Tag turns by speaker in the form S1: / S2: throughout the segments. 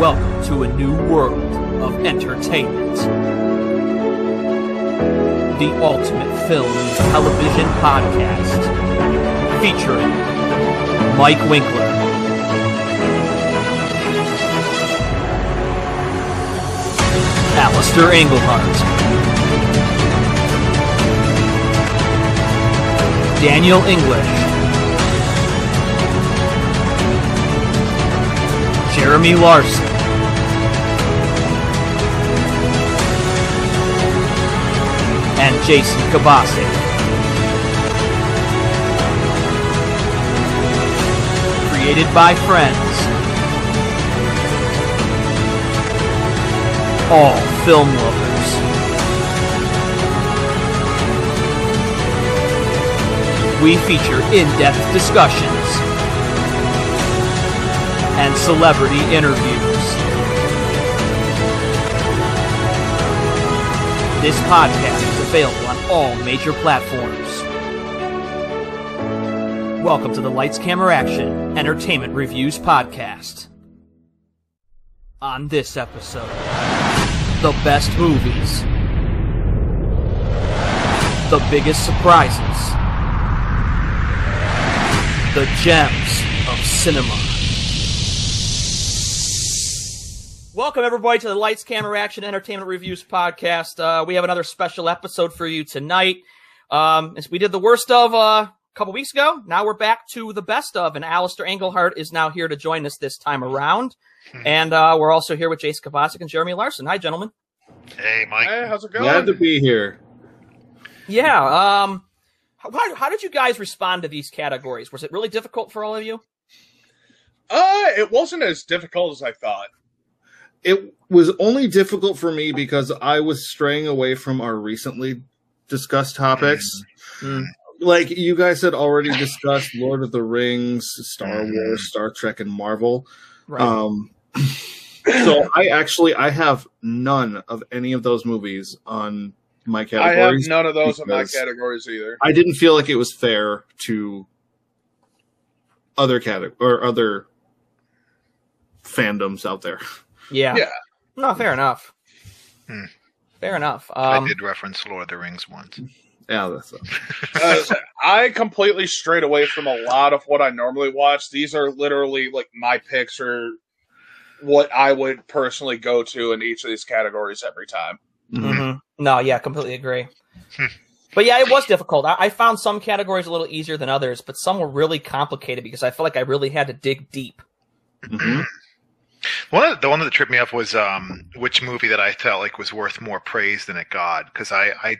S1: Welcome to a new world of entertainment. The Ultimate Film and Television Podcast. Featuring Mike Winkler. Alistair Englehart. Daniel English. Jeremy Larson. And Jason Kabasic. Created by friends. All film lovers. We feature in-depth discussions and celebrity interviews. This podcast is available on all major platforms. Welcome to the Lights Camera Action Entertainment Reviews Podcast. On this episode, the best movies, the biggest surprises, the gems of cinema. Welcome everybody to the Lights, Camera, Action, Entertainment Reviews podcast. Uh, we have another special episode for you tonight. Um, as we did the worst of uh, a couple weeks ago. Now we're back to the best of, and Alistair Englehart is now here to join us this time around. And uh, we're also here with Jace Kovacic and Jeremy Larson. Hi, gentlemen.
S2: Hey, Mike.
S3: Hey, how's it
S4: Glad
S3: going?
S4: to be here.
S1: Yeah. Um, how, how- how did you guys respond to these categories? Was it really difficult for all of you?
S3: Uh, it wasn't as difficult as I thought.
S4: It was only difficult for me because I was straying away from our recently discussed topics.
S1: Mm.
S4: Like you guys had already discussed Lord of the Rings, Star
S2: Mhm.
S4: Wars, Star Trek, and Marvel.
S1: Right.
S4: Um, so I actually I have none of any of those movies on my
S3: I have
S4: categories.
S3: none of those in my
S4: because-
S3: categories either.
S4: I didn't feel like it was fair to other category or other fandoms out there.
S1: yeah.
S3: yeah.
S1: No, fair enough.
S2: Hmm.
S1: Fair enough.
S2: I
S1: Um,
S2: did reference Lord of the Rings once.
S4: Yeah, that's
S3: Uh, I completely strayed away from a lot of what I normally watch. These are literally like my picks or what I would personally go to in each of these categories every time.
S2: Mm-hmm.
S1: Mhm. No, yeah, completely agree. but yeah, it was difficult. I, I found some categories a little easier than others, but some were really complicated because I felt like I really had to dig deep.
S4: Mhm.
S2: One of the one that tripped me up was um, which movie that I felt like was worth more praise than it got because I, I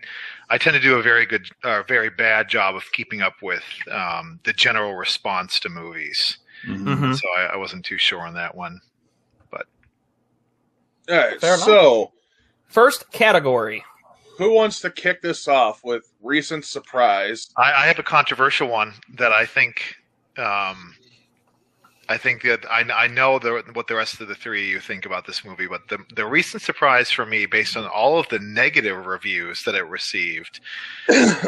S2: I tend to do a very good or very bad job of keeping up with um, the general response to movies,
S4: Mm-hmm.
S1: Mm-hmm.
S2: so I, I wasn't too sure on that one.
S3: All right,
S1: Fair enough.
S3: so
S1: First category.
S3: who wants to kick this off with recent surprise?
S2: I, I have a controversial one that I think um, I think that I, I know the, what the rest of the three of you think about this movie, but the the recent surprise for me, based on all of the negative reviews that it received,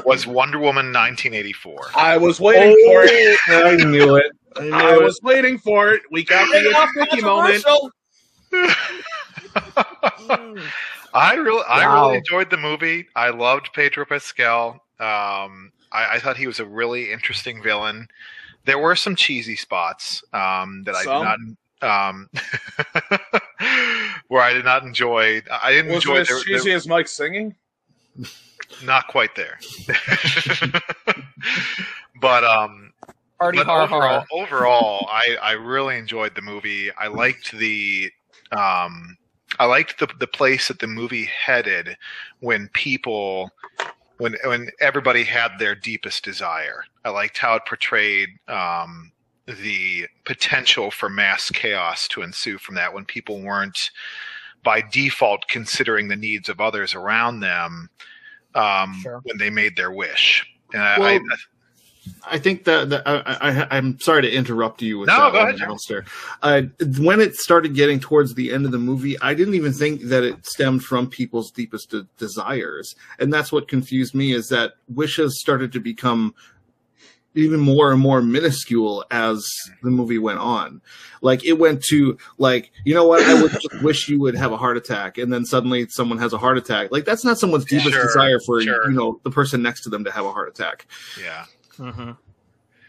S2: was Wonder Woman 1984.
S3: I was waiting for it.
S4: I knew it. I knew
S3: I
S4: it.
S3: was waiting for it. We got the
S1: Off
S3: Vicky moment.
S1: controversial. Mm.
S2: I really, I
S1: Wow.
S2: really enjoyed the movie. I loved Pedro Pascal. Um, I, I thought he was a really interesting villain. There were some cheesy spots um, that I did
S3: Some?
S2: not, um, where I did not enjoy. I didn't
S3: Was
S2: enjoy.
S3: it
S2: There,
S3: as cheesy as Mike singing?
S2: not quite there, but um,
S1: Party
S2: but
S1: har
S2: overall,
S1: har.
S2: overall, I I really enjoyed the movie. I liked the um I liked the the place that the movie headed when people when when everybody had their deepest desire. I liked how it portrayed um the potential for mass chaos to ensue from that when people weren't by default considering the needs of others around them um,
S1: Sure.
S2: when they made their wish. And I, I,
S4: Well, I think that, that I, I, I'm sorry to interrupt you with
S2: No,
S4: that
S2: go
S4: one,
S2: ahead, Jeremy.
S4: Alistair. Uh, when it started getting towards the end of the movie, I didn't even think that it stemmed from people's deepest de- desires, and that's what confused me. Is that wishes started to become even more and more minuscule as the movie went on. Like it went to like, you know what? I would just wish you would have a heart attack, and then suddenly someone has a heart attack. Like that's not someone's deepest
S2: Sure,
S4: desire for
S2: sure.
S4: you know the person next to them to have a heart attack.
S2: Yeah.
S1: Mm-hmm.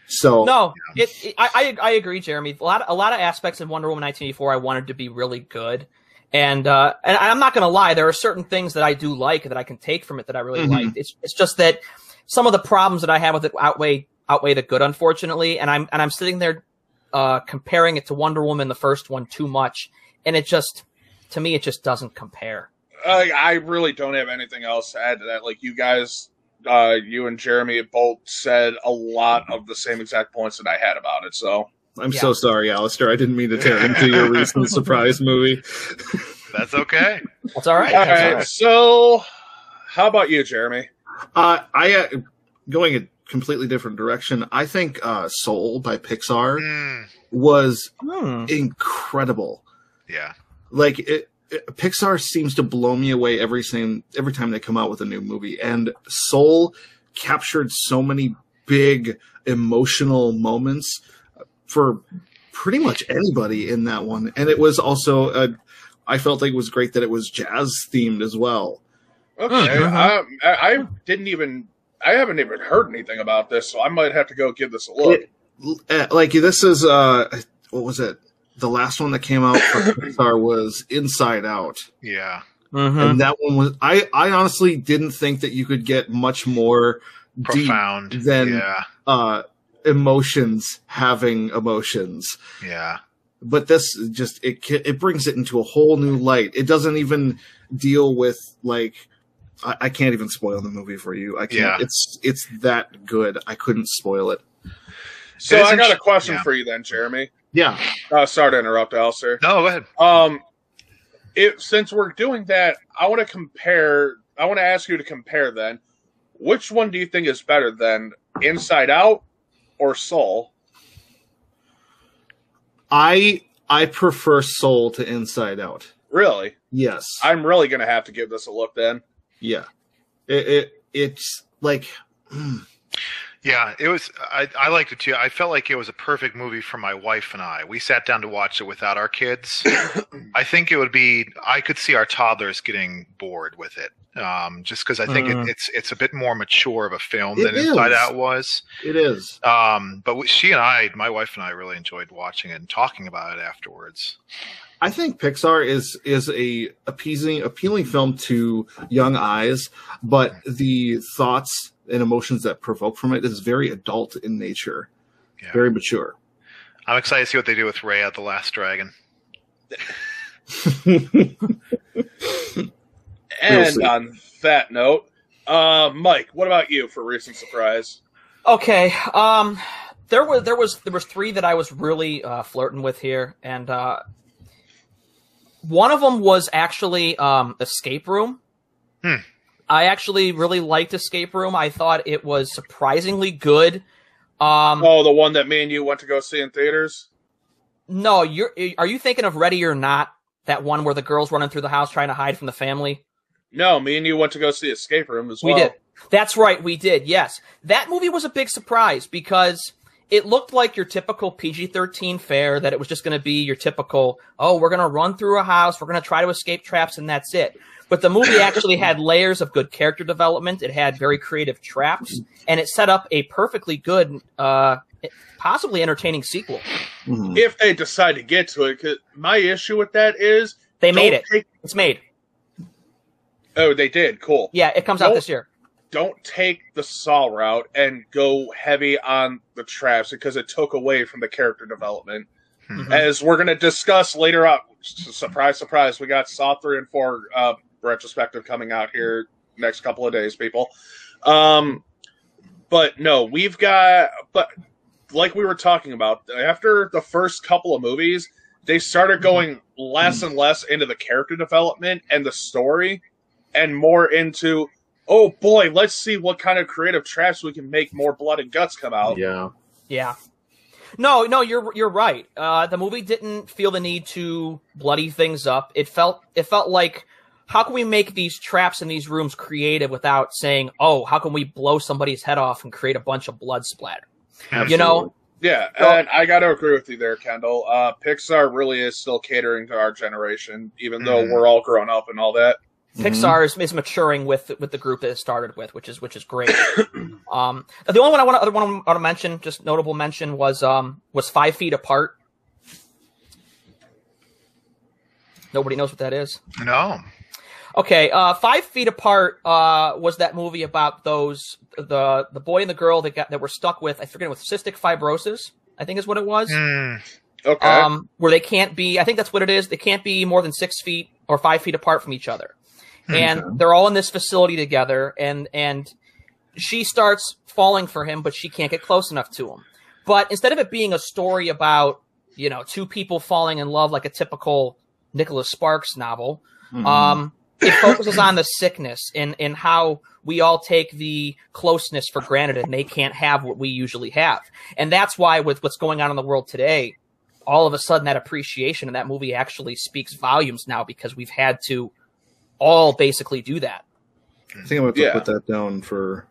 S4: So
S1: No, it, it- I, I I agree, Jeremy. A lot a lot of aspects in Wonder Woman 1984 I wanted to be really good, and uh, and I'm not gonna lie, there are certain things that I do like that I can take from it that I really
S4: Mhm.
S1: liked. It's it's just that some of the problems that I have with it outweigh outweigh the good, unfortunately, and I'm and I'm sitting there uh, comparing it to Wonder Woman the first one too much, and it just to me it just doesn't compare.
S3: I, I really don't have anything else to add to that. Like you guys, uh, you and Jeremy both said a lot of the same exact points that I had about it. So
S4: I'm
S1: Yeah.
S4: so sorry, Alistair. I didn't mean to tear into your recent surprise movie.
S2: That's okay.
S1: That's all right.
S3: all
S1: That's all
S3: right, so how about you, Jeremy?
S4: Uh, I uh, going a completely different direction. I think uh, Soul by Pixar
S2: Mm,
S4: was
S1: right. Hmm.
S4: incredible.
S2: yeah.
S4: Like it, it- Pixar seems to blow me away every same every time they come out with a new movie, and Soul captured so many big emotional moments for pretty much anybody in that one, and it was also uh, I felt like it was great that it was jazz themed as well.
S3: Okay,
S1: Mhm.
S3: um, I, I didn't even. I haven't even heard anything about this, so I might have to go give this a look.
S4: uh, like this is uh what was it the last one that came out for pixar was inside out
S2: Yeah.
S1: Mhm.
S4: and that one was i i honestly didn't think that you could get much more deep
S2: Profound.
S4: then-
S2: yeah.
S4: uh emotions having emotions
S2: Yeah.
S4: but this just it ca- it brings it into a whole new light it doesn't even deal with like I, I can't even spoil the movie for you. I can't.
S2: Yeah.
S4: It's it's that good. I couldn't spoil it.
S3: So
S2: It's
S3: I got a
S2: inter-
S3: question
S2: yeah.
S3: for you then, Jeremy.
S4: Yeah.
S3: Uh, sorry to interrupt, Alistair.
S2: No, go ahead.
S3: Um, if since we're doing that, I want to compare. I want to ask you to compare then. Which one do you think is better than Inside Out or Soul?
S4: I I prefer Soul to Inside Out.
S3: Really,
S4: Yes.
S3: I'm really gonna have to give this a look then.
S4: yeah. It, it it's like mm,
S2: Yeah, it was. I, I liked it too. I felt like it was a perfect movie for my wife and I. We sat down to watch it without our kids. I think it would be. I could see our toddlers getting bored with it, um, just because I think
S1: Mm.
S2: it, it's it's a bit more mature of a film
S4: Uh. It
S2: than Inside
S4: is.
S2: Out was.
S4: it is.
S2: Um, but we, she and I, my wife and I, really enjoyed watching it and talking about it afterwards.
S4: I think Pixar is is a appeasing appealing film to young eyes, but the thoughts and emotions that provoke from it is very adult in nature.
S2: Yeah.
S4: Very mature.
S2: I'm excited to see what they do with Ray at the Last Dragon.
S4: We'll
S3: And
S4: see.
S3: on that note, uh, Mike, what about you for recent surprise?
S1: Okay. Um, there was there was there was three that I was really uh, flirting with here, and uh, one of them was actually um, Escape Room.
S2: Hmm.
S1: I actually really liked Escape Room. I thought it was surprisingly good. Um,
S3: Oh, the one that me and you went to go see in theaters.
S1: No, you're are you thinking of Ready or Not? That one where the girl's running through the house trying to hide from the family.
S3: No, me and you went to go see Escape Room as
S1: We
S3: well.
S1: did. That's right, we did. Yes. That movie was a big surprise because it looked like your typical PG-13 fare that it was just going to be your typical, oh, we're going to run through a house, we're going to try to escape traps and that's it. But the movie actually had layers of good character development. It had very creative traps and it set up a perfectly good uh possibly entertaining sequel.
S4: Mhm.
S3: If they decide to get to it, 'cause my issue with that is
S1: They made
S3: don't
S1: it.
S3: take-
S1: It's made.
S3: oh, they did. Cool.
S1: Yeah, it comes out
S3: Nope.
S1: this year.
S3: don't take the Saw route and go heavy on the traps because it took away from the character development.
S2: Mhm.
S3: As we're going to discuss later on, S- surprise, surprise, we got Saw 3 and 4 uh, retrospective coming out here next couple of days, people. Um, but no, we've got, but like we were talking about, after the first couple of movies, they started going less and less into the character development and the story and more into oh boy, let's see what kind of creative traps we can make more blood and guts come out.
S4: Yeah.
S1: Yeah. No, no, you're you're right. Uh, the movie didn't feel the need to bloody things up. It felt it felt like how can we make these traps in these rooms creative without saying, "Oh, how can we blow somebody's head off and create a bunch of blood splatter?" You know,
S3: Yeah,
S1: Well-
S3: and I got to agree with you there, Kendall. Uh, Pixar really is still catering to our generation, even though
S2: Mhm.
S3: we're all grown up and all that.
S1: Pixar is, is maturing with with the group that it started with, which is which is great. um, the only one I want to other one I want to mention, just notable mention, was um was Five Feet Apart. Nobody knows what that is.
S2: No.
S1: Okay, uh, Five Feet Apart uh, was that movie about those the the boy and the girl that got that were stuck with I forget with cystic fibrosis I think is what it was.
S2: Mm,
S3: Okay,
S1: Um, where they can't be I think that's what it is. They can't be more than six feet or five feet apart from each other, and they're all in this facility together. And and she starts falling for him, but she can't get close enough to him. But instead of it being a story about you know two people falling in love like a typical Nicholas Sparks novel,
S4: Mm-hmm.
S1: um,
S3: Mm-hmm.
S1: it focuses on the sickness and, and how we all take the closeness for granted and they can't have what we usually have. And that's why with what's going on in the world today, all of a sudden that appreciation and that movie actually speaks volumes now because we've had to all basically do that.
S4: I think I'm going to
S3: Yeah.
S4: put that down for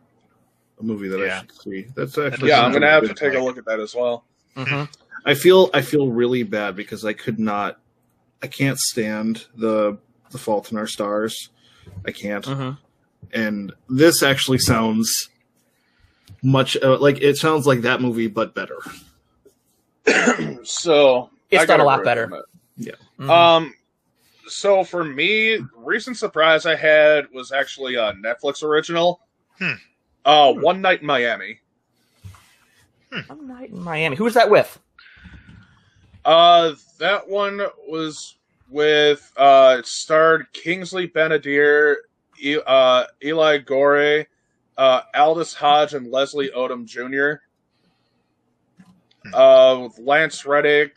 S4: a movie that I
S2: Yeah.
S4: should see. That's actually
S3: yeah, I'm gonna have to
S4: Good
S3: take a
S4: point.
S3: look at that as well.
S1: Mhm.
S4: I feel I feel really bad because I could not, I can't stand the the Fault in Our Stars. I can't,
S3: Mm-hmm.
S1: Mhm.
S4: and this actually sounds much uh, like it sounds like that movie, but better.
S3: So
S1: It's
S3: I gotta
S1: done a lot
S3: agree
S1: better.
S3: with
S1: Mhm.
S3: you on that. Um, so for me, recent surprise I had was actually a Netflix original,
S2: Hmm.
S3: uh, One Night in Miami.
S1: One night in Miami. Who was that with?
S3: Uh, that one was with uh, it starred Kingsley Benadire, e- uh, Eli Gore, uh, Aldous Hodge, and Leslie Odom Jr. Uh, with Lance Reddick,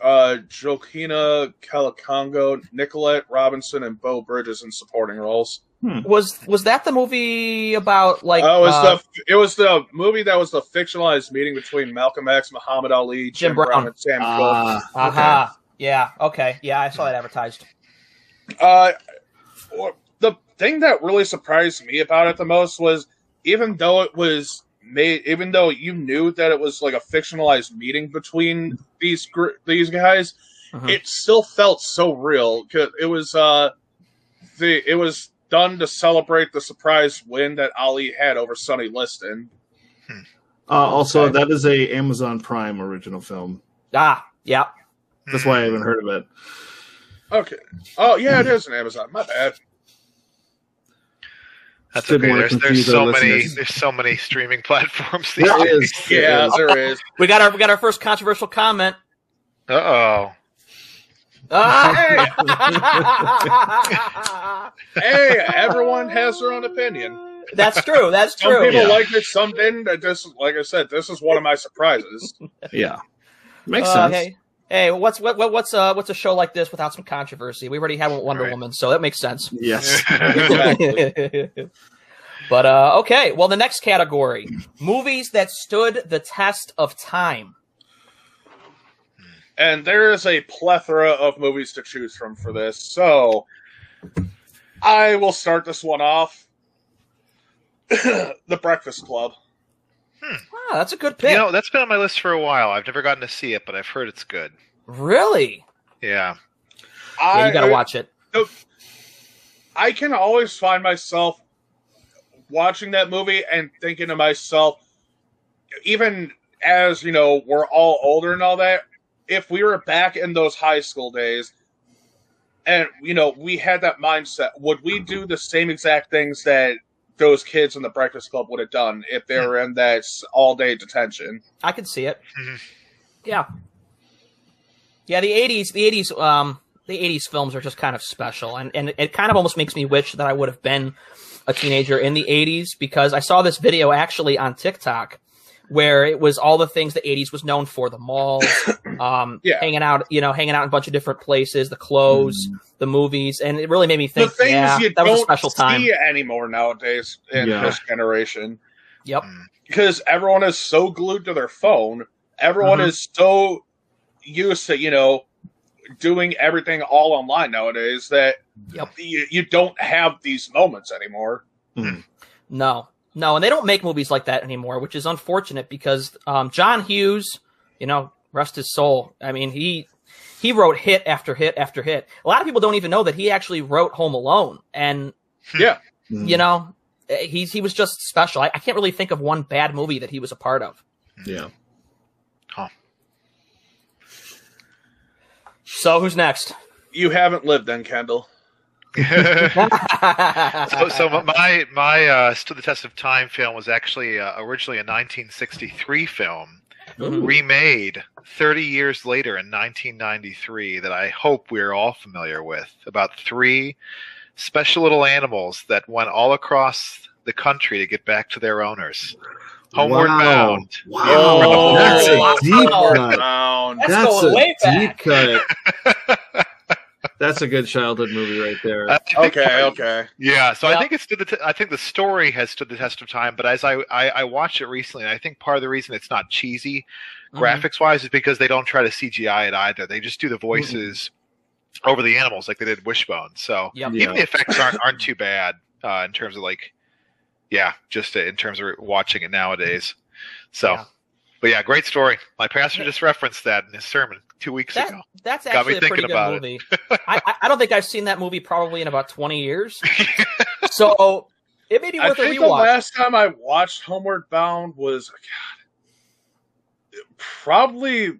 S3: uh, Joaquina Calicongo, Nicolette Robinson, and Bo Bridges in supporting roles.
S1: Was was that the movie about like
S3: oh, it was
S1: uh,
S3: the it was the movie that was the fictionalized meeting between Malcolm X, Muhammad Ali, Jim,
S1: Jim
S3: Brown.
S1: Brown.
S3: and Sam Cooke.
S4: Ah,
S1: aha. uh-huh. Yeah, okay. Yeah, I saw that advertised.
S3: Uh, the thing that really surprised me about it the most was even though it was made, even though you knew that it was like a fictionalized meeting between these gr- these guys,
S1: Mhm.
S3: it still felt so real 'cause it was uh, the it was done to celebrate the surprise win that Ali had over Sonny Liston.
S4: uh, also
S1: Okay.
S4: that is a Amazon Prime original film.
S1: Ah, yeah.
S4: That's why I haven't heard of it.
S3: Okay. Oh yeah, it is an Amazon. My bad.
S2: That's
S4: Didn't
S2: okay.
S4: wanna
S2: There's, there's
S4: confuse our
S2: so many
S4: listeners.
S2: there's so many streaming platforms these
S4: There
S2: days.
S4: is, there
S3: Yeah,
S4: is.
S3: there is.
S1: We got our we got our first controversial comment.
S2: Uh oh.
S1: Ah!
S3: Hey, everyone has their own opinion.
S1: That's true. That's
S3: Some
S1: true.
S3: people
S4: Yeah.
S3: liked it, some didn't. I just, like I said, this is one of my surprises.
S4: Yeah, makes
S1: Uh,
S4: sense.
S1: Hey, hey, what's what, what what's uh what's a show like this without some controversy? We already had one with Wonder
S2: Right.
S1: Woman, so that makes sense.
S4: Yes.
S1: but uh, okay, well, the next category: movies that stood the test of time.
S3: and there is a plethora of movies to choose from for this. So I will start this one off. the Breakfast Club.
S1: Wow, that's a good pick.
S2: you know, that's been on my list for a while. I've never gotten to see it, but I've heard it's good.
S1: really?
S2: Yeah.
S3: I
S1: Yeah, you got to watch it.
S3: I can always find myself watching that movie and thinking to myself, even as you know, we're all older and all that. If we were back in those high school days, and you know, we had that mindset, would we do the same exact things that those kids in the Breakfast Club would have done if they were in that all day detention?
S1: I can see it.
S2: Mhm.
S1: Yeah. Yeah, the eighties the eighties um the eighties films are just kind of special and, and it kind of almost makes me wish that I would have been a teenager in the eighties because I saw this video actually on TikTok where it was all the things the eighties was known for, the malls, um
S3: Yeah.
S1: hanging out you know, hanging out in a bunch of different places, the clothes, the movies, and it really made me think
S3: the things
S1: yeah,
S3: you
S1: that
S3: don't
S1: was a special
S3: see
S1: time.
S3: anymore nowadays in
S4: Yeah.
S3: this generation.
S1: Yep.
S3: because everyone is so glued to their phone. Everyone
S1: Mhm.
S3: is so used to, you know, doing everything all online nowadays that
S1: Yep.
S3: you, you don't have these moments anymore.
S1: No. No, and they don't make movies like that anymore, which is unfortunate because um, John Hughes, you know, rest his soul. I mean, he he wrote hit after hit after hit. A lot of people don't even know that he actually wrote Home Alone, and
S3: Yeah.
S4: Mm.
S1: you know, eh, he's he was just special. I, I can't really think of one bad movie that he was a part of.
S4: Yeah.
S1: So who's next?
S3: You haven't lived then, Kendall.
S2: so, so my my uh, stood the test of time film was actually uh, originally a 1963 film
S1: Ooh.
S2: remade 30 years later in 1993 that I hope we're all familiar with about three special little animals that went all across the country to get back to their owners. Homeward
S4: Wow.
S2: Bound.
S4: Wow.
S3: Oh,
S4: that's
S1: wow.
S4: a deep cut.
S3: Round.
S1: That's
S4: That's
S1: going
S4: a
S1: way
S4: deep
S1: back.
S4: cut. That's a good childhood movie right there.
S2: I think
S3: Okay, okay.
S2: Yeah, so
S1: Yeah.
S2: I think it's stood the t- I think the story has stood the test of time, but as I, I I watched it recently, and I think part of the reason it's not cheesy
S1: Mm-hmm.
S2: graphics wise is because they don't try to CGI it either. They just do the voices over the animals like they did Wishbone. So
S1: Yep.
S4: Yeah.
S2: even the effects aren't aren't too bad uh, in terms of like yeah, just uh, in terms of watching it nowadays. So,
S1: Yeah.
S2: but yeah, great story. My pastor just referenced that in his sermon two weeks
S1: That-
S2: ago.
S1: That's
S2: Got
S1: actually
S2: me
S1: a pretty
S2: thinking
S1: good
S2: about it.
S1: movie. I, I- I don't think I've seen that movie probably in about twenty years. so it may be
S3: I
S1: worth a
S3: think
S1: rewatch.
S3: the last time I watched Homeward Bound was God, probably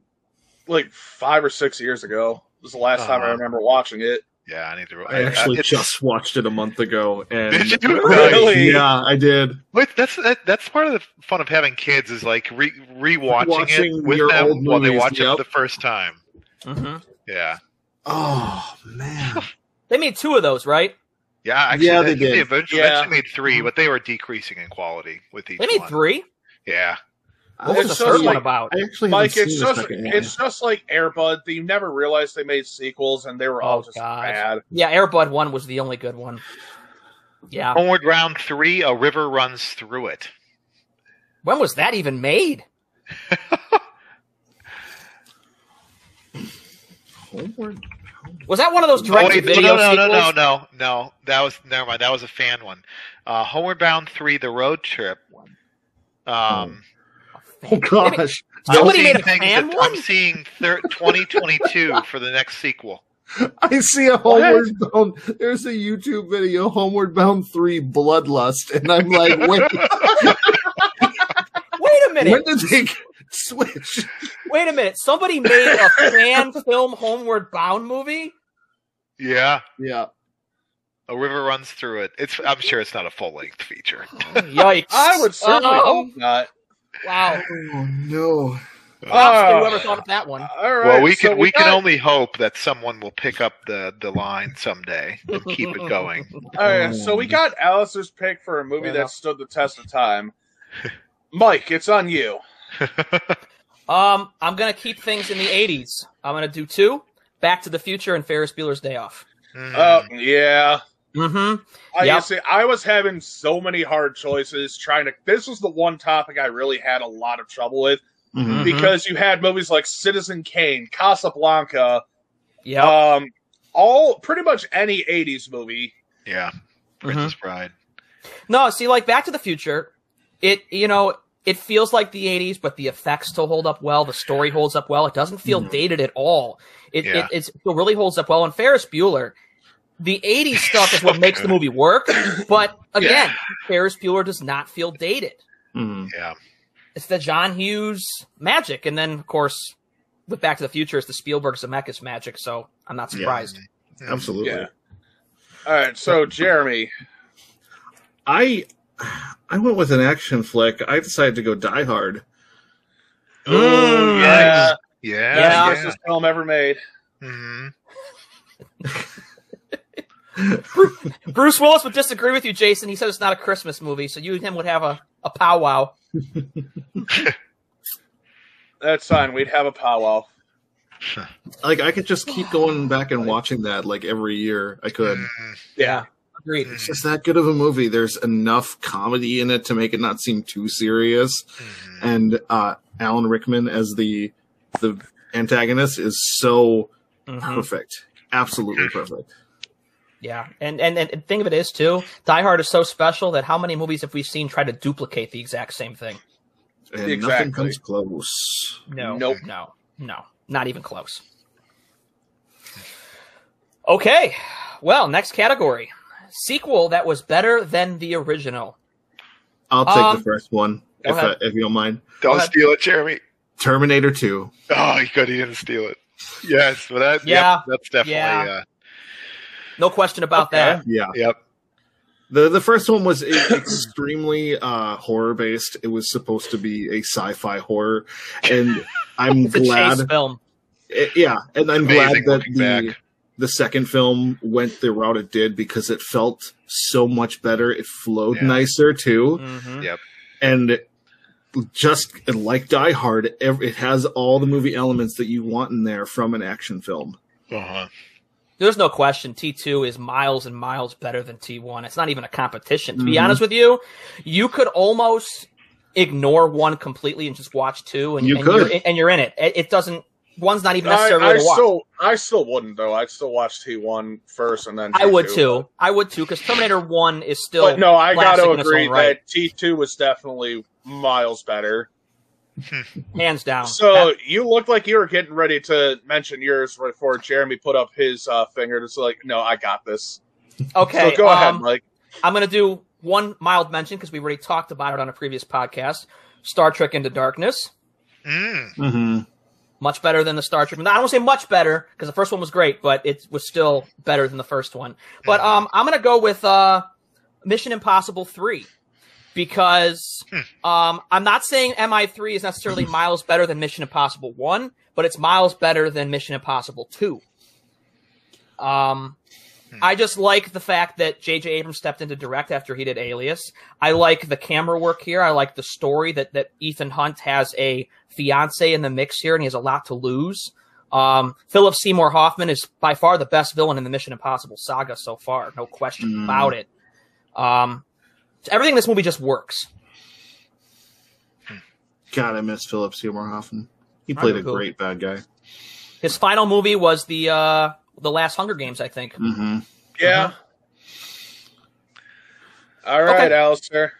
S3: like five or six years ago. Was the last time I
S2: Uh-huh.
S3: remember watching it.
S2: Yeah, I need to.
S4: I actually
S2: uh, it's-
S4: just watched it a month ago, and
S2: Did you do it
S3: really?
S4: Yeah, I did.
S2: Wait, that's that, that's part of the fun of having kids is like re rewatching
S4: Watching
S2: it with
S4: your
S2: them
S4: old
S2: while they
S4: movies,
S2: watch
S4: yep.
S2: it for the first time.
S1: Mhm.
S2: Yeah,
S4: Oh man,
S1: They made two of those, right?
S2: yeah. Actually,
S4: Yeah, they did. Mm-hmm.
S2: eventually,
S3: Yeah.
S2: eventually made three, but they were decreasing in quality with each.
S1: They made
S2: one.
S1: three.
S2: Yeah,
S1: What was
S3: It's
S1: the
S3: just
S1: third
S3: like-
S1: one about?
S4: I actually
S3: Like
S4: haven't
S3: it's
S4: seen
S3: just
S4: the second
S3: it's just like Airbud. They never realized they made sequels, and they were all
S1: Oh,
S3: just
S1: God.
S3: bad.
S1: Yeah, Airbud one was the only good one. Yeah.
S2: Homeward Round three, a river runs through it.
S1: When was that even made?
S4: one. Homeward.
S1: Was that one of those direct to
S2: wait,
S1: video
S2: no, no, no,
S1: sequels?
S2: no, no, no. That was never mind. That was a fan one. Uh, Homeward Bound three, the road trip. Um,
S4: Oh gosh,
S1: Somebody
S2: I'm
S1: Oh. made a
S2: seeing things
S1: fan
S2: that-
S1: one.
S2: I'm seeing thir- 2022 for the next sequel.
S4: I see a homeward bound. There's a YouTube video, Homeward Bound Three, Bloodlust, and I'm like, wait,
S1: Wait a
S4: when
S1: minute.
S4: did they switch?
S1: Wait a minute. Somebody made a fan film Homeward Bound movie.
S2: Yeah.
S4: Yeah,
S2: A river runs through it. It's I'm sure it's not a full length feature.
S1: Yikes!
S3: I would certainly
S1: Um,
S2: Oh.
S3: hope not.
S1: Wow.
S4: oh no,
S1: Props to
S2: Oh.
S3: Uh,
S1: whoever thought of that one.
S3: All right,
S2: well, we
S3: so
S2: can we, can
S3: got-
S2: only hope that someone will pick up the the line someday and keep it going.
S3: All right, so
S4: Mm.
S3: we got Alistair's pick for a movie
S1: Fair
S3: that
S1: enough.
S3: stood the test of time. Mike, it's on you.
S1: Um, I'm gonna keep things in the '80s. I'm gonna do two: Back to the Future and Ferris Bueller's Day Off.
S2: Mm.
S1: Uh,
S3: Oh yeah.
S1: Mm-hmm.
S3: I
S1: Yep.
S3: gotta say, I was having so many hard choices trying to. This was the one topic I really had a lot of trouble with
S4: Mm-hmm.
S1: Mhm.
S3: because you had movies like Citizen Kane, Casablanca,
S1: Yep.
S3: um, all pretty much any '80s movie.
S2: yeah, Princess
S1: mm-hmm.
S2: Bride.
S1: No, see, like Back to the Future, it you know it feels like the '80s, but the effects still hold up well. The story holds up well. It doesn't feel
S4: Mhm.
S1: dated at all. It
S2: Yeah.
S1: it, it's, it really holds up well. And Ferris Bueller, the '80s stuff is what
S2: So
S1: makes the
S2: good.
S1: movie work. But again, Ferris Bueller does not feel dated.
S4: Mm-hmm.
S2: Yeah,
S1: It's the John Hughes magic, and then of course with Back to the Future, it's the Spielberg Zemeckis magic. So I'm not surprised.
S4: absolutely.
S3: Yeah. All right, so Jeremy,
S4: I I went with an action flick. I decided to go Die Hard.
S1: Mm,
S3: yeah,
S2: yeah,
S1: Yeah.
S2: yeah.
S3: fastest film ever made.
S2: Mhm.
S1: Bruce Willis would disagree with you, Jason. He said it's not a Christmas movie, so you and him would have a, a powwow.
S3: That's fine. We'd have a powwow.
S4: Like I could just keep
S1: Oh,
S4: going back and watching that like every year. I could.
S2: Mhm.
S1: Yeah. Agreed.
S4: It's just that good of a movie. There's enough comedy in it to make it not seem too serious.
S1: Mm-hmm.
S2: Mhm.
S4: And uh, Alan Rickman as the the antagonist is so
S1: Mhm.
S4: perfect, absolutely perfect.
S1: Yeah, and and and thing of it is too, Die Hard is so special that how many movies have we seen try to duplicate the exact same thing?
S4: And
S3: Exactly.
S4: nothing comes close.
S1: No,
S3: Nope.
S1: no, no, not even close. Okay, well, next category: sequel that was better than the original.
S4: I'll take
S1: Um,
S4: the first one
S1: go
S4: if uh,
S1: ahead.
S4: if you don't mind.
S2: Don't
S1: ahead.
S2: steal it, Jeremy.
S4: Terminator Two.
S2: Oh, he could. He didn't steal it. Yes, but that,
S1: Yeah.
S2: yep, that's definitely.
S1: Yeah. No question about that.
S4: Yeah.
S2: Uh, yep.
S4: The the first one was e- extremely uh, horror based. It was supposed to be a sci-fi horror, and I'm
S1: It's a
S4: glad.
S1: chase film.
S4: it- Eh, yeah, and I'm
S2: Amazing
S4: glad that
S2: looking
S4: the
S2: back.
S4: the second film went the route it did because it felt so much better. It flowed
S2: Yeah.
S4: nicer too,
S3: Mm-hmm.
S1: Mhm.
S4: and just like Die Hard, ev- it has all the movie elements that you want in there from an action film.
S2: Uh-huh.
S1: There's no question T2 is miles and miles better than T1. It's not even a competition. To be
S4: Mhm.
S1: honest with you, you could almost ignore one completely and just watch two and
S4: You
S1: and,
S4: could.
S1: You're, and you're in it. It it doesn't one's not even
S3: I,
S1: necessarily
S3: I
S1: to watch.
S3: still, I still wouldn't though. I'd still watch T one first and then. T2.
S1: I would too. I would too cuz Terminator 1 is still
S3: But no, I got
S1: classic
S3: to
S1: in its
S3: agree
S1: own right.
S3: that T two was definitely miles better.
S1: hands down. Uh,
S3: So
S1: That-
S3: you looked like you were getting ready to mention yours before Jeremy put up his uh, finger. It's like, no, I got this.
S1: okay.
S3: so go ahead,
S1: um,
S3: Mike.
S1: I'm going to do one mild mention cuz we already talked about it on a previous podcast. Star Trek Into Darkness.
S2: Mm.
S4: Mm-hmm. I
S1: much better than the Star Trek. I don't want to say much better because the first one was great, but it was still better than the first one. But um, I'm gonna go with uh, Mission Impossible Three because um, I'm not saying MI3 is necessarily miles better than Mission Impossible One, but it's miles better than Mission Impossible Two. Um, I just like the fact that J.J. Abrams stepped into direct after he did Alias. I like the camera work here. I like the story that that Ethan Hunt has a fiance in the mix here, and he has a lot to lose. Um, Philip Seymour Hoffman is by far the best villain in the Mission Impossible saga so far, no question
S4: Mm.
S1: about it. Um, everything in this movie just works.
S4: God, I miss Philip Seymour Hoffman. He played a
S1: cool.
S4: great bad guy.
S1: His final movie was the uh, the last Hunger Games, I think.
S4: Mm-hmm.
S1: uh-huh.
S3: Yeah. All right,
S1: Okay.
S3: Alistair.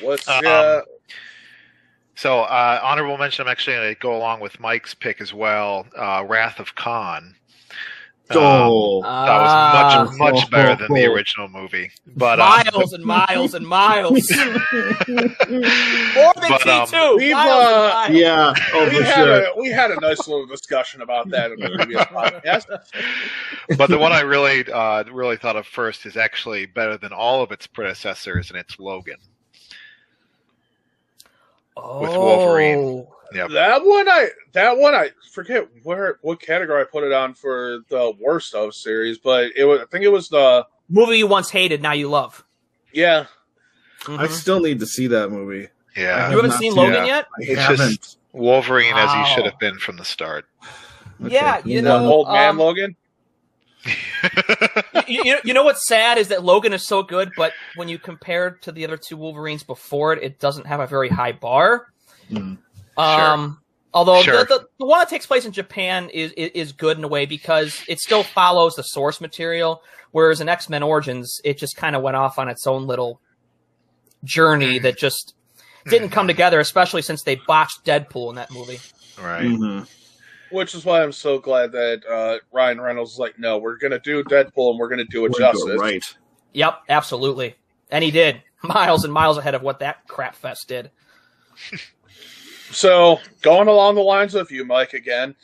S3: What's
S2: Um,
S3: uh,
S2: So, uh, honorable mention. I'm actually going to go along with Mike's pick as well. Uh, Wrath of Khan. Um,
S4: Oh,
S2: that was
S1: Ah,
S2: much much better than the
S4: Oh.
S2: original movie, but uh,
S1: miles and miles and miles. More than
S2: but, um,
S1: T two.
S3: we've,
S1: miles and
S3: uh,
S1: miles.
S4: yeah, oh
S3: we
S4: for
S3: had
S4: sure.
S3: a we had a nice little discussion about that in the previous podcast.
S2: but the one I really uh, really thought of first is actually better than all of its predecessors, and it's Logan. with Wolverine.
S1: Oh.
S3: That one I that one I forget where what category I put it on for the worst of series, but it was I think it was the
S1: Movie you once hated, now you love.
S3: yeah
S4: I still need to see that movie.
S2: Yeah,
S1: you haven't
S4: not
S1: seen
S4: seen
S1: Logan
S2: it.
S1: yet?
S4: I
S2: It's just-
S4: haven't.
S2: Wolverine as
S1: Wow.
S2: he should have been from the start.
S1: Yeah, you
S3: the
S1: know,
S3: old man
S1: um,
S3: Logan.
S1: you, you- you know what's sad is that Logan is so good, but when you compare it to the other two Wolverines before it, it doesn't have a very high bar.
S4: Mm.
S1: Um, Although the,
S2: Sure.
S1: the, the one that takes place in Japan is, is is good in a way because it still follows the source material, whereas in X Men Origins it just kind of went off on its own little
S2: Mm-hmm.
S1: journey that just didn't come together, especially since they botched Deadpool in that movie.
S2: right.
S1: Mm.
S4: Mhm.
S3: Which is why I'm so glad that uh, Ryan Reynolds is like, no, we're gonna do Deadpool and we're gonna do
S4: We're
S3: it
S4: gonna go
S3: justice.
S4: Right.
S1: Yep, absolutely. And he did. Miles and miles ahead of what that crap fest did.
S3: So going along the lines of you, Mike, again,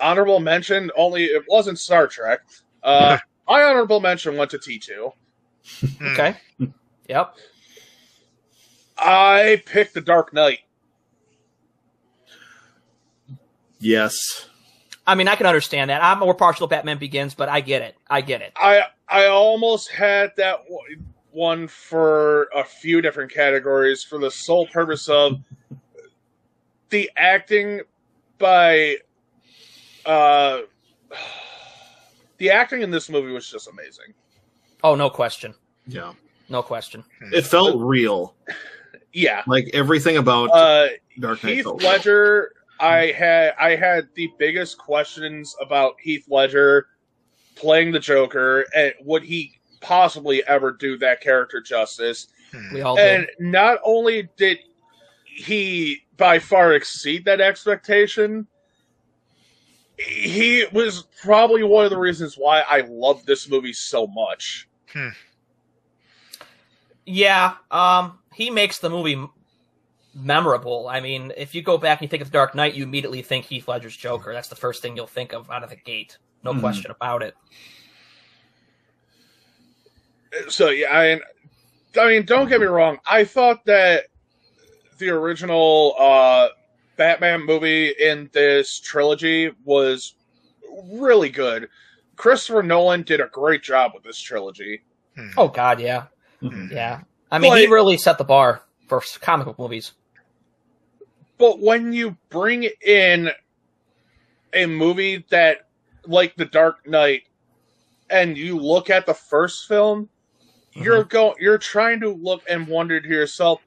S3: honorable mention. Only it wasn't Star Trek. Uh, my honorable mention went to T two.
S2: Hmm.
S1: Okay. Yep.
S3: I picked the Dark Knight.
S4: Yes.
S1: I mean, I can understand that. I'm more partial to Batman Begins, but I get it. I get it.
S3: I I almost had that w- one for a few different categories for the sole purpose of the acting by uh the acting in this movie was just amazing.
S1: Oh, no question.
S4: Yeah.
S1: No question.
S4: It felt real.
S3: Yeah.
S4: Like everything about
S3: Uh
S4: Dark Knight.
S3: Heath
S4: felt
S3: Ledger I had I had the biggest questions about Heath Ledger playing the Joker and would he possibly ever do that character justice?
S2: Hmm.
S1: We all
S3: And
S1: did.
S3: not only did he by far exceed that expectation, he was probably one of the reasons why I love this movie so much.
S1: Yeah, um, he makes the movie m- memorable. I mean, if you go back and you think of The Dark Knight, you immediately think Heath Ledger's Joker. That's the first thing you'll think of out of the gate. No
S4: Mhm.
S1: question about it.
S3: So yeah, I, I mean, don't get me wrong. I thought that the original uh, Batman movie in this trilogy was really good. Christopher Nolan did a great job with this trilogy.
S2: Hmm.
S1: Oh God, yeah,
S2: Hmm.
S1: yeah. I mean, he
S3: Like-
S1: really set the bar for s- comic book movies.
S3: But when you bring in a movie that, like The Dark Knight, and you look at the first film, you're going, you're trying to look and wonder to yourself,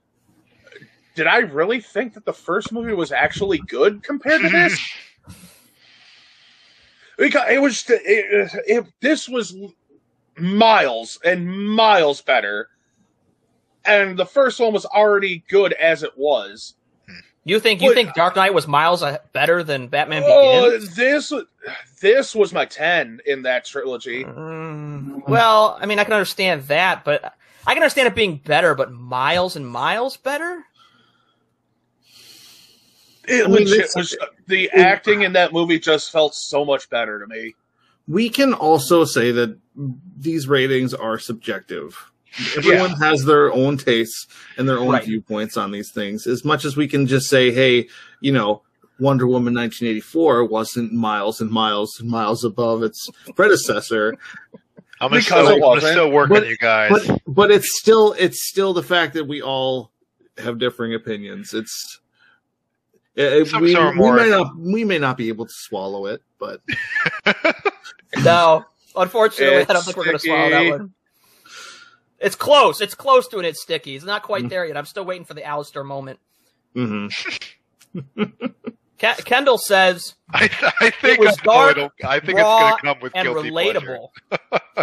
S3: did I really think that the first movie was actually good compared to this? because it was, it, it, it- this was miles and miles better, and the first one was already good as it was.
S1: You think you
S3: Wait,
S1: think Dark Knight was miles a- better than Batman
S3: Oh,
S1: Begins?
S3: this this was my ten in that trilogy.
S1: Mm, well, I mean, I can understand that, but I can understand it being better, but miles and miles better.
S3: It
S4: I mean,
S3: legit
S4: this-
S3: was the acting in that movie just felt so much better to me.
S4: we can also say that these ratings are subjective. Everyone has their own tastes and their own
S1: Right.
S4: viewpoints on these things. As much as we can just say, hey, you know, Wonder Woman 1984 wasn't miles and miles and miles above its predecessor,
S2: I'm gonna
S3: Because
S2: still,
S3: it
S2: I'm gonna
S3: wasn't.
S2: still work
S4: But-
S2: on you guys.
S4: but but it's still it's still the fact that we all have differing opinions. It's it,
S2: Some
S4: we,
S2: sort of
S4: we
S2: moral.
S4: may not we may not be able to swallow it, but
S1: No, unfortunately, I don't
S3: It's
S1: think we're going to swallow that
S3: sticky.
S1: one. It's close. It's close to an it's sticky. It's not quite there yet. I'm still waiting for the Alistair moment.
S4: mhm.
S1: Ke- Kendall says
S2: I, th- I think
S1: was
S2: I know
S1: dark,
S2: it'll, I think it's
S1: raw,
S2: gonna come with
S1: and
S2: guilty pleasure.
S1: relatable.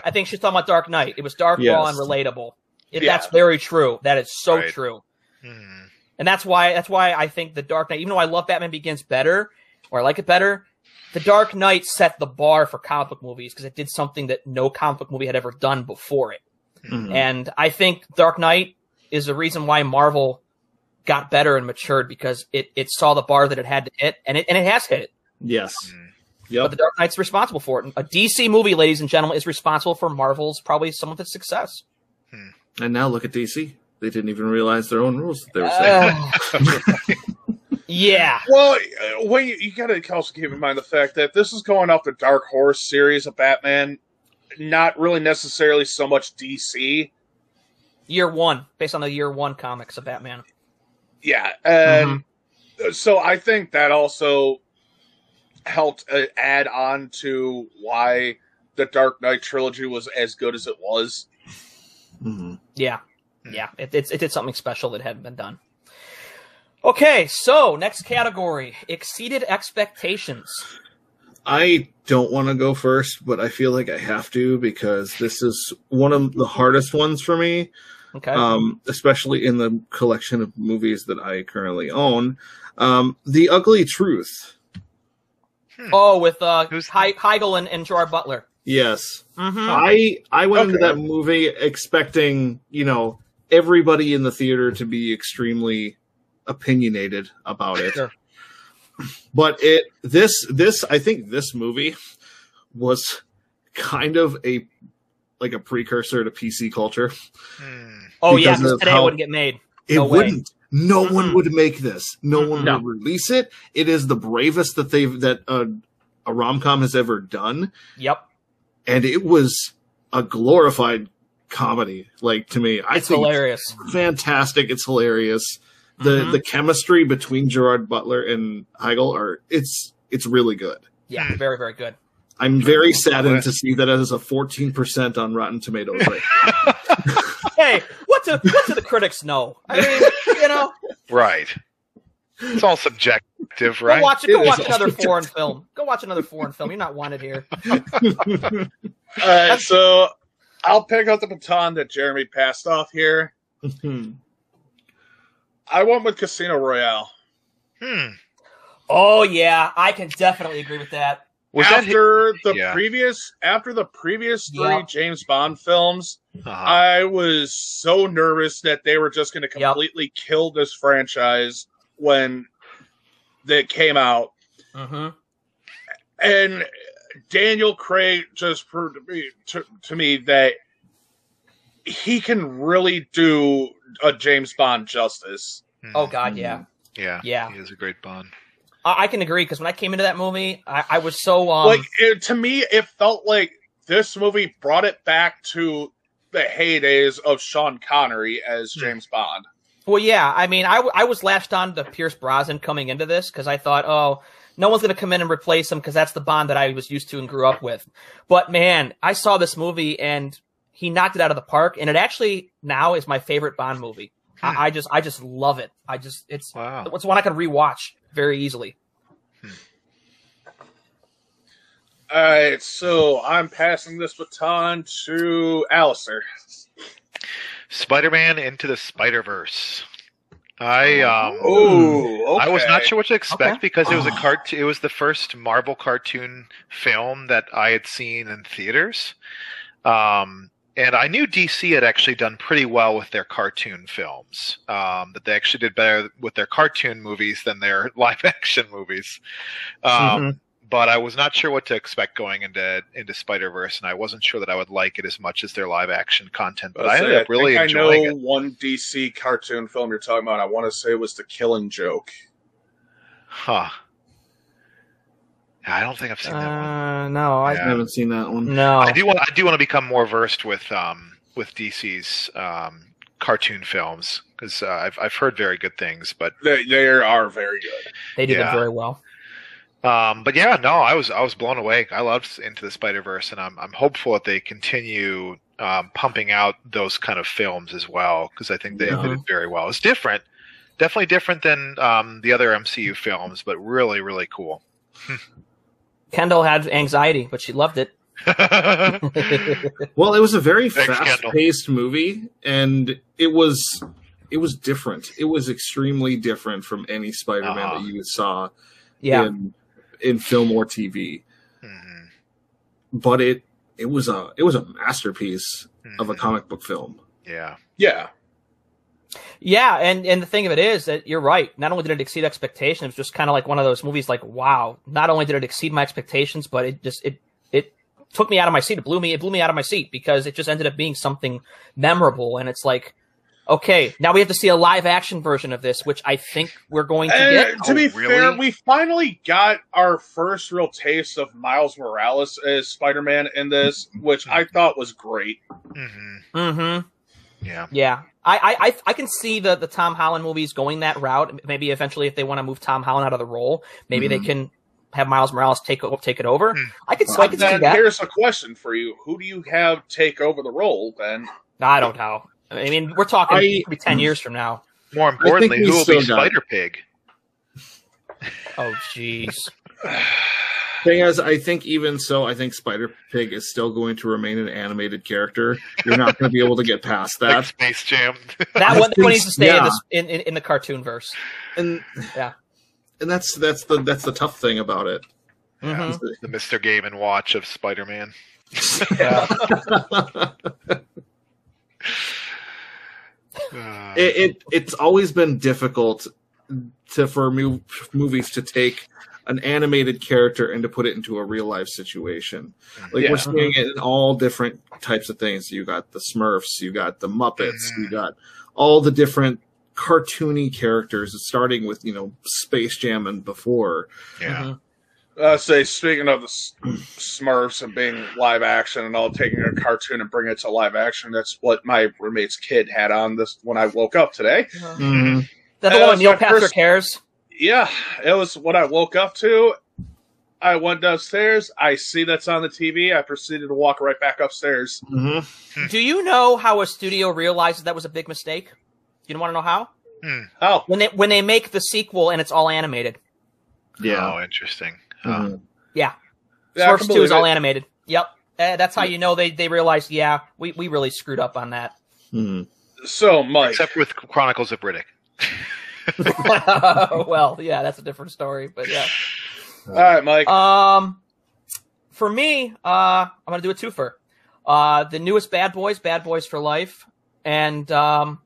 S1: I think she's talking about Dark Knight. It was dark, raw,
S4: Yes.
S1: and relatable. It,
S3: Yeah.
S1: That's very true. That is so
S2: Right.
S1: true.
S2: Hmm.
S1: And that's why that's why I think the Dark Knight, even though I love Batman Begins better, or I like it better, the Dark Knight set the bar for comic book movies because it did something that no comic book movie had ever done before it.
S2: hmm,
S4: Mhm.
S1: And I think Dark Knight is the reason why Marvel got better and matured because it, it saw the bar that it had to hit and it and it has hit it.
S4: yes,
S2: Mhm.
S1: But
S4: yep,
S1: the Dark Knight's responsible for it. And a DC movie, ladies and gentlemen, is responsible for Marvel's probably some of its success.
S4: and now look at DC. They didn't even realize their own rules that they were
S1: Uh,
S4: saying.
S1: Ugh. yeah.
S3: Well, uh, when you, you got to also keep in mind the fact that this is going off the Dark Horse series of Batman, not really necessarily so much DC.
S1: Year one, based on the year one comics of Batman.
S3: Yeah, and so I think that also helped uh, add on to why the Dark Knight trilogy was as good as it was.
S4: Mhm.
S1: Yeah,
S2: Hmm.
S1: yeah, it, it's it did something special that hadn't been done. Okay, so next category exceeded expectations.
S4: I don't want to go first, but I feel like I have to because this is one of the hardest ones for me,
S1: Okay,
S4: um, especially in the collection of movies that I currently own. Um, the Ugly Truth.
S1: oh, with uh,
S2: who's-
S1: he- Heigl and, and Gerard Butler.
S4: Yes,
S1: Mm-hmm.
S4: I I went into
S3: Okay.
S4: that movie expecting you know everybody in the theater to be extremely opinionated about it.
S1: Sure.
S4: but it this this I think this movie was kind of a like a precursor to PC culture.
S2: Hmm.
S1: Oh yeah,
S4: because
S1: 'cause
S4: of
S1: today it
S4: how-
S1: wouldn't get made.
S4: It
S1: No way.
S4: wouldn't. No
S1: Mhm.
S4: one would make this. No one
S1: No.
S4: would release it. It is the bravest that they've that uh, a rom com has ever done,
S1: Yep,
S4: and it was a glorified comedy. Like to me, I
S1: it's
S4: think it's
S1: hilarious.
S4: fantastic. It's hilarious. The
S1: Mhm.
S4: the chemistry between Gerard Butler and Heigl are it's it's really good.
S1: Yeah, very very good.
S4: I'm very saddened to see that it is a 14% on Rotten Tomatoes. Right?
S1: Hey, what do what do the critics know? I mean, you know,
S2: Right. It's all subjective,
S1: go
S2: right?
S1: watch it. Go
S4: It is
S1: watch another
S4: awesome.
S1: foreign film. Go watch another foreign film. You're not wanted here.
S3: All right, so I'll pick up the baton that Jeremy passed off here. I went with Casino Royale.
S2: Hmm.
S1: Oh yeah, I can definitely agree with that.
S2: Was that his-
S3: after the
S2: Yeah.
S3: previous after the previous three
S1: Yeah.
S3: James Bond films,
S2: uh-huh.
S3: I was so nervous that they were just going to
S1: Yep.
S3: completely kill this franchise when they came out.
S1: Mm-hmm.
S3: and Daniel Craig just proved to me, to, to me that he can really do a James Bond justice.
S2: Hmm.
S1: Oh god,
S4: Mm-hmm.
S1: yeah,
S2: yeah.
S1: yeah.
S2: He is a great Bond.
S1: I, I can agree because when I came into that movie, I, I was so um.
S3: like it, to me, it felt like this movie brought it back to the heydays of Sean Connery as James Bond.
S1: well, yeah. I mean, I, w- I was latched on to Pierce Brosnan coming into this because I thought, oh, no one's going to come in and replace him because that's the Bond that I was used to and grew up with. But man, I saw this movie and he knocked it out of the park, and it actually now is my favorite Bond movie.
S2: Hmm.
S1: I, I just I just love it. I just it's
S2: Wow.
S1: it's one I can rewatch very easily.
S3: All right, so I'm passing this baton to Alistair.
S2: Spider-Man into the Spider-Verse. I
S1: Oh.
S2: um
S3: Ooh,
S2: I was not
S3: okay.
S2: sure what to expect
S1: Okay.
S2: because it was a
S4: Ah.
S2: cart it was the first Marvel cartoon film that I had seen in theaters. Um and I knew DC had actually done pretty well with their cartoon films. Um, that they actually did better with their cartoon movies than their live action movies. Um,
S1: Mm-hmm.
S2: But I was not sure what to expect going into into Spider Verse, and I wasn't sure that I would like it as much as their live action content. But I
S3: Let's
S2: ended
S3: say,
S2: up really
S3: think
S2: enjoying
S3: I know
S2: it.
S3: one DC cartoon film you're talking about. I want to say it was The Killing Joke.
S2: Huh. I don't think I've seen that one.
S1: Uh, no, I
S2: Yeah.
S4: I haven't seen that one.
S1: no.
S2: I do want I do want to become more versed with um with DC's um cartoon films because uh, I've I've heard very good things. But
S3: They, they are very good.
S1: They do
S2: Yeah.
S1: them very well.
S2: um but yeah no I was I was blown away. I loved Into the Spider Verse and I'm I'm hopeful that they continue um, pumping out those kind of films as well because I think they, they did very well. It's different, definitely different than um the other MCU films, but really really cool.
S1: Kendall had anxiety, but she loved it.
S2: Mm-hmm.
S4: Well, it was a very
S2: Thanks, Kendall.
S4: fast-paced movie, and it was it was different. It was extremely different from any Spider-Man
S2: Uh-huh.
S4: that you saw
S1: yeah.
S4: in in film or TV.
S2: Mhm.
S4: But it it was a it was a masterpiece of a
S2: Mhm.
S4: comic book film.
S2: yeah.
S3: Yeah.
S1: Yeah, and, and the thing of it is that you're right. Not only did it exceed expectations, it was just kind of like one of those movies like, wow, not only did it exceed my expectations, but it just it it took me out of my seat. It blew me it blew me out of my seat because it just ended up being something memorable and it's like okay, now we have to see a live action version of this, which I think we're going to get.
S3: And to be
S2: Oh, really?
S3: fair, we finally got our first real taste of Miles Morales as Spider Man in this, which I thought was great.
S2: hmm
S1: Mhm.
S2: Yeah.
S1: Yeah. I, I, I, I can see the, the Tom Holland movies going that route. Maybe eventually, if they want to move Tom Holland out of the role, maybe they
S4: Mhm.
S1: can have Miles Morales take o- take it over.
S2: Hmm.
S1: I could I
S3: But
S1: could see
S3: then
S1: that.
S3: here's a question for you Who do you have take over the role then?
S1: I don't know. I mean, we're talking
S4: I-
S1: maybe ten years from now.
S2: More importantly,
S4: we
S2: who will be
S4: still got it.
S2: Spider Pig?
S1: Oh, jeez.
S4: Thing is, I think even so, I think Spider Pig is still going to remain an animated character. You're not going to be able to get past
S2: Like
S4: that.
S2: Space Jam.
S1: That
S4: I
S1: one, that
S4: think-
S1: one needs to stay in,
S4: yeah.
S1: this, in, in in the cartoon verse.
S4: And
S1: Yeah.
S4: and that's that's the that's the tough thing about it.
S1: Mhm.
S2: the Mr. Game and Watch of Spider Man. Uh,
S4: it, it it's always been difficult to for mov- movies to take an animated character and to put it into a real life situation. Like
S3: Yeah.
S4: we're seeing it in all different types of things. You got the Smurfs, you got the Muppets, you got all the different cartoony characters, starting with you know Space Jam and before.
S2: yeah.
S4: Uh-huh.
S2: Oh,
S1: Mhm.
S3: Uh, say, speaking of the S- Smurfs and being live action and all, taking a cartoon and bringing it to live action, that's what my roommate's kid had on this when I woke up today.
S1: Mm-hmm. That the
S3: Uh,
S1: one
S3: it's
S1: with Neil
S3: my
S1: Patrick
S3: first-
S1: Harris.
S3: Yeah, it was what I woke up to. I went downstairs. I see that's on the TV. I proceeded to walk right back upstairs.
S4: Mhm.
S3: Hmm.
S1: Do you know how a studio realizes that was a big mistake? You don't want to know how
S3: Oh,
S1: when they when they make the sequel and it's all animated.
S2: Oh, interesting.
S4: Mhm.
S1: Yeah.
S2: Ah.
S3: Yeah, I
S1: Smurfs 2
S3: can believe
S1: is all
S3: it.
S1: animated. Yep. Eh, that's how you know they they realized. Yeah, we we really screwed up on that.
S4: Hmm.
S3: So, Mike,
S2: Uh, except with Chronicles of Riddick.
S1: well, yeah, that's a different story. But yeah.
S3: all right, Mike,
S1: Um, for me, uh, I'm gonna do a twofer. Uh, the newest Bad Boys, Bad Boys for Life, and um,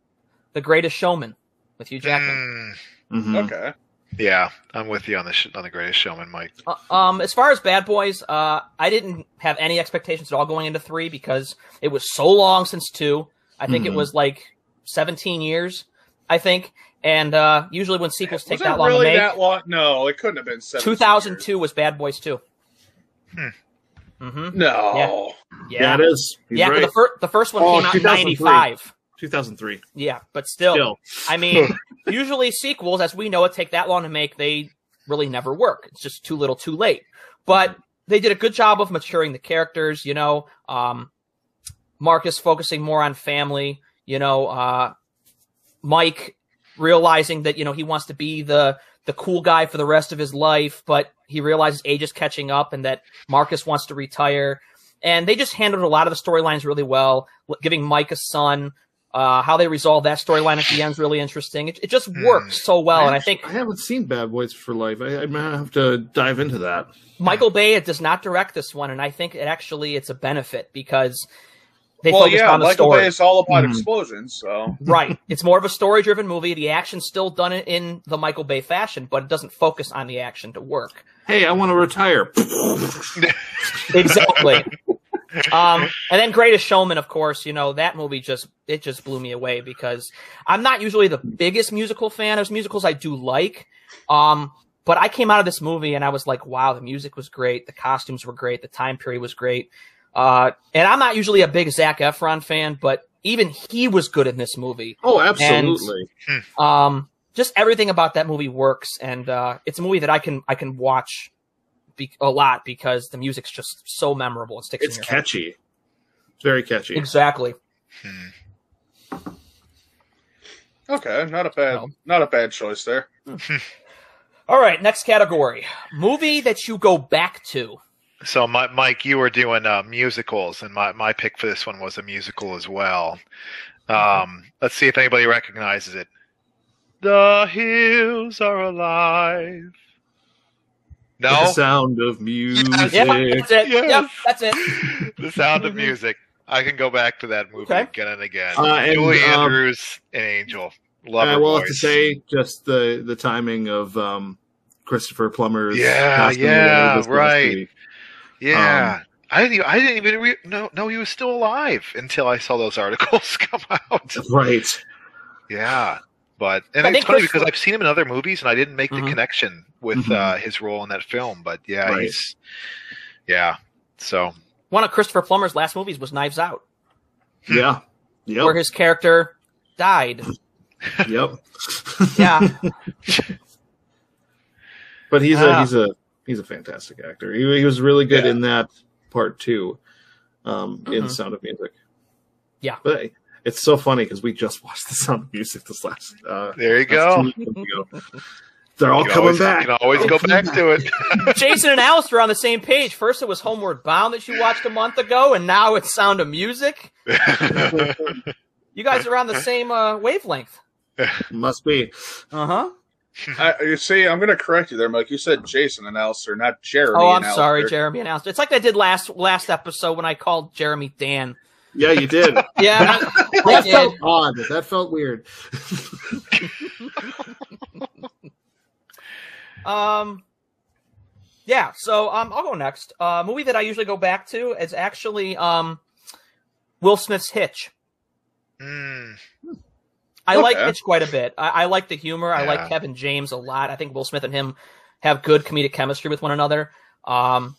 S1: the Greatest Showman with Hugh
S3: Hmm.
S1: Jackman.
S2: Mm,
S4: Mhm.
S3: okay,
S2: yeah, I'm with you on the sh- on the Greatest Showman, Mike.
S1: Uh, um, as far as Bad Boys, uh, I didn't have any expectations at all going into three because it was so long since two. I think
S3: Hmm.
S4: Mhm.
S1: it was like 17 years, I think. And uh, usually when sequels take
S3: was
S1: that
S3: it
S1: long
S3: really
S1: to make,
S3: that long? No, it couldn't have been. 17
S1: 2002 was Bad Boys 2.
S2: Hmm.
S1: hmm
S3: years. No,
S1: Yeah.
S4: Yeah, it is. He's
S1: Yeah, but
S4: right.
S1: the, fir- the first one
S4: Oh,
S1: came out in
S4: 2003.
S1: 95.
S4: 2003.
S1: Yeah, but still,
S4: Still.
S1: I mean, usually sequels, as we know it, take that long to make. They really never work. It's just too little, too late. But they did a good job of maturing the characters. You know, um, Marcus focusing more on family. You know, uh, Mike realizing that you know he wants to be the the cool guy for the rest of his life, but he realizes age is catching up and that Marcus wants to retire. And they just handled a lot of the storylines really well, giving Mike a son. Uh, how they resolve that storyline at the end is really interesting. It, it just
S2: Hmm.
S1: works so well, and I think
S4: I haven't seen Bad Boys for Life. I, I might have to dive into that.
S1: Michael Bay it does not direct this one, and I think it actually it's a benefit because they
S3: well,
S1: focused
S3: yeah,
S1: on the Mm-hmm.
S3: Michael
S1: story.
S3: Bay is all about
S4: Mhm.
S3: explosions, so
S1: right, it's more of a story-driven movie. The action's still done in- in the Michael Bay fashion, but it doesn't focus on the action to work.
S4: Hey, I want to retire.
S1: Exactly. um, and then Greatest Showman, of course, you know that movie just it just blew me away because I'm not usually the biggest musical fan. There's musicals I do like, um, but I came out of this movie and I was like, wow, the music was great, the costumes were great, the time period was great. Uh, and I'm not usually a big Zach Efron fan, but even he was good in this movie.
S4: Oh, absolutely.
S1: Um, just everything about that movie works, and uh, it's a movie that I can I can watch be- a lot because the music's just so memorable and sticks.
S4: It's
S1: in your head.
S4: catchy. It's very catchy.
S1: Exactly.
S2: Hmm.
S3: okay, not a bad,
S1: No. not
S3: not a bad choice there.
S1: All right, next category: movie that you go back to.
S2: So, my, Mike, you were doing uh, musicals, and my, my pick for this one was a musical as well. Um, let's see if anybody recognizes it. The hills are alive.
S4: The
S2: No,
S4: sound of music.
S1: Yep, that's it.
S2: Yes.
S1: Yep, that's it.
S2: the sound of music. I can go back to that movie
S1: Okay.
S2: again and again.
S4: Uh, and,
S2: Julie
S4: um,
S2: Andrews and Angel. Love
S4: I
S2: her
S4: will
S2: voice.
S4: have to say just the the timing of um, Christopher Plummer's.
S2: Yeah,
S4: passing away
S2: yeah,
S4: this past
S2: right.
S4: week.
S2: yeah.
S4: um,
S2: I didn't. Even, I didn't even re- no no he was still alive until I saw those articles come out.
S4: right.
S2: Yeah, but and
S1: I
S2: it's
S1: think
S2: funny
S1: Chris-
S2: because I've seen him in other movies, and I didn't make
S1: Mhm.
S2: the connection with
S4: Mhm.
S2: uh, his role in that film. But yeah,
S4: Mm-hmm. Right.
S2: he's yeah. So
S1: One of Christopher Plummer's last movies was Knives Out,
S2: Hmm.
S4: Yeah. Yep.
S1: where his character died.
S4: yep.
S1: Yeah,
S4: But he's
S1: Ah.
S4: a he's a he's a fantastic actor. He, he was really good
S3: Yeah.
S4: in that part too, um, in
S1: Mhm.
S4: Sound of Music.
S1: Yeah.
S4: but hey, it's so funny because we just watched the Sound of Music this last. Uh,
S2: there you
S4: last
S2: go.
S4: two weekends ago. They're all
S2: You can
S4: coming
S2: always,
S4: back.
S2: You can always
S4: They're
S2: go
S4: coming
S2: back to it.
S1: Jason and Alice are on the same page. First, it was Homeward Bound that you watched a month ago, and now it's Sound of Music. You guys are on the same uh, wavelength.
S4: Must be.
S1: Uh huh.
S3: I, you see, I'm going to correct you there, Mike. You said Jason and Alistair, not Jeremy.
S1: Oh, I'm
S3: and Alistair.
S1: sorry, Jeremy and Alice. It's like I did last last episode when I called Jeremy Dan.
S4: Yeah, you did.
S1: Yeah, I
S4: that
S1: did.
S4: felt odd. That felt weird.
S1: Um, yeah. So um, I'll go next. Uh, movie that I usually go back to is actually um, Will Smith's Hitch.
S2: Mm,
S1: I like
S3: Okay.
S1: Hitch quite a bit. I, I like the humor. I
S2: Yeah.
S1: like Kevin James a lot. I think Will Smith and him have good comedic chemistry with one another. Um,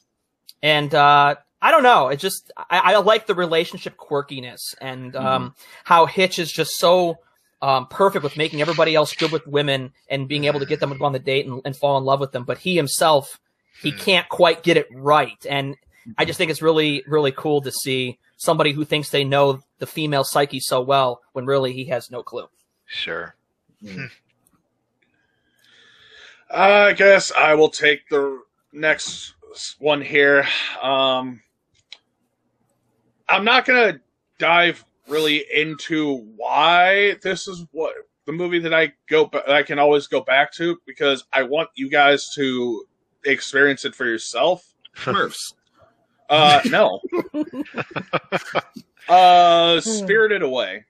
S1: and uh, I don't know. It just I, I like the relationship quirkiness and
S2: Mm-hmm.
S1: um, how Hitch is just so um, perfect with making everybody else good with women and being able to get them to go on the date and, and fall in love with them. But he himself, he
S2: Hmm.
S1: can't quite get it right. And I just think it's really really cool to see somebody who thinks they know the female psyche so well when really he has no clue.
S2: sure.
S3: I guess I will take the next one here. Um, I'm not gonna dive really into why this is what the movie that I go ba- that I can always go back to because I want you guys to experience it for yourself.
S4: Smurfs.
S3: Uh, no. uh, Spirited Away.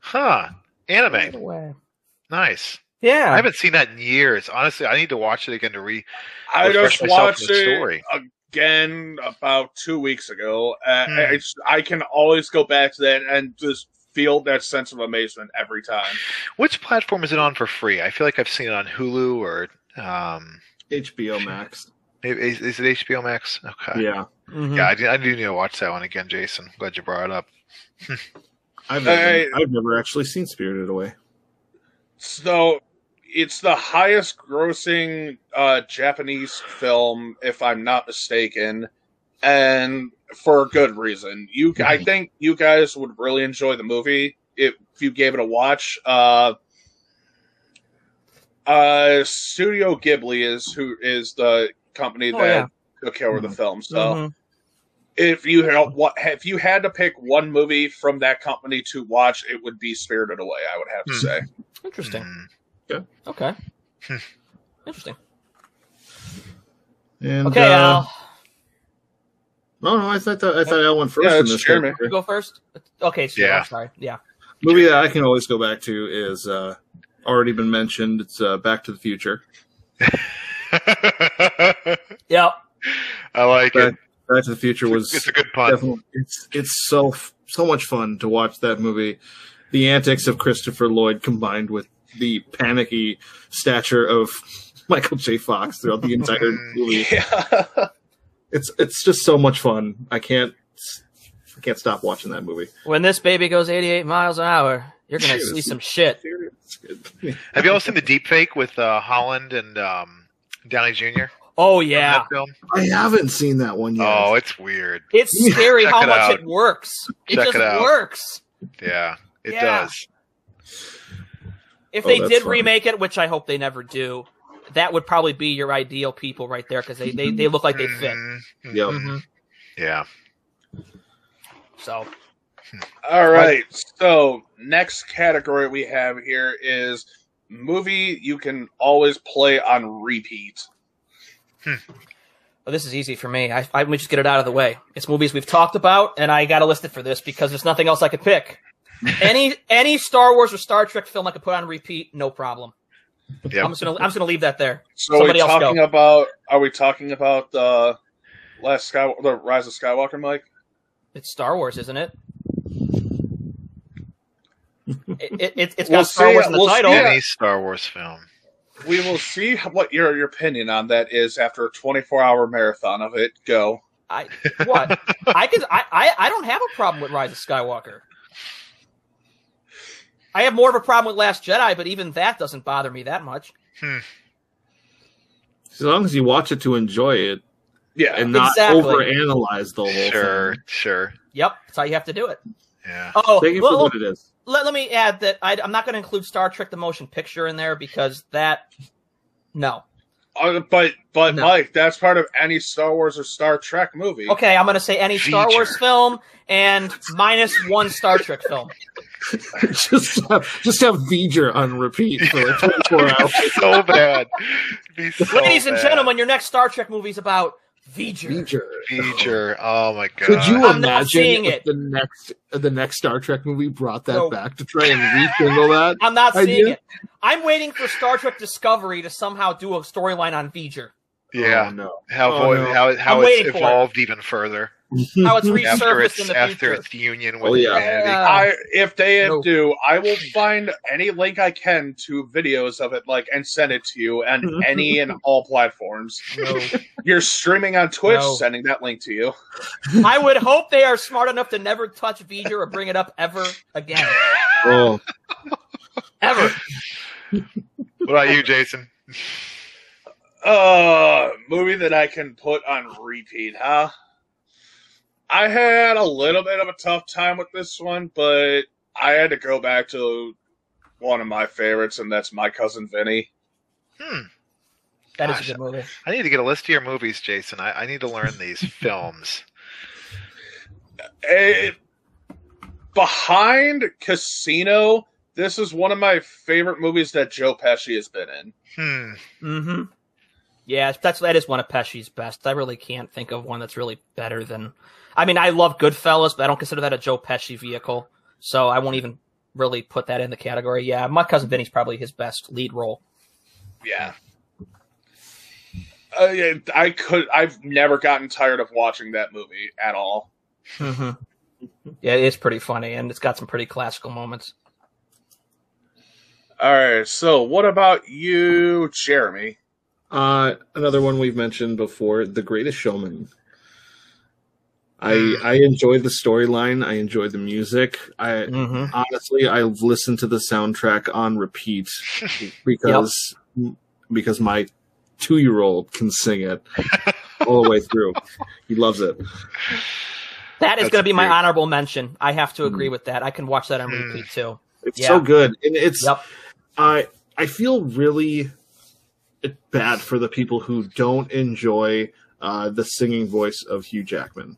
S2: Huh. Anime.
S1: Away.
S2: Nice. I
S1: Yeah.
S2: haven't seen that in years. Honestly, I need to watch it again to re
S3: I
S2: refresh
S3: just
S2: myself
S3: watched
S2: in the
S3: it
S2: story.
S3: again about two weeks ago. Uh,
S2: Hmm.
S3: I, I can always go back to that and just feel that sense of amazement every time.
S2: Which platform is it on for free? I feel like I've seen it on Hulu or um,
S4: HBO Max.
S2: is, is it HBO Max? Okay.
S4: Yeah.
S1: Mhm.
S2: Yeah, I do, I do need to watch that one again, Jason. Glad you brought it up.
S4: I've
S3: I-
S4: never, I've never actually seen Spirited Away.
S3: So it's the highest grossing uh, Japanese film, if I'm not mistaken, and for good reason. You, I think you guys would really enjoy the movie if you gave it a watch. Uh, uh, Studio Ghibli is who is the company
S1: Oh, yeah.
S3: that took care of the
S4: Mhm.
S3: film. So
S1: Mhm.
S3: if you had what if you had to pick one movie from that company to watch, it would be Spirited Away. I would have to
S2: Hmm.
S3: say.
S1: Interesting.
S2: Mm.
S1: Okay.
S2: Hmm.
S1: Interesting.
S4: And,
S1: Okay,
S4: uh,
S1: Al,
S4: Oh, No, no, I thought that, I thought Al went first
S3: Yeah,
S4: in
S3: it's
S4: this
S3: Jeremy.
S1: you
S4: category.
S1: go first. Okay, so
S2: Yeah.
S1: I'm sorry. Yeah.
S4: movie that I can always go back to is uh, already been mentioned. It's uh, Back to the Future.
S1: Yep.
S2: I like it.
S4: Back to the Future was
S2: It's a good pun.
S4: definitely it's it's so f- so much fun to watch that movie. The antics of Christopher Lloyd combined with the panicky stature of Michael J. Fox throughout the entire movie.
S3: Yeah.
S4: It's it's just so much fun. I can't I can't stop watching that movie.
S1: When this baby goes 88 miles an hour, you're going to
S4: Shoot.
S1: see some shit.
S4: It's good.
S2: Have you all seen the deep fake with uh, Holland and um, Downey Jr.? from
S1: Oh, yeah.
S2: that film?
S4: I haven't seen that one yet.
S2: Oh, it's weird.
S1: It's scary
S2: Check
S1: how
S2: it
S1: much
S2: out.
S1: it works. It
S2: Check
S1: just
S2: it out.
S1: works.
S2: Yeah, it
S1: Yeah.
S2: does.
S1: If
S4: Oh,
S1: they
S4: that's
S1: did
S4: funny.
S1: remake it, which I hope they never do, that would probably be your ideal people right there because they, they, they look like they fit.
S2: Mhm.
S4: Yep.
S1: Mhm.
S2: Yeah.
S1: So,
S3: All right. So, next category we have here is movie you can always play on repeat.
S1: oh, this is easy for me. I, I, let me just get it out of the way. It's movies we've talked about, and I got to list it for this because there's nothing else I could pick. any any Star Wars or Star Trek film I could put on repeat, no problem.
S2: Yep.
S1: I'm just gonna I'm just gonna leave that there.
S3: So, are we
S1: Somebody else
S3: talking about are we talking about the last Sky the Rise of Skywalker Mike?
S1: It's Star Wars, isn't it? it, it, it has got
S3: We'll
S1: Star
S3: see-
S1: Wars in the
S3: we'll see
S1: title.
S3: it.
S2: Any Star Wars film.
S3: We will see what your your opinion on that is after a 24-hour marathon of it. Go.
S1: I, what? I can. I, I. I don't have a problem with Rise of Skywalker. I have more of a problem with Last Jedi, but even that doesn't bother me that much.
S4: As long as you watch it to enjoy it
S3: Yeah.
S4: and not
S1: Exactly.
S4: overanalyze the whole
S2: Sure,
S4: thing.
S2: sure.
S1: Yep, that's how you have to do it.
S2: Yeah.
S1: Oh,
S4: Take it
S1: well,
S4: for what it is.
S1: let, let me add that I, I'm not going to include Star Trek: The Motion Picture in there because that. No.
S3: Uh, but but
S1: No.
S3: Mike, that's part of any Star Wars or Star Trek movie.
S1: Okay, I'm going to say any Star Wars
S2: Feature.
S1: film and minus one Star Trek film.
S4: just have, just have V'ger on repeat for like 24 hours.
S2: so bad. Be so
S1: Ladies and
S2: bad.
S1: gentlemen, your next Star Trek movie is about V'ger.
S4: V'ger.
S2: Feature. Oh my god.
S4: Could you
S1: I'm not
S4: imagine
S1: seeing
S4: if
S1: it.
S4: the next the next Star Trek movie brought that
S1: No.
S4: back to try and rekindle that?
S1: I'm not
S4: I
S1: seeing
S4: do.
S1: it. I'm waiting for Star Trek Discovery to somehow do a storyline on V'ger.
S4: Oh,
S2: Yeah.
S4: no.
S2: How
S4: Oh, no.
S2: how how
S1: I'm waiting
S2: it's
S1: for it.
S2: evolved even further
S1: How it's
S2: after
S1: resurfaced
S2: its
S1: in the
S2: after
S1: future.
S2: its union with
S4: Oh, yeah.
S2: humanity.
S1: Yeah.
S3: I if they
S1: No.
S3: do, I will find any link I can to videos of it, like and send it to you,
S1: Mm-hmm.
S3: and any and all platforms. You're streaming on Twitch,
S1: No.
S3: sending that link to you.
S1: I would hope they are smart enough to never touch V'ger or bring it up ever again.
S4: Oh,
S1: Ever.
S2: What about you, Jason?
S3: Uh, movie that I can put on repeat, huh? I had a little bit of a tough time with this one, but I had to go back to one of my favorites, and that's my cousin Vinny.
S2: Hmm.
S1: That is
S2: Gosh.
S1: a good movie.
S2: I need to get a list of your movies, Jason. I, I need to learn these films.
S3: it, behind Casino, this is one of my favorite movies that Joe Pesci has been in.
S2: Hmm.
S1: Mm-hmm. Yeah, that's that is one of Pesci's best. I really can't think of one that's really better than. I mean, I love Goodfellas, but I don't consider that a Joe Pesci vehicle, so I won't even really put that in the category. Yeah, my cousin Vinny's probably his best lead role.
S3: Yeah. Uh, yeah, I could. I've never gotten tired of watching that movie at all.
S1: Mm-hmm. Yeah, it's pretty funny, and it's got some pretty classical moments.
S3: All right. So, what about you, Jeremy?
S4: Uh, another one we've mentioned before, The Greatest Showman. I I enjoyed the storyline. I enjoyed the music. I
S1: Mm-hmm.
S4: honestly I've listened to the soundtrack on repeat because because my two year old can sing it all the way through. He loves it.
S1: That is
S2: That's
S1: going to be my
S2: great.
S1: honorable mention. I have to agree with that. I can watch that on
S2: Mm.
S1: repeat too.
S4: It's
S1: Yeah.
S4: so good, and it's
S1: Yep.
S4: I I feel really bad for the people who don't enjoy uh, the singing voice of Hugh Jackman.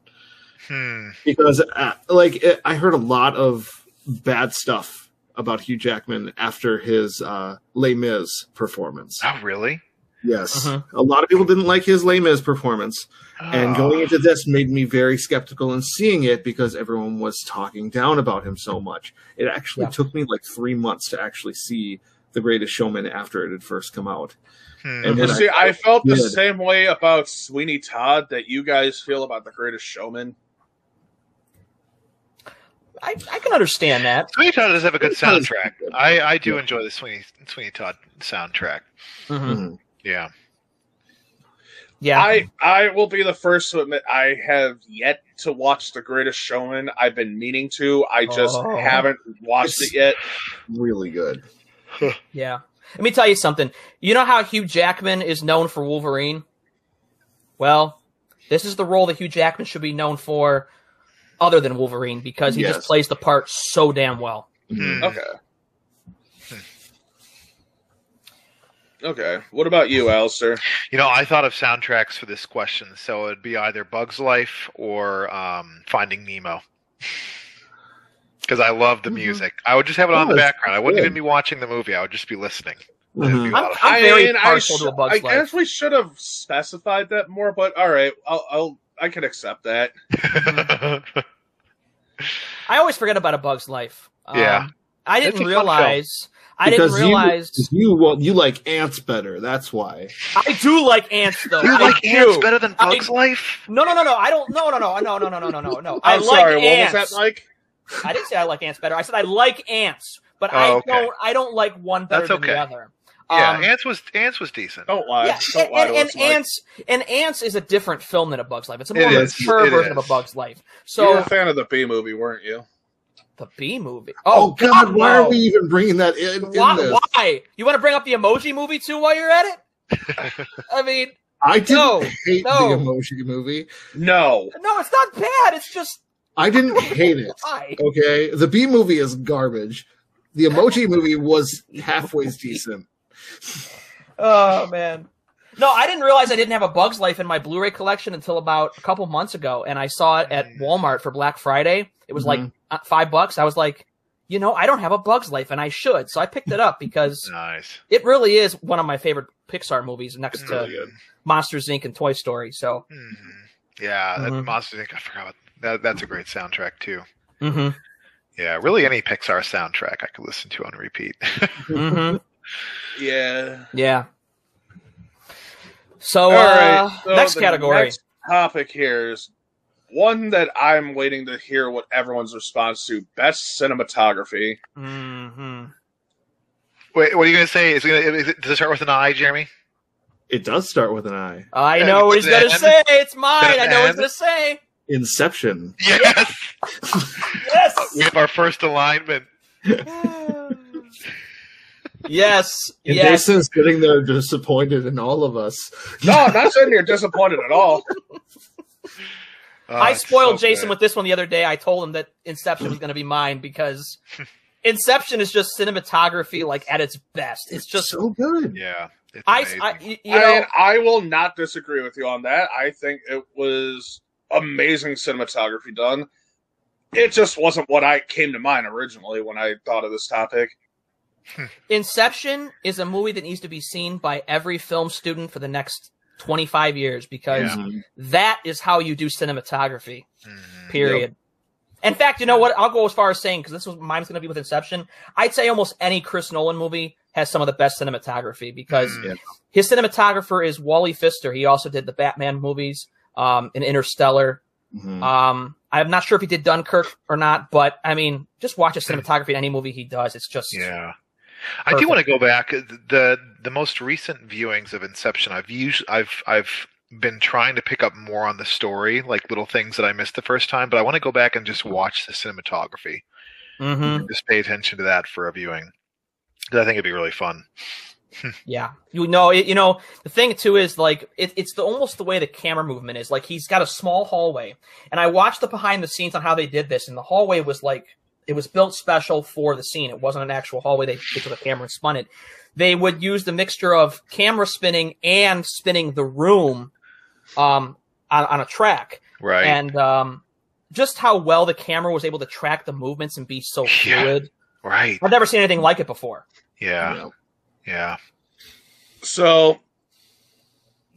S2: Hmm.
S4: because uh, like it, I heard a lot of bad stuff about Hugh Jackman after his uh, Les Mis performance.
S2: Oh, really?
S4: Yes,
S3: Uh-huh.
S1: Mhm.
S4: a lot of people didn't like his Les Mis performance,
S3: Ah.
S4: and
S2: Oh.
S4: going into this made me very skeptical in seeing it because everyone was talking down about him so much. It actually
S1: Yeah.
S4: took me like three months to actually see The Greatest Showman after it had first come out.
S2: Hmm.
S4: And
S3: You
S4: then
S3: Mm-hmm. see, I, felt the
S4: did.
S3: same way about Sweeney Todd that you guys feel about The Greatest Showman.
S1: I, I can understand that.
S2: Sweeney Todd does have a good
S4: Sweeney Todd is
S2: soundtrack.
S4: good.
S2: I, I do
S4: Yeah.
S2: enjoy the Sweeney Sweeney Todd soundtrack. Mm-hmm.
S1: Mhm.
S4: Mm-hmm.
S2: Yeah.
S1: Yeah.
S3: I I will be the first to admit I have yet to watch The Greatest Showman. I've been meaning to. I just
S1: Oh.
S3: haven't watched
S4: It's-
S3: it yet.
S4: really good.
S1: yeah. Let me tell you something. You know how Hugh Jackman is known for Wolverine? Well, this is the role that Hugh Jackman should be known for other than Wolverine because he
S4: Yes.
S1: just plays the part so damn well.
S4: Mm-hmm.
S2: Hmm.
S3: Okay. Okay. What about you, Alistair?
S2: You know, I thought of soundtracks for this question, so it'd be either Bug's Life or um, Finding Nemo. Because I love the
S4: Mhm.
S2: music. I would just have it on
S4: Oh,
S2: the
S4: that's
S2: background. I wouldn't
S4: good.
S2: even be watching the movie. I would just be listening.
S4: Mhm.
S1: I'm,
S2: Wow.
S1: I'm very
S3: mean,
S1: partial
S3: sh-
S1: to a Bug's
S3: I
S1: Life.
S3: guess we should have specified that more, but all right, I'll, I'll I can accept that.
S2: Mm-hmm.
S1: I always forget about a Bug's Life. Um,
S2: Yeah.
S1: I
S2: It's a
S1: didn't
S2: fun
S1: realize. I didn't
S4: Because you-
S1: realize.
S4: You well, you like ants better. That's why.
S1: I do like ants, though.
S2: you
S1: I
S2: like
S1: do.
S2: ants better than
S1: I-
S2: Bug's Life?
S1: No, no, no, no. I don't. No, no, no, no, no, no, no, no, no, no. I
S3: I'm
S1: like
S3: sorry.
S1: ants.
S3: What was that, Mike?
S1: I didn't say I like ants better. I said I like ants, but I
S2: Oh, okay.
S1: don't. I don't like one better
S2: That's
S1: than
S2: okay.
S1: the other.
S2: Yeah, Oh,
S1: Um,
S2: Uh, ants was ants was decent.
S3: Don't lie.
S1: yeah,
S3: Don't lie
S1: and,
S3: to
S1: and,
S3: us,
S1: and ants and ants is a different film than a Bug's Life. It's a
S2: It
S1: more
S2: is.
S1: mature
S2: It
S1: version of
S2: is.
S1: a Bug's Life.
S3: you were
S1: So
S3: a fan of the B movie, weren't you?
S1: the B movie.
S4: Oh, God, why
S1: no.
S4: are we even bringing that in? in this?
S1: Why, why? You want to bring up the Emoji Movie too while you're at it? I mean,
S4: I didn't
S1: No,
S4: hate
S1: no.
S4: the emoji movie.
S3: No.
S1: no, it's not bad. It's just
S4: I didn't hate it.
S1: why.
S4: Okay, the B movie is garbage. The emoji movie was halfway decent.
S1: Oh man. No, I didn't realize I didn't have a Bugs Life in my Blu-ray collection until about a couple months ago, and I saw it at Walmart for Black Friday. It was like
S4: Mhm.
S1: uh, five bucks. I was like, you know, I don't have a Bugs Life, and I should. So I picked it up because
S2: Nice.
S1: it really is one of my favorite Pixar movies, next
S2: It's
S1: to
S2: really good.
S1: Monsters Inc. and Toy Story. So
S2: Mhm. Yeah, that
S1: Mhm.
S2: Monsters Inc. I forgot. About, that that's a great soundtrack too.
S1: mm-hmm.
S2: Yeah, really any Pixar soundtrack I could listen to on repeat.
S1: Mm-hmm.
S3: Yeah.
S1: yeah. So,
S3: All
S1: uh,
S3: right. so
S1: next
S3: the
S1: category.
S3: next topic here is one that I'm waiting to hear what everyone's response to: best cinematography.
S1: Mm-hmm.
S2: Wait, what are you gonna say? Is it, gonna, is it does it start with an I, Jeremy?
S4: It does start with an I.
S1: I
S2: Yeah,
S1: know what he's gonna
S2: then-
S1: say. It's mine. I know what he's
S2: then-
S1: gonna say.
S4: Inception.
S2: Yes.
S1: Yes.
S2: we have our first alignment.
S1: yes.
S4: And
S1: yes.
S4: Jason's sitting there disappointed in all of us.
S3: No, I'm not sitting here disappointed at all.
S2: Oh,
S1: I
S2: it's
S1: spoiled
S2: so
S1: Jason
S2: good.
S1: with this one the other day. I told him that Inception was going to be mine because Inception is just cinematography like at its best. It's just
S4: so good.
S2: Yeah. It's
S1: I,
S2: amazing.
S1: I you
S3: I,
S1: know
S3: I will not disagree with you on that. I think it was amazing cinematography done. it just wasn't what I came to mind originally when I thought of this topic.
S1: Inception is a movie that needs to be seen by every film student for the next 25 years because
S2: Yeah.
S4: Mhm.
S1: that is how you do cinematography.
S2: Mhm.
S1: Period. In fact, you know what? I'll go as far as saying because this was mine's going to be with Inception. I'd say almost any Chris Nolan movie has some of the best cinematography because
S2: Mhm.
S1: his cinematographer is Wally Pfister. He also did the Batman movies, um, and Interstellar.
S2: Mm-hmm.
S4: Mhm.
S1: Um, I'm not sure if he did Dunkirk or not, but I mean, just watch his cinematography in any movie he does. It's just
S2: Yeah. I do want to go back the the most recent viewings of Inception. I've usually I've I've been trying to pick up more on the story, like little things that I missed the first time, but I want to go back and just watch the cinematography.
S1: Mhm.
S2: Just pay attention to that for a viewing. 'Cause I think it'd be really fun.
S1: Yeah, you know, it, you know, the thing too is like it, it's the almost the way the camera movement is. Like he's got a small hallway, and I watched the behind the scenes on how they did this, and the hallway was like it was built special for the scene. It wasn't an actual hallway. They, they took a camera and spun it. They would use the mixture of camera spinning and spinning the room, um, on, on a track,
S2: Right.
S1: and um, just how well the camera was able to track the movements and be so
S2: Yeah.
S1: fluid.
S2: right.
S1: I've never seen anything like it before.
S2: Yeah.
S4: Yeah.
S2: Yeah.
S3: So,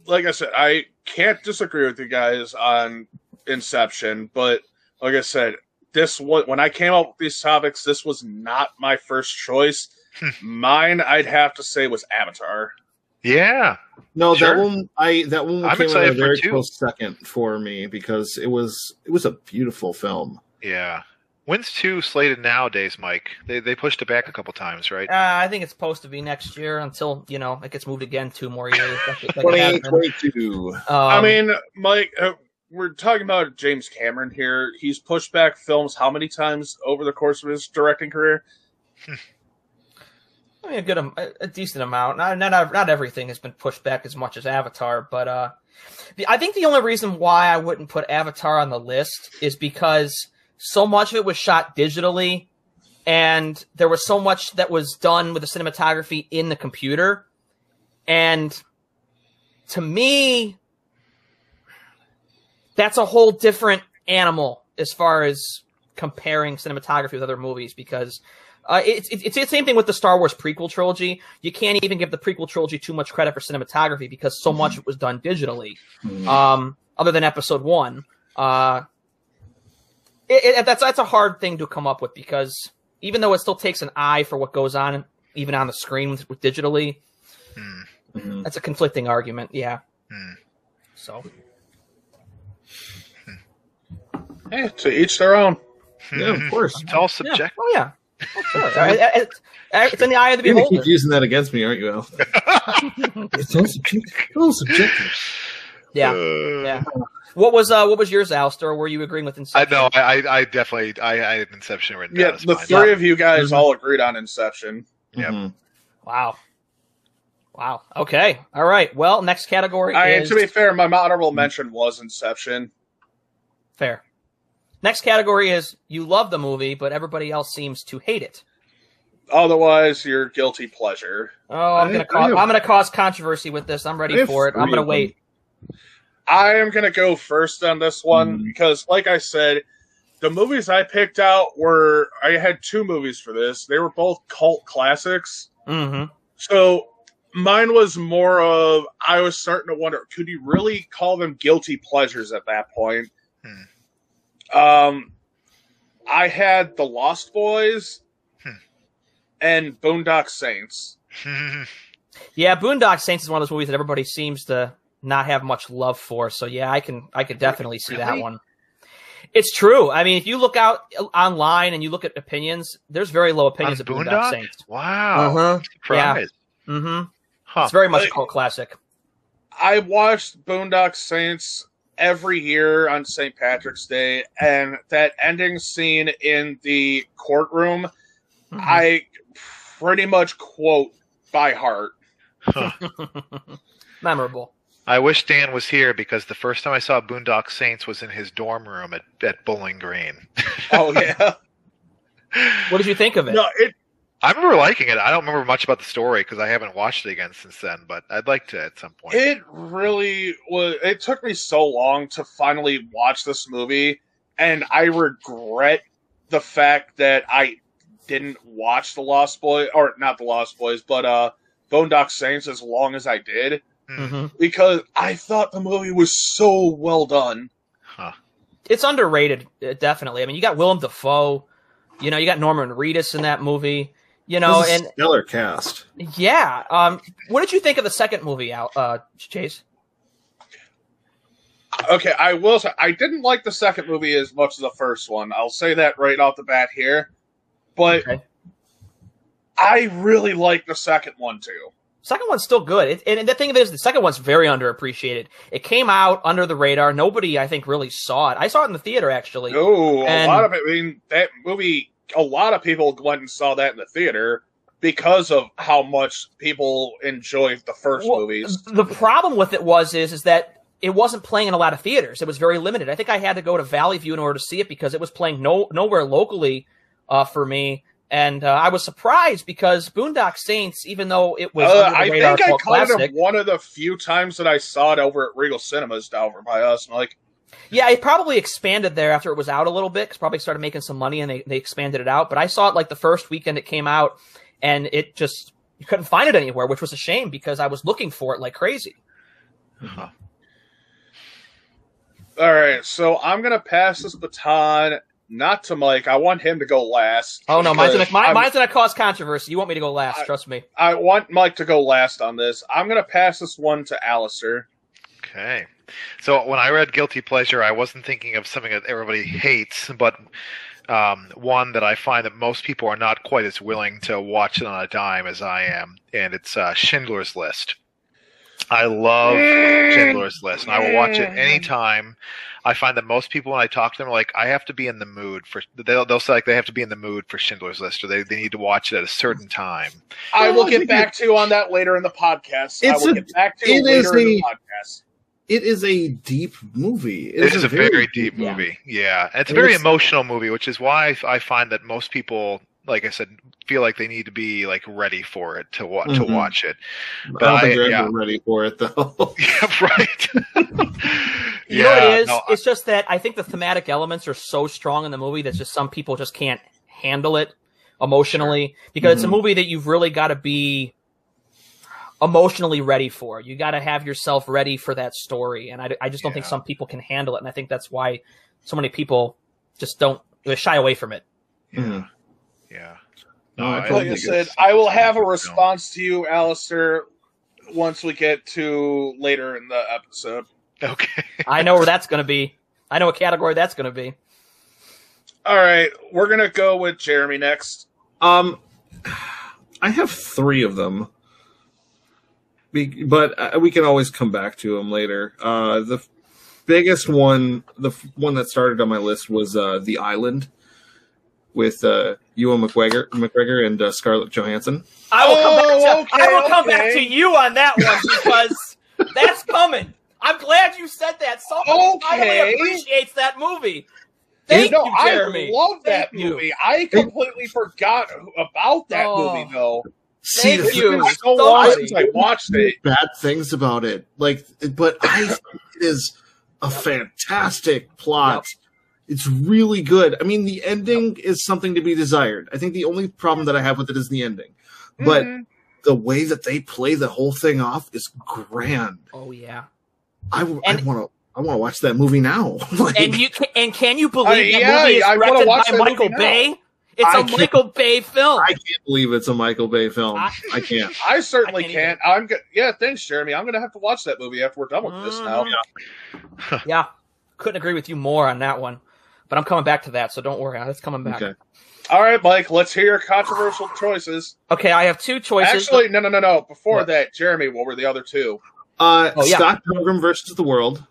S3: like I said, I can't disagree with you guys on Inception, but like I said, this wa- when I came up with these topics, this was not my first choice. Mine, I'd have to say, was Avatar.
S2: Yeah.
S4: No,
S2: Sure.
S4: that one I that one
S2: I'm
S4: came in
S2: excited
S4: a
S2: for
S4: very
S2: two.
S4: close second for me because it was it was a beautiful film.
S2: Yeah. When's two slated nowadays, Mike? They they pushed it back a couple times, right?
S1: Uh, I think it's supposed to be next year until you know it gets moved again two more years. That could- that could
S4: Twenty
S1: happen.
S4: twenty two.
S1: Um,
S3: I mean, Mike, uh, we're talking about James Cameron here. He's pushed back films how many times over the course of his directing career?
S1: I mean, a good, am- a a decent amount. Not, not, ev- not everything has been pushed back as much as Avatar, but uh, the, I think the only reason why I wouldn't put Avatar on the list is because so much of it was shot digitally, and there was so much that was done with the cinematography in the computer, and to me, that's a whole different animal as far as comparing cinematography with other movies because uh, it's, it's, it's the same thing with the Star Wars prequel trilogy. You can't even give the prequel trilogy too much credit for cinematography because so much of it was done digitally,
S2: Mm-hmm.
S1: um, other than episode one. Uh, it, it, that's, that's a hard thing to come up with because even though it still takes an eye for what goes on, even on the screen with, with digitally,
S2: Hmm.
S4: Mhm.
S1: that's a conflicting argument. Yeah.
S2: Hmm.
S1: So,
S3: Eh, to each their own.
S4: Yeah, of course.
S2: It's all
S1: yeah.
S2: subjective.
S1: Oh, yeah. Oh, sure. I- I- it's- it's in the eye of the
S4: You're gonna
S1: beholder.
S4: keep using that against me, aren't you, Al? it's all subjective. It's all subjective.
S1: Yeah.
S2: Uh,
S1: Yeah. What was uh what was yours, Alistair? Were you agreeing with
S2: I
S1: Inception?
S2: know. I, I, I definitely. I, I had Inception written down.
S3: Yeah, Mm-hmm.
S2: as
S3: the
S2: mine.
S3: three of you guys
S4: Mhm.
S3: all agreed on Inception.
S2: Yep.
S4: Mhm.
S1: Wow. Wow. Okay. All right. Well, next category
S3: I and
S1: is
S3: to be fair, my honorable mention was Inception.
S1: fair. Next category is you love the movie, but everybody else seems to hate it.
S3: Otherwise, your guilty pleasure.
S1: Oh, I'm
S4: I-
S1: gonna
S4: I
S1: cause
S4: have-
S1: I'm gonna cause controversy with this. I'm
S4: I
S1: ready
S4: have
S1: for it. I'm
S4: three
S1: gonna
S4: of them.
S1: wait.
S3: I am gonna go first on this one
S4: Mhm.
S3: because, like I said, the movies I picked out were I had two movies for this. They were both cult classics.
S1: Mm-hmm.
S3: So mine was more of I was starting to wonder, could you really call them guilty pleasures at that point? Um, I had The Lost Boys
S2: Hmm.
S3: and Boondock Saints.
S1: Yeah, Boondock Saints is one of those movies that everybody seems to not have much love for. So yeah, I can I can definitely see that
S2: Really?
S1: one. It's true. I mean, if you look out uh, online and you look at opinions, there's very low opinions of Boondock,
S2: Boondock?
S1: Saints.
S2: wow.
S1: Uh-huh.
S2: Surprise.
S1: Mm-hmm.
S2: Huh.
S1: It's very much a
S3: Like-
S1: cult classic.
S3: I watched Boondock Saints every year on St. Patrick's Day, and that ending scene in the courtroom,
S1: Mm-hmm.
S3: I pretty much quote by heart.
S2: Huh.
S1: Memorable.
S2: I wish Dan was here because the first time I saw Boondock Saints was in his dorm room at, at Bowling Green.
S3: Oh yeah,
S1: What did you think of it?
S3: no, it
S2: I remember liking it. I don't remember much about the story because I haven't watched it again since then, but I'd like to at some point.
S3: it really was. It took me so long to finally watch this movie and I regret the fact that I didn't watch The Lost Boy or not The Lost Boys, but uh, Boondock Saints as long as I did
S2: Hmm,
S1: Mhm.
S3: because I thought the movie was so well done.
S1: It's underrated, uh, definitely. I mean, you got Willem Dafoe, you know, you got Norman Reedus in that movie, you know,
S4: This is
S1: and
S4: a stellar cast.
S1: yeah. Um, what did you think of the second movie, Al, uh, Chase?
S3: Okay, I will say I didn't like the second movie as much as the first one. I'll say that right off the bat here, but
S1: Okay.
S3: I really like the second one too.
S1: Second one's still good. It, and the thing is, the second one's very underappreciated. It came out under the radar. Nobody, I think, really saw it. I saw it in the theater, actually.
S4: Oh,
S3: No, a
S1: And-
S3: lot of it. I mean, that movie. A lot of people went and saw that in the theater because of how much people enjoyed the first
S1: Well,
S3: movies.
S1: The problem with it was is is that it wasn't playing in a lot of theaters. It was very limited. I think I had to go to Valley View in order to see it because it was playing no nowhere locally uh, for me. And uh, I was surprised because Boondock Saints, even though it was
S3: Uh,
S1: under the
S3: I
S1: radar
S3: think I
S1: cult
S3: caught
S1: classic,
S3: it one of the few times that I saw it over at Regal Cinemas down over by us. And like,
S1: yeah, it probably expanded there after it was out a little bit because probably started making some money and they, they expanded it out. But I saw it like the first weekend it came out, and it just you couldn't find it anywhere, which was a shame because I was looking for it like crazy.
S3: all right, so I'm gonna pass this baton not to Mike. I want him to go last.
S1: Oh no, mine's gonna,
S3: because
S1: mine,
S3: I'm-
S1: mine's gonna cause controversy. You want me to go last?
S3: I-
S1: trust me.
S3: I want Mike to go last on this. I'm gonna pass this one to Alistair.
S2: Okay. So when I read Guilty Pleasure, I wasn't thinking of something that everybody hates, but um, one that I find that most people are not quite as willing to watch it on a dime as I am, and it's uh, Schindler's List. I love Schindler's List, and I will watch it anytime. I find that most people, when I talk to them, are like, I have to be in the mood for. They'll, they'll say like they have to be in the mood for Schindler's List, or they, they need to watch it at a certain time.
S3: I
S4: Well,
S3: will
S4: I
S3: get
S4: think
S3: back to you on that later in the podcast. I
S4: It's
S3: will
S4: a-
S3: get back to you
S4: it
S3: later
S4: is
S3: in the
S4: a-
S3: podcast.
S4: It is a deep movie. It
S2: This is a very, deep movie. Yeah. And It's a
S4: And
S2: very
S4: it's-
S2: emotional movie, which is why I- I find that most people, like I said, feel like they need to be like ready for it to wa- to
S4: Mhm.
S2: watch it.
S4: I don't
S2: I-
S4: think you're
S2: yeah.
S4: ever ready for it though.
S2: Yeah, right.
S1: You know what it is?
S2: no,
S1: it's just that I think the thematic elements are so strong in the movie that just some people just can't handle it emotionally because it's a
S4: Mhm.
S1: movie that you've really got to be emotionally ready for. You got to have yourself ready for that story, and I, I just don't think
S2: Yeah.
S1: some people can handle it, and I think that's why so many people just don't they shy away from it.
S4: Yeah.
S2: yeah.
S4: No,
S2: No,
S4: I
S2: I
S4: don't
S3: Like
S2: think
S3: I
S4: think
S3: said,
S4: it's-
S3: I will have a
S2: No.
S3: response to you, Alistair, once we get to later in the episode.
S2: Okay.
S1: I know where that's going to be. I know what category that's going to be.
S3: All right, we're gonna go with Jeremy next.
S4: Um, I have three of them, Be- but uh, we can always come back to them later. Uh, the f- biggest one, the f- one that started on my list was uh, The Island with uh, Ewan McGregor, McGregor and uh, Scarlett Johansson.
S1: I will come
S3: Oh,
S1: back to I
S3: okay,
S1: will come back
S3: okay.
S1: to you on that one because that's coming. I'm glad you said that. Someone finally
S3: Okay.
S1: appreciates that movie. Thank
S3: no,
S1: you,
S3: I
S1: Jeremy.
S3: love that
S1: Thank you.
S3: movie. I completely forgot about that
S1: Oh.
S3: movie though.
S4: See,
S1: Thank
S4: the
S3: It's
S1: you.
S3: been so long
S1: Somebody.
S3: since I watched it.
S4: bad things about it. Like, but I think it is a fantastic plot. It's really good. I mean, the ending is something to be desired. I think the only problem that I have with it is the ending, Mm-hmm. but
S1: Mm-hmm.
S4: the way that they play the whole thing off is grand.
S1: Oh yeah.
S4: I want
S1: And-
S4: to. I want to watch that movie now. like,
S1: And you can, and can you believe
S3: Uh,
S1: that
S3: yeah,
S1: movie is
S3: I wanna
S1: directed
S3: watch
S1: by
S3: that movie
S1: Michael
S3: now.
S1: Bay? It's a
S4: I can't-
S1: Michael Bay film.
S4: I can't believe it's a Michael Bay film.
S1: I-
S4: I, can't.
S3: I certainly
S1: I can't
S3: can't. I'm go- yeah, thanks, Jeremy. I'm gonna have to watch that movie after we're done with this now.
S1: Mhm. yeah. Couldn't agree with you more on that one. But I'm coming back to that, so don't worry. That's coming back.
S4: Okay.
S1: Okay,
S3: All right, Mike, let's hear your controversial choices.
S1: I have two choices.
S3: Actually, no, no, no, no. Before
S1: What?
S3: that, Jeremy, what were the other two?
S4: Uh,
S1: Oh, yeah.
S4: Scott Pilgrim versus the World.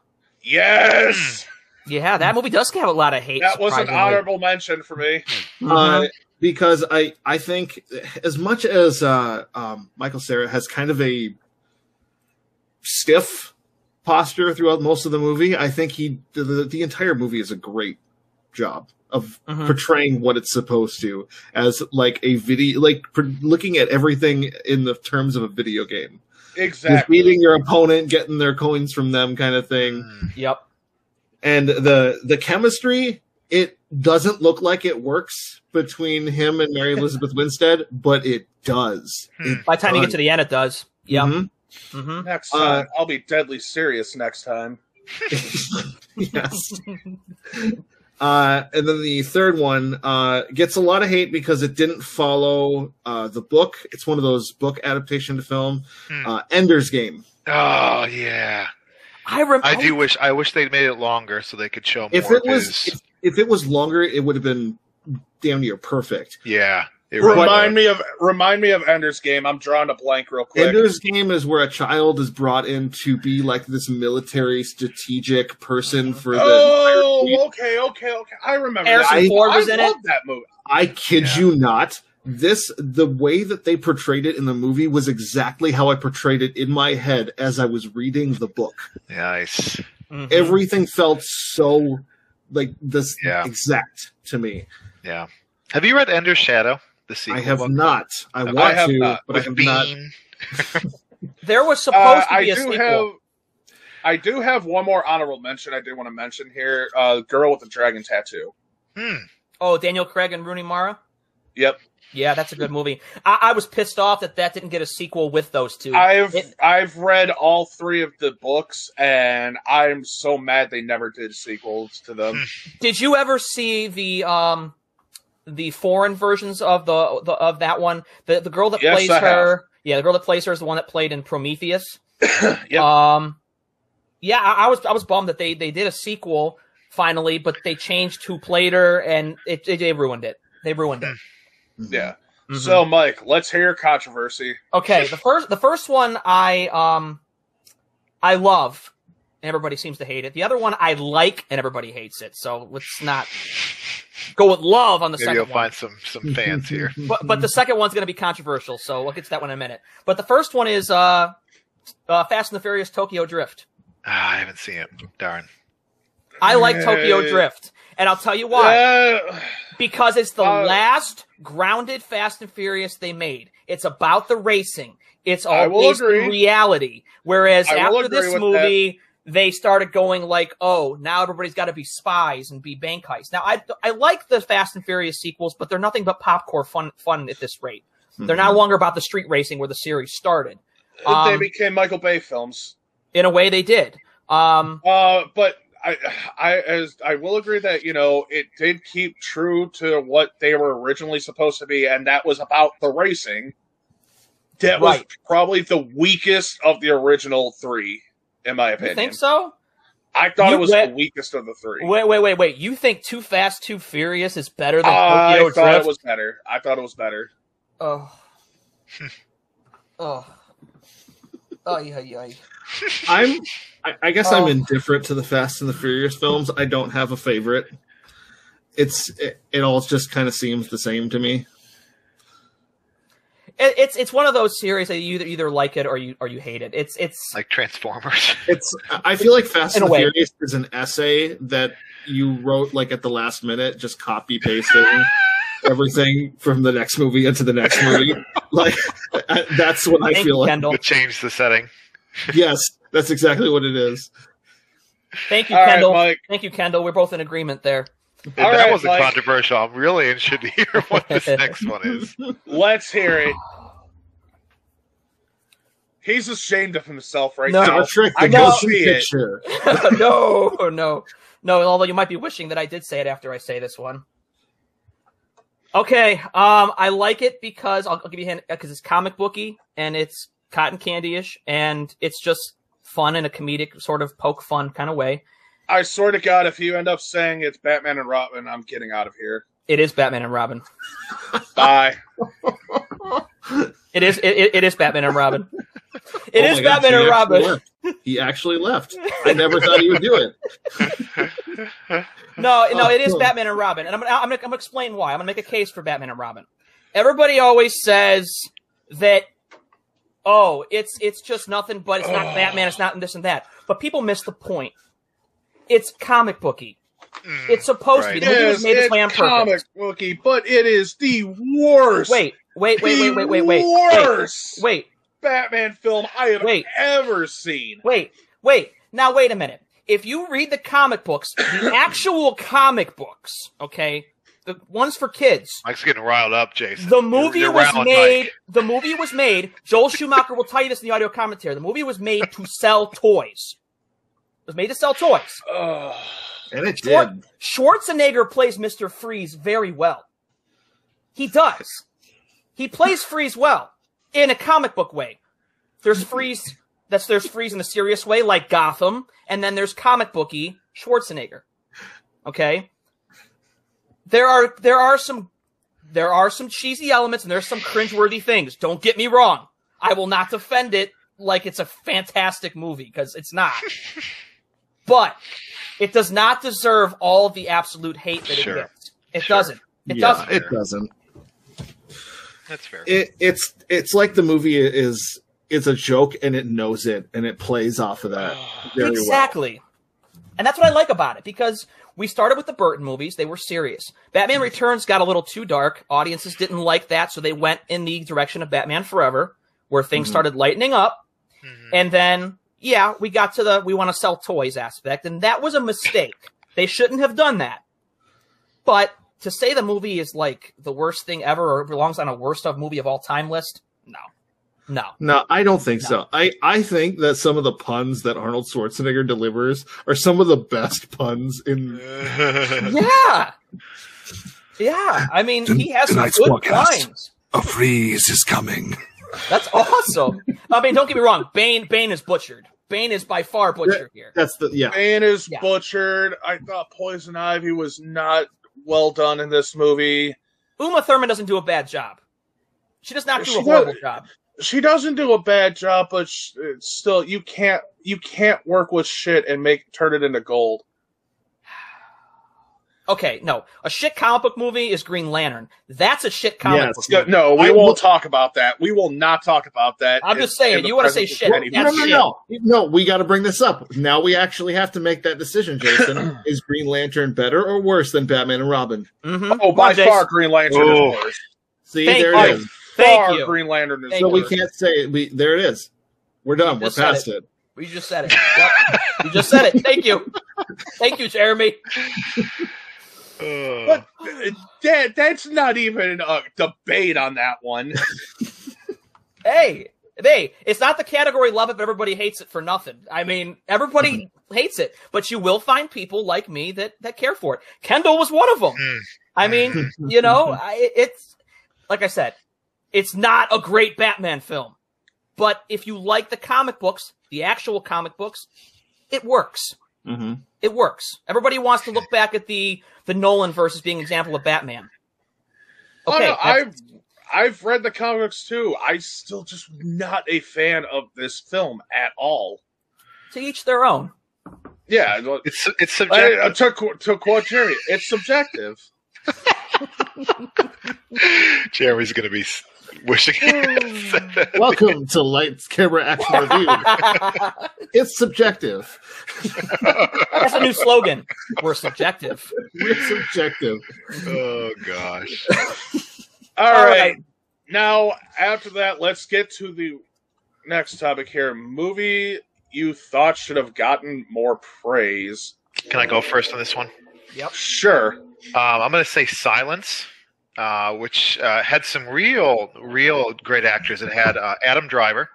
S3: Yes,
S1: yeah, that movie does have a lot of hate.
S3: that was an
S1: surprisingly.
S3: honorable mention for me.
S1: Mhm.
S4: uh, because I I think as much as uh, um, Michael Sarah has kind of a stiff posture throughout most of the movie, I think he the, the, the entire movie is a great job of
S1: Mhm.
S4: portraying what it's supposed to as like a video like pr- looking at everything in the terms of a video game just
S3: Exactly.
S4: beating your opponent
S2: Hmm.
S4: getting their coins from them kind of thing
S2: Mm.
S1: Yep.
S4: and the the chemistry it doesn't look like it works between him and Mary Elizabeth Winstead, but it does. It
S1: By the time you get to the end, it does. Yeah.
S4: Mhm.
S3: Mm-hmm.
S1: hmm
S3: Next
S4: Uh,
S3: time, I'll be deadly serious. Next time,
S4: yes. Uh, and then the third one uh, gets a lot of hate because it didn't follow uh, the book. It's one of those book adaptation to film.
S2: Hmm.
S4: Uh, Ender's Game.
S2: Oh yeah,
S1: I rem-
S2: I do wish. I wish they'd made it longer so they could show more.
S4: If it
S2: of
S4: was
S2: his-
S4: if, if it was longer, it would have been damn near perfect.
S2: yeah, it really
S3: remind
S2: was.
S3: me of remind me of Ender's Game. I'm drawing a blank real quick.
S4: Ender's Game is where a child is brought in to be like this military strategic person for the.
S3: oh, okay, okay, okay. I remember.
S1: Harrison
S3: that.
S1: Ford was
S3: I
S1: in
S3: love that movie.
S4: I kid
S2: Yeah.
S4: you not. This the way that they portrayed it in the movie was exactly how I portrayed it in my head as I was reading the book.
S2: Hmm. Nice.
S1: Mhm.
S3: Mm-hmm.
S4: Everything felt so like this
S2: Yeah.
S4: exact to me.
S2: Yeah. Have you read Ender's Shadow? The sequel.
S4: I have
S2: book?
S4: not. I
S2: I
S4: want
S3: have
S4: to,
S3: not.
S4: but I
S2: With
S4: have
S2: Bean.
S4: not.
S1: There was supposed
S3: Uh,
S1: to
S3: I
S1: be a
S3: do
S1: sequel.
S3: have. I do have one more honorable mention I did want to mention here. Uh, Girl with the Dragon Tattoo.
S2: Hmm.
S1: Oh, Daniel Craig and Rooney Mara.
S3: Yep.
S1: Yeah, that's a good movie. I, I was pissed off that that didn't get a sequel with those two.
S3: I've
S1: It-
S3: I've read all three of the books, and I'm so mad they never did sequels to them.
S1: Did you ever see the um the foreign versions of the, the of that one? The the girl that
S3: Yes,
S1: plays
S3: I have.
S1: her. Yeah, the girl that plays her is the one that played in Prometheus.
S3: Yep.
S1: Um Yeah, I, I was I was bummed that they they did a sequel finally, but they changed who played her and it, it they ruined it. They ruined it.
S3: yeah.
S1: Mhm.
S3: So, Mike, let's hear your controversy.
S1: Okay, the first the first one I um I love and everybody seems to hate it. The other one I like and everybody hates it. So let's not go with love on the
S2: Maybe
S1: second
S2: you'll
S1: one.
S2: find some some fans here.
S1: but but the second one's going to be controversial, so we'll get to that one in a minute. But the first one is uh, uh Fast and the Furious Tokyo Drift.
S2: Ah, I haven't seen it. Darn.
S1: I like Tokyo
S3: Hey.
S1: Drift, and I'll tell you why.
S3: Uh,
S1: Because it's the
S3: Uh,
S1: last grounded Fast and Furious they made. It's about the racing. It's
S3: I
S1: all
S3: will
S1: based
S3: agree.
S1: in reality. Whereas
S3: I will
S1: after this
S3: agree with
S1: movie, they started going like, "Oh, now everybody's got to be spies and be bank heists." Now, I I like the Fast and Furious sequels, but they're nothing but popcorn fun fun at this rate. They're no
S3: Mm-hmm.
S1: longer about the street racing where the series started.
S3: they
S1: Um,
S3: became Michael Bay films.
S1: in a way, they did. Um,
S3: Uh, but I, I, as I will agree that you know it did keep true to what they were originally supposed to be, and that was about the racing. That was
S1: Right.
S3: probably the weakest of the original three, in my
S1: you
S3: opinion.
S1: think so?
S3: I thought
S1: You
S3: it was
S1: went-
S3: the weakest of the three.
S1: Wait, wait, wait, wait. You think Too Fast, Too Furious is better than
S3: I
S1: Tokyo
S3: thought
S1: Drift?
S3: it was better. I thought it was better.
S1: oh. oh. Oh, yeah, yeah.
S4: I'm. I, I guess
S1: Oh.
S4: I'm indifferent to the Fast and the Furious films. I don't have a favorite. It's it, it all just kind of seems the same to me.
S1: It, it's it's one of those series that you either, either like it or you or you hate it. It's it's
S2: Like Transformers.
S4: It's I I feel like Fast
S1: In a
S4: and the
S1: way.
S4: Furious is an essay that you wrote like at the last minute, just copy pasting everything from the next movie into the next movie. Like I- that's what I
S1: thank
S4: feel
S1: you,
S4: like.
S1: Kendall.
S2: But change the setting.
S4: Yes, that's exactly what it is.
S1: Thank you,
S3: All right,
S1: Kendall.
S3: Mike.
S1: Thank you, Kendall. We're both in agreement there.
S2: If
S3: All
S2: that
S3: right,
S2: wasn't
S3: Mike.
S2: controversial. I'm really interested to hear what this next one is.
S3: Let's hear it. He's ashamed of himself right
S1: No.
S3: now.
S4: Star Trek:
S3: I
S4: The
S3: can
S4: Motion
S3: see it.
S4: Picture.
S1: no, no, no. Although you might be wishing that I did say it after I say this one. Okay, um, I like it because I'll, I'll give you a hint because it's comic booky and it's cotton candy ish and it's just fun in a comedic sort of poke fun kind of way.
S3: I swear to God, if you end up saying it's Batman and Robin, I'm getting out of here.
S1: It is Batman and Robin.
S3: Bye.
S1: It is it, it- it is Batman and Robin. It
S4: Oh
S1: is
S4: my gosh,
S1: Batman
S4: he
S1: and
S4: actually
S1: Robin.
S4: left. He actually left. I never thought he would do it.
S1: No, no,
S4: Oh,
S1: it is
S4: cool.
S1: Batman and Robin, and I'm gonna, I'm gonna, I'm gonna explain why. I'm gonna make a case for Batman and Robin. Everybody always says that, oh, it's it's just nothing, but it's
S4: Oh.
S1: not
S3: Ugh.
S1: Batman, it's not this and that. But people miss the point. It's comic booky.
S2: Hmm.
S1: It's supposed to be. The
S2: right.
S1: movie was made this way on
S3: it's comic
S1: purpose.
S3: booky, but it is the worst.
S1: Wait, wait, wait, wait, wait, wait, wait,
S3: The
S1: wait,
S3: worst
S1: wait,
S3: Batman film I have
S1: Wait.
S3: ever seen.
S1: wait, wait. Now wait a minute. if you read the comic books, the actual comic books, okay, the ones for kids,
S2: Mike's getting riled up, Jason.
S1: the movie
S2: You're
S1: was
S2: round,
S1: made.
S2: Mike.
S1: The movie was made. Joel Schumacher will tell you this in the audio commentary. The movie was made to sell toys. It was made to sell toys.
S3: Ugh.
S4: and it
S1: Short-
S4: did.
S1: Schwarzenegger plays Mister Freeze very well. He does. He plays Freeze well in a comic book way. There's Freeze. That's there's Freeze in a serious way, like Gotham, and then there's comic booky Schwarzenegger. Okay. There are there are some there are some cheesy elements and there's some cringeworthy things. Don't get me wrong. I will not defend it like it's a fantastic movie because it's not. but it does not deserve all the absolute hate that
S2: Sure.
S1: it gets. It
S2: Sure.
S1: doesn't. It
S4: Yeah,
S1: doesn't.
S4: It doesn't.
S2: That's fair.
S4: It, it's it's like the movie is it's a joke and it knows it and it plays off of that very
S1: exactly. And that's what I like about it because we started with the Burton movies. They were serious. Batman Returns got a little too dark. Audiences didn't like that, so they went in the direction of Batman Forever, where things
S4: Mhm.
S1: started lightening up.
S2: Mhm.
S1: And then, yeah, we got to the we want to sell toys aspect, and that was a mistake. they shouldn't have done that. But to say the movie is like the worst thing ever or belongs on a worst of movie of all time list, no. No.
S4: No, I don't think so. I, I think that some of the puns that Arnold Schwarzenegger delivers are some of the best puns in
S1: Yeah. Yeah. I mean, he has some
S5: Tonight's
S1: good
S5: forecast.
S1: lines.
S5: A freeze is coming.
S1: That's awesome. I mean, don't get me wrong. Bane Bane is butchered. Bane is by far butchered here.
S4: that's the yeah.
S3: Bane is
S1: Yeah.
S3: butchered. I thought Poison Ivy was not well done in this movie.
S1: Uma Thurman doesn't do a bad job. She does not do
S3: She
S1: a horrible
S3: does.
S1: job.
S3: She doesn't do a bad job, but sh- it's still, you can't you can't work with shit and make turn it into gold.
S1: Okay, no. A shit comic book movie is Green Lantern. That's a shit comic
S4: Yes.
S1: book
S3: Yeah,
S1: movie.
S3: no, we
S4: I
S3: won't
S4: will-
S3: talk about that. We will not talk about that.
S1: I'm
S3: in-
S1: just saying,
S3: in the
S1: you wanna say
S3: presence of
S1: shit.
S3: anyone.
S1: Yeah,
S4: no, no, no, no. We got to bring this up now. We actually have to make that decision, Jason. is Green Lantern better or worse than Batman and Robin?
S1: Mhm.
S3: Oh, by
S1: Mondays.
S3: far, Green Lantern
S2: Oh.
S3: is worse.
S4: See,
S1: Thank
S4: there
S1: you.
S4: it is.
S1: Thank
S3: far
S1: you.
S3: Green Lantern is
S1: Thank
S4: So
S1: you.
S3: worse.
S4: we can't say we. There it is. We're done. We're
S1: just said
S4: past it.
S1: You just said it. Yep. you just said it. Thank you. Thank you, Jeremy.
S2: Ugh.
S3: But th- that that's not even a debate on that one.
S1: Hey, hey, it's not the category love it, but everybody hates it for nothing. I mean, everybody
S3: Mm-hmm.
S1: hates it, but you will find people like me that that care for it. Kendall was one of them.
S2: Mm.
S1: I mean, you know, I, it's like I said, it's not a great Batman film, but if you like the comic books, the actual comic books, it works.
S4: Mm-hmm.
S1: It works. Everybody wants to look back at the the Nolan versus being an example of Batman.
S3: Oh,
S1: Okay,
S3: no, I've I've read the comics too. I still just not a fan of this film at all.
S1: to each their own.
S3: Yeah, well,
S2: It's su- it's
S3: I, I,
S2: subjective.
S3: to qu- to quote Jerry, it's subjective.
S2: Jeremy's gonna be s- wishing.
S4: Welcome to Lights, Camera, Action Review.
S1: That's
S4: It's subjective.
S1: a new slogan. We're subjective.
S4: We're subjective.
S2: oh gosh.
S1: All
S3: All right.
S1: right.
S3: Now, after that, let's get to the next topic here. Movie you thought should have gotten more praise.
S2: Can I go first on this one?
S3: Sure.
S2: Um, I'm going to say Silence, uh, which uh, had some real, real great actors. It had uh, Adam Driver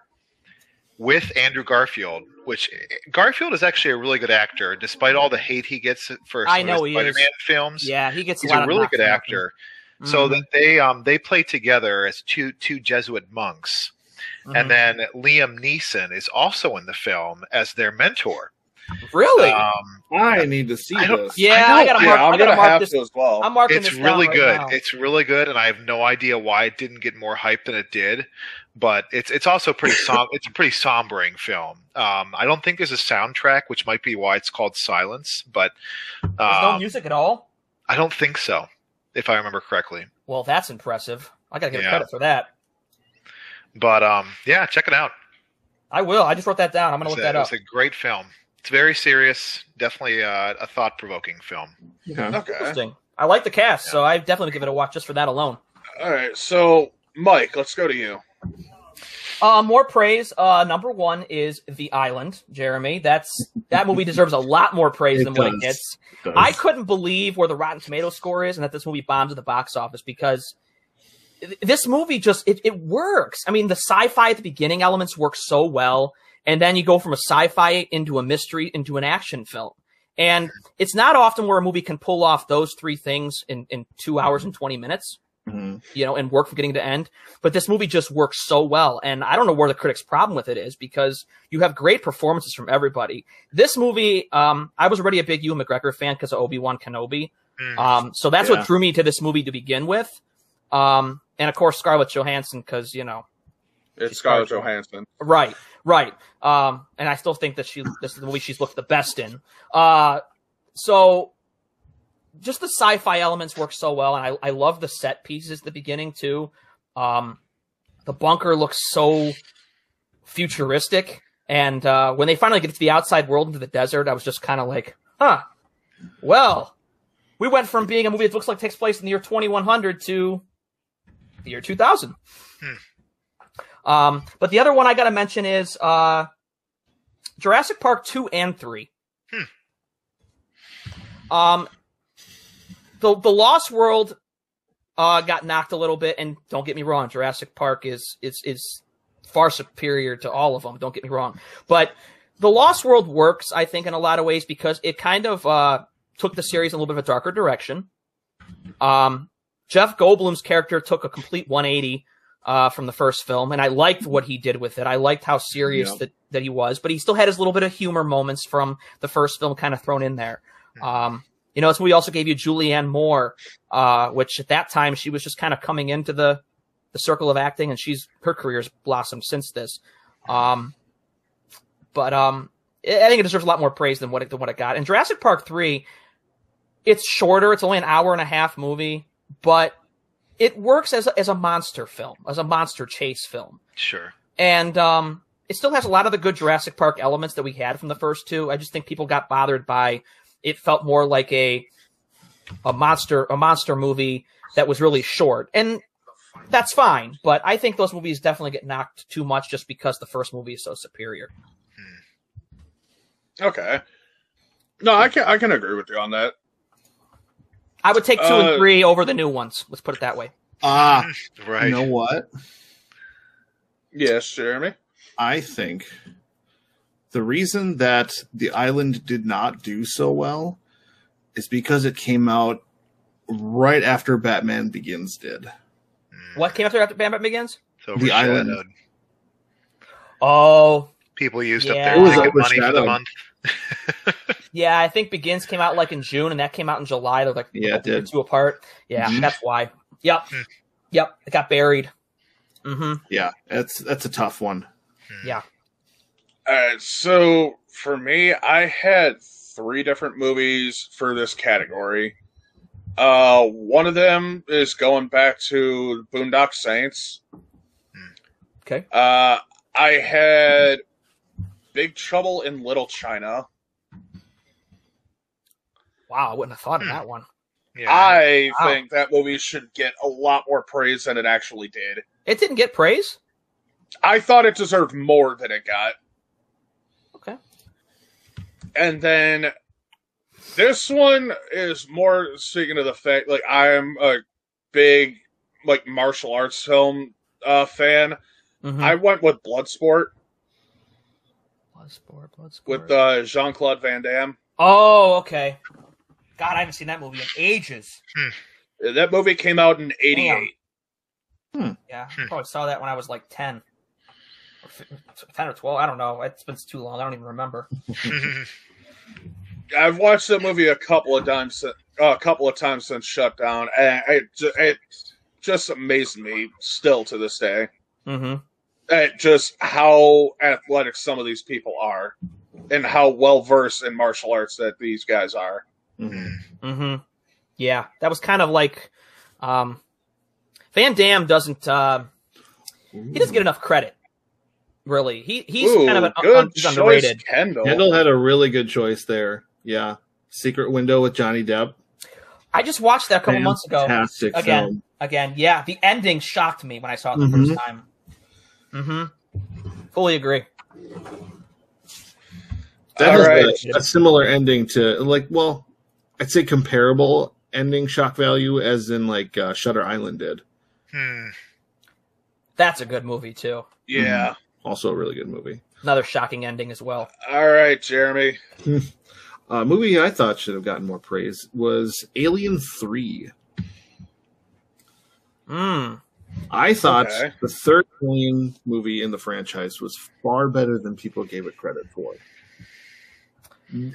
S2: with Andrew Garfield, which eh, Garfield is actually a really good actor, despite all the hate he gets for
S1: I
S2: some
S1: know
S2: of
S1: he
S2: his
S1: is.
S2: Spider-Man films.
S1: Yeah, he gets
S2: He's
S1: a lot
S2: a
S1: of
S2: really
S1: knocks
S2: good
S1: on that.
S2: actor. So
S1: Mhm.
S2: that they um, they play together as two two Jesuit monks,
S1: Mm-hmm.
S2: and then Liam Neeson is also in the film as their mentor.
S1: Mhm. really,
S2: Um,
S4: I need to see
S2: I don't-
S4: this.
S1: yeah, I,
S2: I know-
S1: gotta
S3: Yeah,
S1: mark.
S3: I'm
S1: I gotta
S3: gonna
S1: mark
S3: have
S1: this.
S3: to as well.
S1: I'm marking
S2: it's
S1: this down
S2: really
S1: right
S2: good.
S1: now.
S2: It's really good, and I have no idea why it didn't get more hype than it did. But it's it's also pretty som- it's a pretty sombering film. Um, I don't think there's a soundtrack, which might be why it's called Silence. But
S1: There's no
S2: um,
S1: music at all.
S2: I don't think so, if I remember correctly.
S1: Well, that's impressive. I gotta give him
S2: Yeah.
S1: credit for that.
S2: But um, yeah, check it out.
S1: I will. I just wrote that down. I'm gonna
S2: It's
S1: look
S2: a,
S1: that up.
S2: it's a great film. It's very serious. Definitely uh, a thought provoking film.
S4: Okay.
S3: Okay.
S1: Interesting. I like the cast, so I definitely give it a watch just for that alone.
S3: All right. So, Mike, let's go to you.
S1: Uh, more praise. Uh, number one is The Island, Jeremy. That's that movie deserves a lot more praise
S4: It
S1: than what it
S4: does.
S1: gets.
S6: Does-
S1: I couldn't believe where the Rotten Tomato score is and that this movie bombed at the box office because th- this movie just it, it works. I mean, the sci-fi at the beginning elements work so well, and then you go from a sci-fi into a mystery into an action film. And it's not often where a movie can pull off those three things in, in two hours and twenty minutes
S4: Mhm.
S1: you know, and work from getting to end. But this movie just works so well. And I don't know where the critics' problem with it is because you have great performances from everybody. This movie, um, I was already a big Ewan McGregor fan because of Obi Wan Kenobi.
S2: Mm.
S1: Um, so that's
S4: Yeah.
S1: what drew me to this movie to begin with. Um, and of course, Scarlett Johansson because, you know,
S3: It's Scarlett Johansson.
S1: Right, right. Um, and I still think that she this is the movie she's looked the best in. Uh, so just the sci-fi elements work so well, and I I love the set pieces at the beginning too. Um, the bunker looks so futuristic, and uh, when they finally get to the outside world into the desert, I was just kind of like, huh, well, we went from being a movie that looks like takes place in the year 2100 to the year 2000. Um, but the other one I got to mention is uh, Jurassic Park two and three. Um, the the Lost World uh, got knocked a little bit, and don't get me wrong, Jurassic Park is is is far superior to all of them. Don't get me wrong, but the Lost World works, I think, in a lot of ways because it kind of uh, took the series in a little bit of a darker direction. Um, Jeff Goldblum's character took a complete 180 uh, from the first film, and I liked what he did with it. I liked how serious
S4: Yeah.
S1: that, that he was, but he still had his little bit of humor moments from the first film kind of thrown in there. Um, you know, this movie also gave you Julianne Moore, uh, which at that time she was just kind of coming into the the circle of acting, and she's her career's blossomed since this. Um, but um, I I think it deserves a lot more praise than what it, than what it got. And Jurassic Park three, it's shorter; it's only an hour and a half movie, but it works as a, as a monster film, as a monster chase film,
S2: Sure.
S1: and um, it still has a lot of the good Jurassic Park elements that we had from the first two. I just think people got bothered by it. Felt more like a a monster a monster movie that was really short, and that's fine. But I think those movies definitely get knocked too much just because the first movie is so superior.
S3: Okay. No, I can I can agree with you on that.
S1: I would take two
S3: Uh,
S1: and three over the new ones. Let's put it that way.
S4: Ah,
S2: Right.
S4: you know what?
S3: Yes, Jeremy.
S4: I think the reason that the island did not do so well is because it came out right after Batman Begins did.
S2: Mm.
S1: What came after after Bam Bam Begins?
S2: It's
S4: The island.
S2: overshadowed.
S1: Oh,
S2: People used
S1: Yeah.
S2: up
S1: It
S2: their
S1: was
S2: ticket money for the
S4: overshadowed.
S2: month.
S1: Yeah, I think Begins came out like in June, and that came out in July. They're like
S4: Yeah, it
S1: they're
S4: did.
S1: two apart. Yeah,
S4: Mhm.
S1: that's why. Yep, yep, it got buried. hmm
S4: Yeah, that's that's a tough one.
S3: Alright, so for me, I had three different movies for this category. Uh one of them is going back to Boondock Saints.
S1: Okay.
S3: Uh I had Big Trouble in Little China.
S1: Wow, I wouldn't have thought of
S2: Hmm.
S1: that one.
S2: Yeah.
S3: I
S1: Wow.
S3: think that movie should get a lot more praise than it actually did.
S1: It didn't get praise.
S3: I thought it deserved more than it got.
S1: Okay.
S3: And then this one is more speaking of the fact, like I am a big like martial arts film uh, fan.
S1: Mhm.
S3: I went with Bloodsport
S1: Bloodsport, Bloodsport.
S3: with uh, Jean Claude Van Damme.
S1: oh, okay. God, I haven't seen that movie in ages.
S3: That movie came out in '88.
S1: Yeah, I
S2: Hmm.
S1: probably saw that when I was like ten. Or fif- 10 or 12 i don't know it's been too long i don't even remember
S3: I've watched that movie a couple of times, si- uh, a couple of times since shutdown, and it ju- it just amazed me still to this day.
S1: mm-hmm.
S3: at just how athletic some of these people are and how well versed in martial arts that these guys are.
S4: Mhm.
S2: Mm-hmm.
S1: hmm Yeah, that was kind of like um, Van Dam doesn't uh, he doesn't get enough credit. Really, he he's
S3: Ooh,
S1: kind of an
S3: good
S1: un- he's underrated.
S3: choice, Kendall.
S4: Kendall had a really good choice there. Yeah, Secret Window with Johnny Depp.
S1: I just watched that a couple months ago.
S4: fantastic
S1: Again.
S4: film.
S1: Again, yeah, the ending shocked me when I saw it the
S4: Mhm.
S1: first time. hmm Fully agree.
S4: That
S3: All
S4: has
S3: right.
S4: a, a similar ending to like, well, I'd say comparable ending shock value as in like uh, Shutter Island did.
S2: Hmm.
S1: That's a good movie too.
S3: Yeah.
S4: Also a really good movie.
S1: Another shocking ending as well.
S3: All right, Jeremy.
S4: uh, movie I thought should have gotten more praise was Alien Three.
S1: Mm.
S4: I thought
S3: Okay.
S4: the third Alien movie in the franchise was far better than people gave it credit for.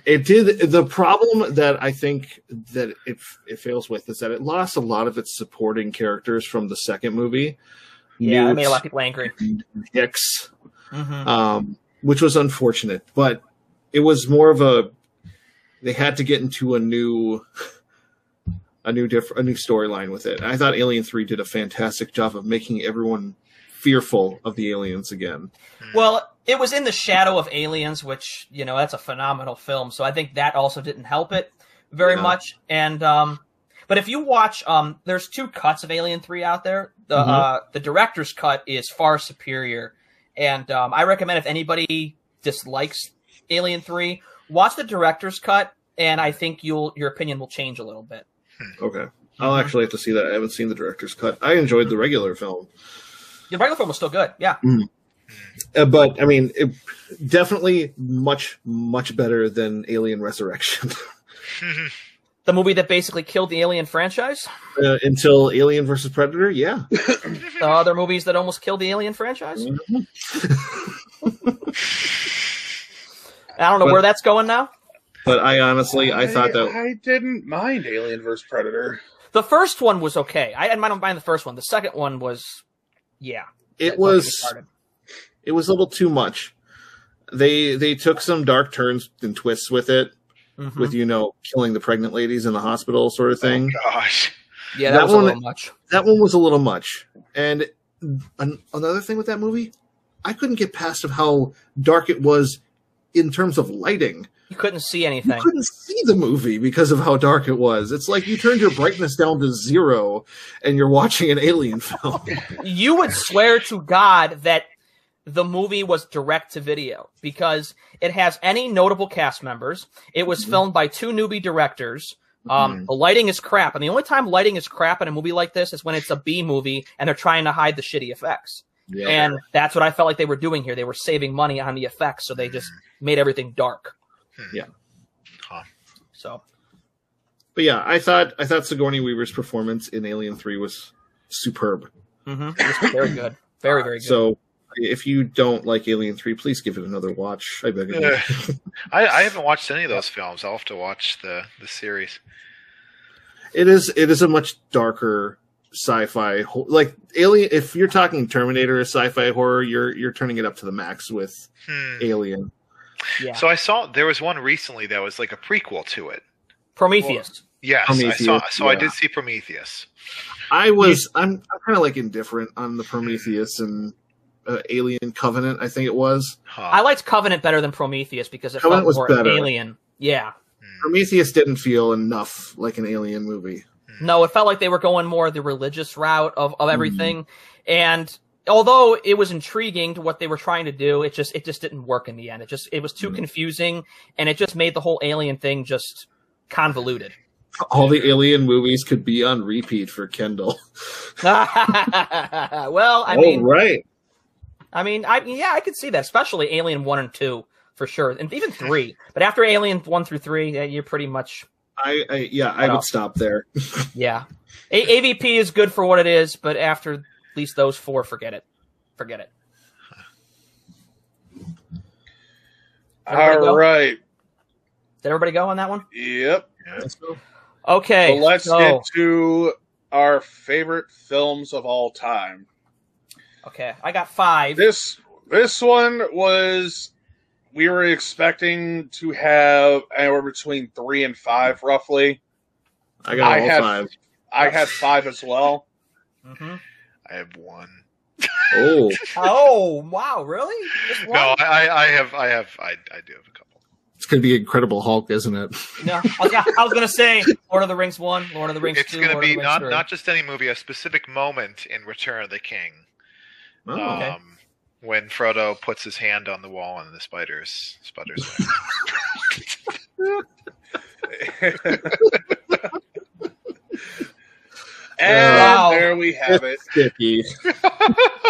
S4: It did the problem that I think that it it fails with is that it lost a lot of its supporting characters from the second movie.
S1: Yeah, I made a
S4: Newt
S1: lot of people angry.
S4: and Hicks
S1: hmm
S4: um, which was unfortunate. But it was more of a they had to get into a new a new diff- a new storyline with it. I thought Alien Three did a fantastic job of making everyone fearful of the aliens again.
S2: Mm.
S1: Well, it was in the shadow of Aliens, which you know that's a phenomenal film. So I think that also didn't help it very
S4: No.
S1: much. And um, but if you watch, um, there's two cuts of Alien Three out there. The uh, the director's cut is far superior, and um, I recommend if anybody dislikes Alien Three, watch the director's cut, and I think you'll your opinion will change a little bit.
S4: Okay. I'll actually have to see that. I haven't seen the director's cut. I enjoyed the regular film,
S1: The regular film was still good. Yeah.
S4: uh, but I mean, it, definitely much much better than Alien Resurrection
S1: The movie that basically killed the Alien franchise.
S4: uh, until Alien versus Predator. Yeah,
S2: Hmm.
S1: The other movies that almost killed the Alien franchise. I don't know
S4: But-
S1: where that's going now.
S4: but I honestly I thought that
S3: I didn't mind Alien vs Predator.
S1: The first one was okay. I, I don't mind the first one. The second one was, yeah. Don't
S4: it
S1: get me
S4: was
S1: started.
S4: it was a little too much. They they took some dark turns and twists with it,
S1: Mhm.
S4: with you know killing the pregnant ladies in the hospital sort of thing.
S2: Oh, Gosh.
S1: yeah, that,
S4: that
S1: was
S4: one-
S1: a little much.
S4: That one was a little much. And an, another thing with that movie, I couldn't get past of how dark it was in terms of lighting.
S1: You couldn't see
S4: You
S1: anything.
S4: couldn't see the movie because of how dark it was. It's like you turned your brightness down to zero, and you're watching an alien film.
S1: you would swear to God that the movie was direct to video because it has any notable cast members. It was
S4: Mm-hmm.
S1: filmed by two newbie directors. Um, The lighting is crap, and the only time lighting is crap in a movie like this is when it's a B movie and they're trying to hide the shitty effects.
S4: Yeah.
S1: And that's what I felt like they were doing here. They were saving money on the effects, so they just
S4: Mm-hmm.
S1: made everything dark.
S4: Yeah.
S2: Huh.
S1: So
S4: But yeah, I thought I thought Sigourney Weaver's performance in Alien Three was superb.
S1: mhm, it was very good, very very good.
S4: So if you don't like Alien Three, please give it another watch. I beg of you.
S2: Ugh. I, I haven't watched any of those films. I'll have to watch the, the series.
S4: It is it is a much darker sci-fi ho- like Alien. If you're talking Terminator as sci-fi horror, you're you're turning it up to the max with
S2: Hmm.
S4: Alien.
S1: yeah,
S2: So I saw there was one recently that was like a prequel to it.
S1: Prometheus.
S2: Yes, I saw.
S4: Prometheus,
S2: So I
S4: yeah.
S2: did see Prometheus.
S4: I was I'm I'm kind of like indifferent on the Prometheus and uh, Alien Covenant. I think it was
S2: Huh.
S1: I liked Covenant better than Prometheus because it
S4: Covenant
S1: felt
S4: was
S1: more
S4: better.
S1: alien. Yeah,
S2: Hmm.
S4: Prometheus didn't feel enough like an Alien movie.
S1: no, it felt like they were going more the religious route of
S4: Mm-hmm.
S1: of everything, and although it was intriguing to what they were trying to do, it just it just didn't work in the end. It just it was
S4: Mm.
S1: too confusing, and it just made the whole alien thing just convoluted.
S4: All the Alien movies could be on repeat for Kendall.
S1: well, I
S4: All
S1: mean,
S4: right.
S1: I mean, I yeah, I could see that, especially Alien One and Two for sure, and even three. But after Alien One through three, yeah, you're pretty much
S4: I, I yeah, I
S1: Wow.
S4: would stop there.
S1: yeah. A- AVP is good for what it is, but after at least those four, forget it, forget it. Everybody
S3: All
S1: go?
S3: right.
S1: Did everybody go on that one?
S3: Yep.
S1: Okay,
S3: so let's
S1: so-
S3: get to our favorite films of all time.
S1: okay. I got five.
S3: This this one was we were expecting to have anywhere between three and five roughly.
S4: I got
S3: I
S4: all
S3: had-
S4: five.
S3: I had five as well.
S1: hmm
S2: I have one.
S4: Oh,
S1: Oh wow, really? Just one?
S2: No, I, I, I have. I have. I, I do have a couple.
S4: it's gonna be Incredible Hulk, isn't it?
S1: No, I was, I was gonna say Lord of the Rings one, Lord of the Rings
S2: it's
S1: two,
S2: going to
S1: Lord of
S2: be
S1: the Rings
S2: not
S1: three.
S2: not just any movie, a specific moment in Return of the King.
S4: Oh,
S1: Okay.
S2: Um, when Frodo puts his hand on the wall and the spiders sputters. away.
S3: And
S1: Wow.
S3: there we have it.
S4: Sticky.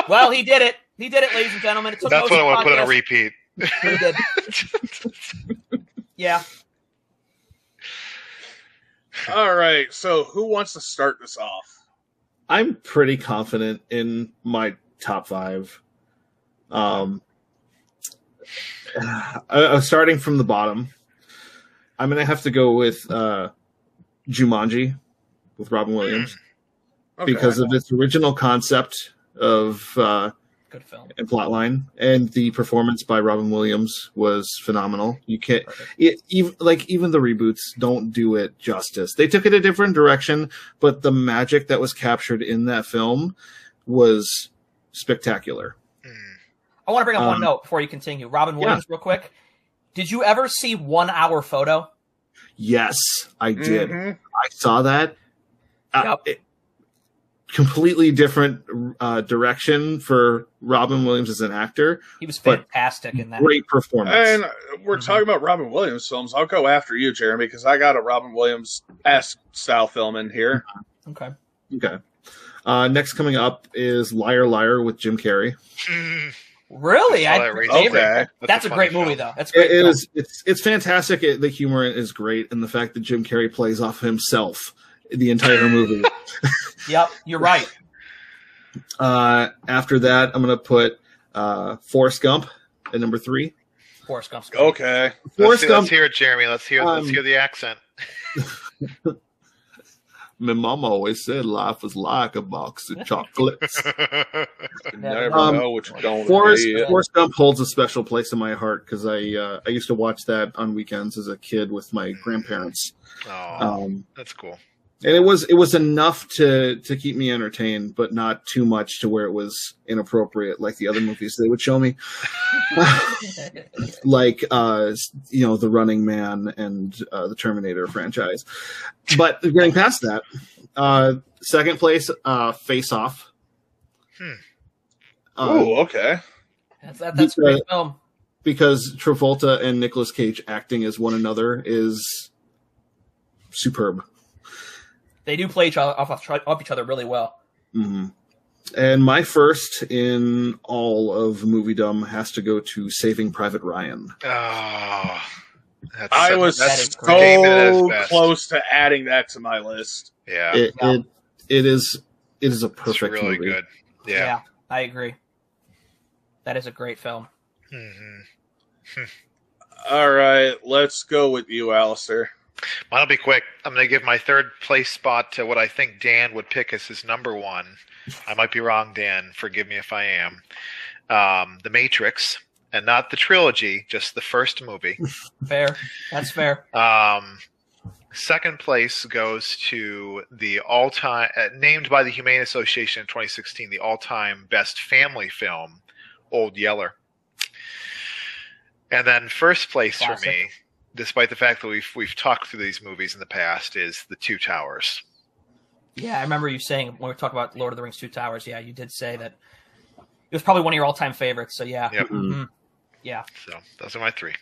S1: Well, he did it. He did it, ladies and gentlemen. It took
S2: That's
S1: most
S2: what I
S1: of
S2: want
S1: the
S2: to put on
S1: podcast.
S2: a repeat.
S1: He did. yeah.
S3: All right. So who wants to start this off?
S4: I'm pretty confident in my top five. Um, I, I'm starting from the bottom. I'm gonna have to go with uh, Jumanji with Robin Williams
S3: Mm, Okay.
S4: because of its original concept of uh,
S1: Good film.
S4: and plot line and the performance by Robin Williams was phenomenal. You can't
S1: Perfect.
S4: it, even like even the reboots don't do it justice. They took it a different direction, but the magic that was captured in that film was spectacular.
S2: Hmm.
S1: I want to bring up one
S4: Um,
S1: note before you continue. Robin
S4: yeah.
S1: Williams, real quick. Did you ever see One Hour Photo?
S4: Yes, I did.
S3: Mhm.
S4: I saw that. Uh,
S1: Mm-hmm. Yep.
S4: it- completely different uh, direction for Robin Williams as an actor.
S1: He was
S4: But-
S1: fantastic in that.
S4: Great performance.
S3: And we're
S1: Mhm.
S4: Mm-hmm.
S3: talking about Robin Williams films. I'll go after you, Jeremy, because I got a Robin Williams esque style film in here.
S1: Okay.
S4: okay. Uh, next coming up is Liar Liar with Jim Carrey.
S2: Hmm.
S1: Really?
S2: I saw
S1: I,
S2: that recently.
S1: David,
S3: Okay.
S1: That's, a,
S2: funny
S1: great movie,
S2: film.
S1: though. That's a great.
S4: It
S1: film.
S4: is. It's it's fantastic. It, the humor is great, and the fact that Jim Carrey plays off himself the entire movie.
S1: Yep, you're right.
S4: uh, after that, I'm gonna put uh, Forrest Gump at number three.
S1: Forrest Gump's great.
S3: Okay.
S2: Let's,
S4: Forrest
S2: see, let's
S4: Gump,
S2: hear it, Jeremy. Let's hear. let's
S4: Um,
S2: hear the accent.
S4: my mom always said life was like a box of chocolates.
S3: You never
S4: Um,
S3: know what you're going
S4: Forrest,
S3: to be.
S4: Forrest Gump holds a special place in my heart because I uh, I used to watch that on weekends as a kid with my grandparents.
S2: oh,
S4: Um,
S2: that's cool.
S4: and it was it was enough to to keep me entertained but not too much to where it was inappropriate like the other movies they would show me like uh you know the running man and uh, the terminator franchise but getting past that uh second place uh face off
S2: Hmm.
S4: uh,
S3: Ooh, okay.
S1: That's, that, that's a great film.
S4: because travolta and Nicolas cage acting as one another is superb
S1: They do play each other off, off, off each other really well.
S4: Mhm. And my first in all of movie dumb has to go to Saving Private Ryan.
S2: Oh, that's,
S3: I was
S1: that is
S2: David at his
S3: so
S2: best.
S3: close to adding that to my list.
S2: Yeah,
S4: It,
S1: Yeah.
S4: it it is it is a
S2: it's
S4: perfect
S2: really
S4: movie.
S2: good. Yeah.
S1: I agree. That is a great film.
S2: Mhm.
S3: All right, let's go with you, Alistair.
S2: Mine'll be quick. I'm going to give my third place spot to what I think Dan would pick as his number one. I might be wrong, Dan. Forgive me if I am. Um, the Matrix, and not the trilogy, just the first movie.
S1: Fair. That's fair.
S2: Um, second place goes to the all-time uh, named by the Humane Association in 2016, the all-time best family film, Old Yeller. And then first place for me,
S1: Classic.
S2: despite the fact that we've we've talked through these movies in the past, is The Two Towers.
S1: Yeah, I remember you saying when we talked about Lord of the Rings Two Towers, yeah, you did say that it was probably one of your all time favorites. So yeah. Mm-hmm.
S2: Yep.
S4: Mhm.
S1: Yeah.
S2: So those are my three.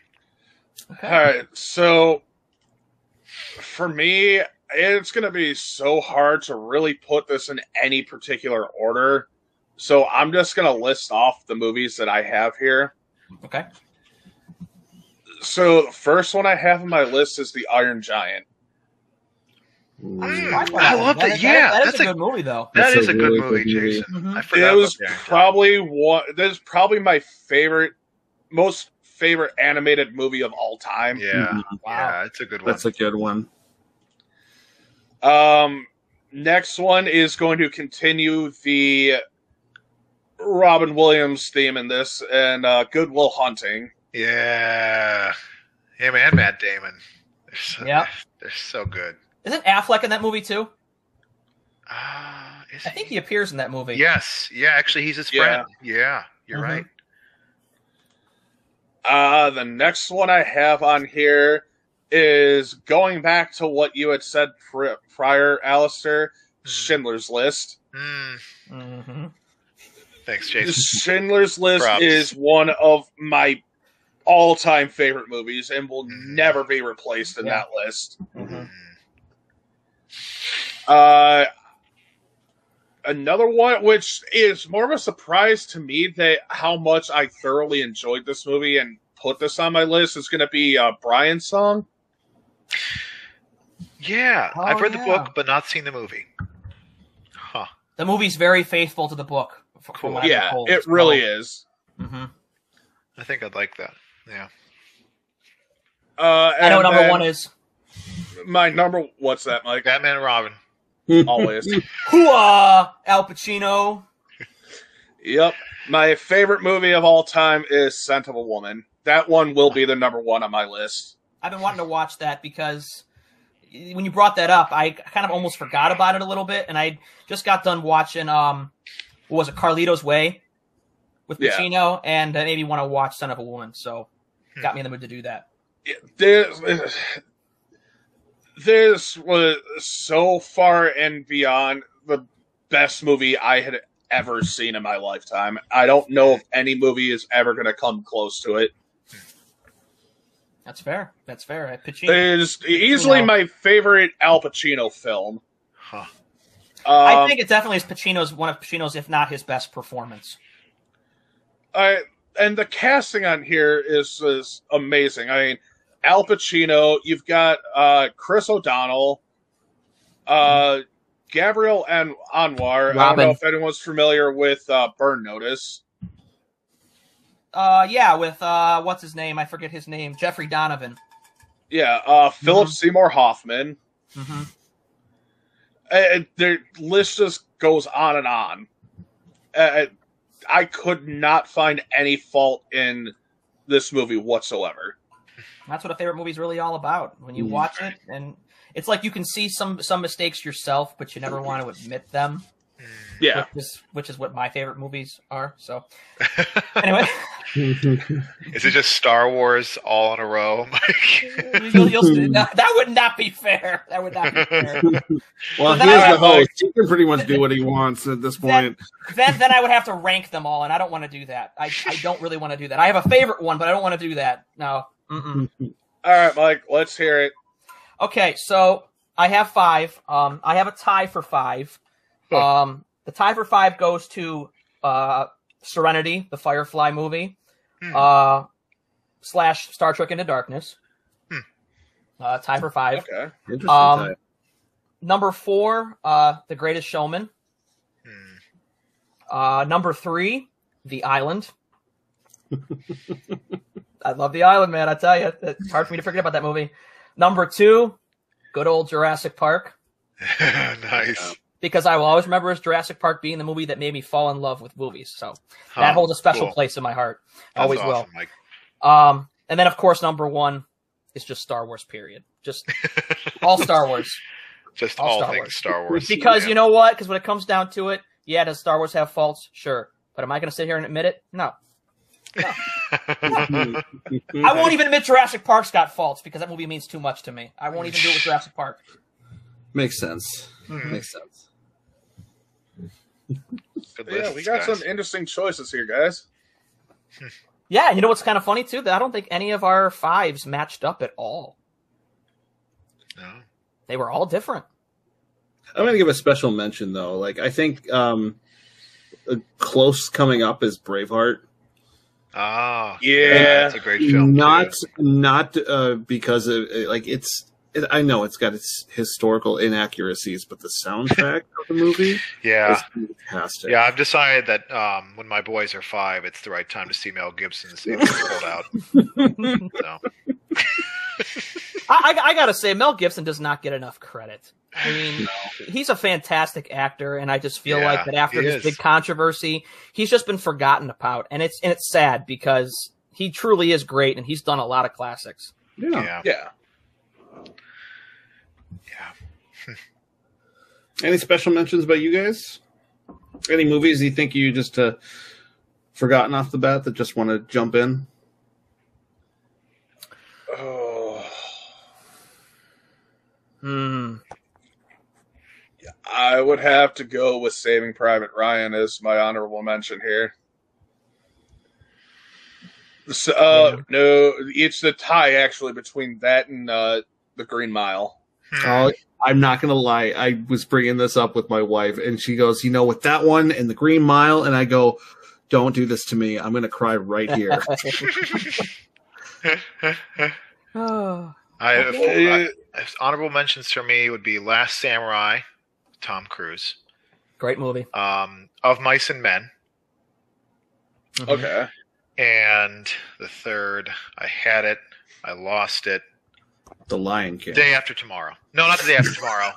S1: Okay.
S3: All right, so for me, it's going to be so hard to really put this in any particular order. So I'm just going to list off the movies that I have here.
S1: Okay.
S3: So the first one I have on my list is The Iron Giant.
S4: Ooh.
S2: Mm.
S1: Hmm.
S2: I love that.
S1: is-
S2: Yeah,
S1: that is,
S2: that's
S1: a
S2: a-
S1: good movie though.
S4: That's
S2: That
S4: a
S2: is a good
S4: really
S2: movie,
S4: good movie.
S2: Jason.
S1: Mhm.
S2: I forgot.
S3: It was
S2: about that.
S3: probably one. That is probably my favorite, most favorite animated movie of all time.
S2: yeah,
S1: Wow.
S2: yeah, it's a good one.
S4: That's a good one.
S3: Um, next one is going to continue the Robin Williams theme in this, and uh, Goodwill Hunting.
S2: yeah, him and Matt Damon. They're so,
S1: Yeah.
S2: they're so good.
S1: Isn't Affleck in that movie too?
S2: Ah, is
S1: I think he appears in that movie.
S2: Yes. Yeah. Actually, he's his
S3: Yeah.
S2: friend. Yeah. You're
S1: Mhm.
S2: right.
S3: Uh, the next one I have on here is going back to what you had said pri prior, Alistair.
S2: Hmm.
S3: Schindler's List.
S2: Mm.
S1: Mhm.
S2: Thanks,
S3: The
S2: Jason.
S3: Schindler's List
S2: Props.
S3: is one of my all-time favorite movies and will
S2: Hmm.
S3: never be replaced in
S1: Yeah.
S3: that list.
S1: Mm-hmm.
S2: Mm.
S3: Uh, another one, which is more of a surprise to me that how much I thoroughly enjoyed this movie and put this on my list, is going to be uh, Brian's song.
S2: Yeah,
S1: Oh,
S2: I've read
S1: yeah.
S2: the book but not seen the movie. Huh.
S1: The movie's very faithful to the book. f- from
S2: Cool.
S1: what I've been
S3: Yeah,
S1: told.
S3: it
S1: It's
S3: really
S1: cool.
S3: is.
S1: Mhm.
S2: I think I'd like that. Yeah.
S3: Uh,
S1: I know
S3: and
S1: number
S3: then
S1: one is.
S3: my number. What's that, Mike?
S2: Batman and Robin.
S3: Always.
S1: Hooah! Al Pacino.
S3: yep. My favorite movie of all time is Scent of a Woman. That one will be the number one on my list.
S1: I've been wanting to watch that because when you brought that up, I kind of almost forgot about it a little bit, and I just got done watching um, what was it, Carlito's Way, with
S3: Yeah.
S1: Pacino, and I maybe want to watch Son of a Woman. So, got me in the mood to do that.
S3: This, this was so far and beyond the best movie I had ever seen in my lifetime. I don't know if any movie is ever going to come close to it.
S1: That's fair. That's fair. Uh, Pacino.
S3: It is easily my favorite Al Pacino film.
S2: Huh.
S1: I
S3: Um,
S1: think it definitely is Pacino's one of Pacino's, if not his best performance.
S3: I and the casting on here is is amazing. I mean, Al Pacino, you've got uh, Chris O'Donnell, uh, Gabriel and Anwar. I don't
S1: Robin.
S3: know if anyone's familiar with uh, Burn Notice.
S1: Uh, yeah, with uh, what's his name? I forget his name. Jeffrey Donovan.
S3: Yeah, uh, Philip Seymour Hoffman.
S1: Mm-hmm.
S3: And their list just goes on and on. Uh, I could not find any fault in this movie whatsoever.
S1: That's what a favorite movie is really all about. When you
S4: Mm.
S1: watch it, and it's like you can see some some mistakes yourself, but you never want to admit them.
S3: Yeah.
S1: which is, which is what my favorite movies are. So, anyway,
S2: Is it just Star Wars all in a row? Mike?
S1: you'll, you'll, that, that would not be fair. That would not be fair.
S4: Well,
S1: But
S4: he
S1: that-
S4: is
S1: Alright,
S4: the host. He can pretty much do what he wants at this point.
S1: then then I would have to rank them all, and I don't want to do that. I, I don't really want to do that. I have a favorite one, but I don't want to do that. No. Mm-mm.
S3: All right, Mike, let's hear it.
S1: Okay, so I have five. Um, I have a tie for five.
S2: Huh.
S1: Um, the tie for five goes to uh, Serenity, the Firefly movie,
S2: Hmm.
S1: uh, slash Star Trek Into Darkness.
S2: Hmm.
S1: Uh, tie for five.
S3: Okay.
S4: Interesting
S1: Um,
S4: time.
S1: Number four, uh, The Greatest Showman.
S2: Hmm.
S1: Uh, number three, The Island. I love The Island, man. I tell you, it's hard for me to forget about that movie. Number two, good old Jurassic Park.
S2: Hmm. nice.
S1: because I will always remember as Jurassic Park being the movie that made me fall in love with movies. So
S2: Huh,
S1: that holds a special
S2: cool.
S1: place in my heart.
S2: That's
S1: Always
S2: awesome, Mike.
S1: will. Um, and then of course number one is just Star Wars. Period. Just all Star Wars.
S2: Just
S1: All
S2: all,
S1: Star
S2: things
S1: Wars.
S2: Star Wars.
S1: Because
S2: Yeah.
S1: you know what? Because when it comes down to it, yeah, does Star Wars have faults? Sure. But am I going to sit here and admit it? No. I
S4: Mm-hmm.
S1: won't even admit Jurassic Park's got faults because that movie means too much to me. I won't even do it with Jurassic Park.
S6: Makes sense.
S2: Hmm.
S6: Makes sense.
S2: Good
S3: Yeah, we
S2: lists,
S3: got
S2: guys.
S3: some interesting choices here, guys.
S1: Yeah, you know what's kind of funny too? That I don't think any of our fives matched up at all.
S2: No.
S1: They were all different.
S6: I'm going to give a special mention though. Like I think um a close coming up is Braveheart.
S2: Ah,
S3: Yeah.
S2: that's a great film. too.
S4: not not uh, because of like it's. It, I know it's got its historical inaccuracies, but the soundtrack of the movie
S2: Yeah,
S4: is fantastic.
S2: yeah. I've decided that um, when my boys are five, it's the right time to see Mel Gibson's pulled out. So,
S1: I, I, I gotta say, Mel Gibson does not get enough credit. I mean, he's a fantastic actor, and I just feel
S2: Yeah,
S1: like that after
S2: he
S1: this
S2: is.
S1: big controversy, he's just been forgotten about, and it's and it's sad because he truly is great, and he's done a lot of classics.
S4: Yeah.
S2: yeah,
S3: Yeah.
S2: yeah.
S4: Any special mentions by you guys? Any movies you think you just uh, forgotten off the bat that just want to jump in?
S3: Oh.
S1: Hmm.
S3: I would have to go with Saving Private Ryan as my honorable mention here. So,
S1: Mm-hmm.
S3: uh, no, it's the tie actually between that and uh, the Green Mile.
S4: Oh, I'm not gonna lie. I was bringing this up with my wife, and she goes, "You know, with that one and the Green Mile," and I go, "Don't do this to me. I'm gonna cry right here."
S2: I have,
S3: Uh,
S2: I- honorable mentions for me would be Last Samurai, Tom Cruise,
S1: Great movie.
S2: um, Of Mice and Men,
S1: Mm-hmm.
S3: okay.
S2: and the third, I had it, I lost it.
S4: the Lion King.
S2: Day After Tomorrow. No, not the Day After Tomorrow.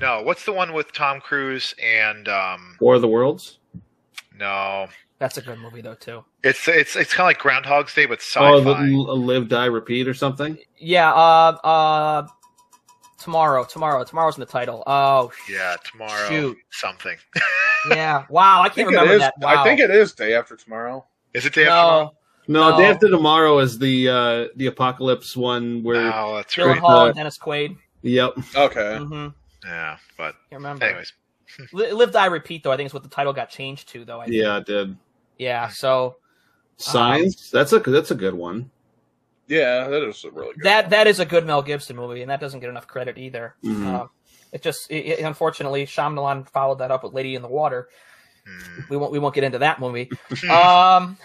S2: No, what's the one with Tom Cruise and um,
S4: War of the Worlds.
S2: no?
S1: That's a good movie though too.
S2: It's it's it's kind of like Groundhog's Day, but sci-fi.
S6: Oh, the, L- live, die, repeat, or something.
S1: Yeah. Uh. Uh. Tomorrow. Tomorrow. Tomorrow's in the title. Oh.
S2: yeah, tomorrow
S1: Shoot.
S2: something.
S1: Yeah. Wow. I
S3: I
S1: can't
S3: think, it
S1: remember
S3: is,
S1: that. Wow.
S3: I think it is Day After Tomorrow.
S2: Is it Day After Tomorrow?
S1: no.
S6: No,
S1: No.
S6: Day After Tomorrow is the uh, the apocalypse one where.
S2: Oh, that's
S1: Dylan
S2: right.
S1: Hall and Dennis Quaid.
S6: Yep.
S3: Okay.
S1: Mm-hmm. Can't
S2: Yeah, but
S1: remember.
S2: anyways,
S1: Li- Live, Die, Repeat though. I think is what the title got changed to though. I think.
S6: Yeah, it did.
S1: Yeah. So
S6: Signs. that's a that's a good one.
S3: Yeah, that is a really good.
S1: that
S3: one.
S1: that is a good Mel Gibson movie, and that doesn't get enough credit either.
S3: Mm-hmm.
S6: Mhm.
S1: Um, it just it, it- unfortunately, Shyamalan followed that up with Lady in the Water.
S2: hmm.
S1: We won't we won't get into that movie. um,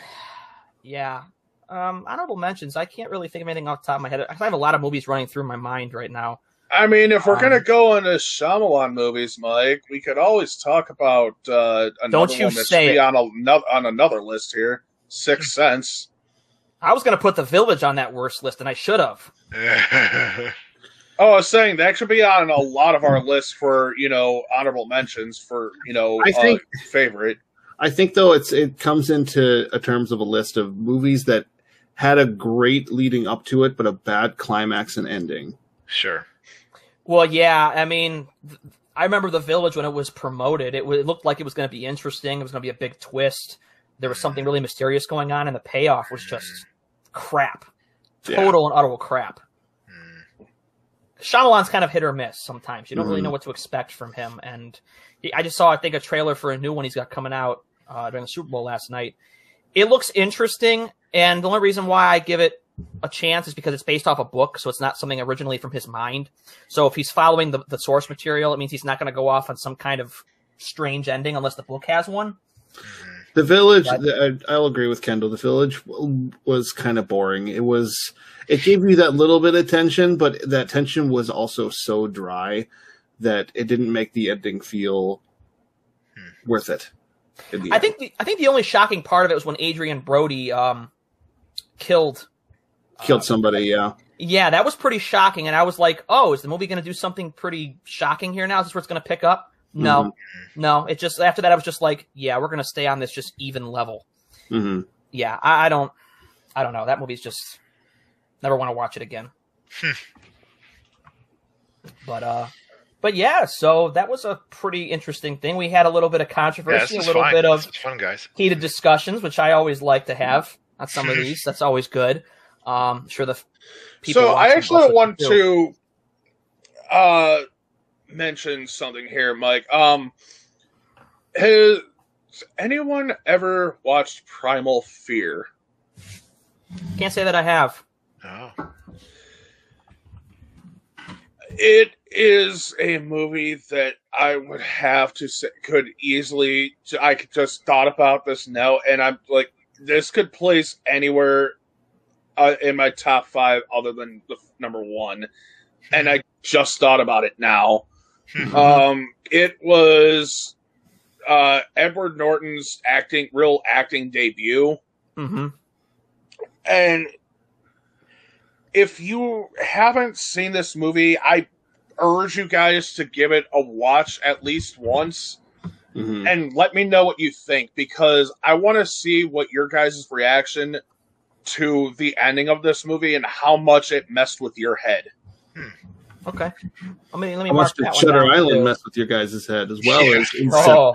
S1: yeah. Um, honorable mentions. I can't really think of anything off the top of my head. I have a lot of movies running through my mind right now.
S3: I mean, if we're
S1: Um,
S3: gonna go into Shyamalan movies, Mike, we could always talk about uh, another
S1: Don't you
S3: one that
S1: say
S3: should
S1: it. Hmm.
S3: be on another on another list here. Sixth Sense.
S1: I was gonna put The Village on that worst list, and I should have.
S3: Oh, I was saying that should be on a lot of our lists for you know honorable mentions for you know
S6: I think-
S3: uh, favorite.
S6: I think though it's it comes into a terms of a list of movies that had a great leading up to it, but a bad climax and ending.
S2: sure.
S1: Well, yeah. I mean, th- I remember The Village when it was promoted. It, wa- it looked like it was gonna be interesting. It was gonna be a big twist. There was something really mysterious going on, and the payoff was just crap, total and utter crap.
S2: Hmm.
S1: Shyamalan's kind of hit or miss sometimes. You don't really
S6: Mhm.
S1: know what to expect from him. And he, I just saw, I think, a trailer for a new one he's got coming out uh, during the Super Bowl last night. It looks interesting, and the only reason why I give it a chance is because it's based off a book, so it's not something originally from his mind. So if he's following the, the source material, it means he's not going to go off on some kind of strange ending unless the book has one.
S6: The Village,
S1: Right.
S6: the, I, I'll agree with Kendall. The Village w- was kind of boring. It was, it gave you that little bit of tension, but that tension was also so dry that it didn't make the ending feel worth it. in the
S1: I
S6: end.
S1: think the, I think the only shocking part of it was when Adrian Brody um, killed uh,
S6: killed somebody. Yeah,
S1: Yeah, that was pretty shocking, and I was like, "Oh, is the movie going to do something pretty shocking here now? Is this where it's going to pick up?" No,
S2: Mm-hmm.
S1: no. It just after that, I was just like, "Yeah, we're going to stay on this just even level."
S6: hmm
S1: Yeah, I, I don't, I don't know. That movie's just never want to watch it again.
S2: Hmm.
S1: but uh, but yeah, so that was a pretty interesting thing. We had a little bit of
S2: Yeah, this
S1: controversy,
S2: is
S1: a little
S2: fine.
S1: bit of
S2: This is fun, guys.
S1: heated discussions, which I always like to have on some of these. That's always good. Um, sure the f- people.
S3: So I
S1: watching
S3: actually
S1: also
S3: want
S1: do.
S3: to uh mention something here, Mike. Um, has anyone ever watched Primal Fear?
S1: Can't say that I have.
S2: Oh,
S3: It is a movie that I would have to say could easily. I could just thought about this now, and I'm like, this could place anywhere uh, in my top five other than the f- number one. And I just thought about it now. um, it was uh, Edward Norton's acting, real acting debut.
S1: Mm-hmm.
S3: And if you haven't seen this movie, I urge you guys to give it a watch at least once
S6: hmm
S3: and let me know what you think because I want to see what your guys' reaction to the ending of this movie and how much it messed with your head.
S1: Okay. Let me let me
S6: How
S1: mark
S6: much
S1: that
S6: did
S1: one
S6: Shutter
S1: down,
S6: Island
S1: too.
S6: mess with your guys' head as well
S2: Yeah.
S6: as Inception?
S1: Oh,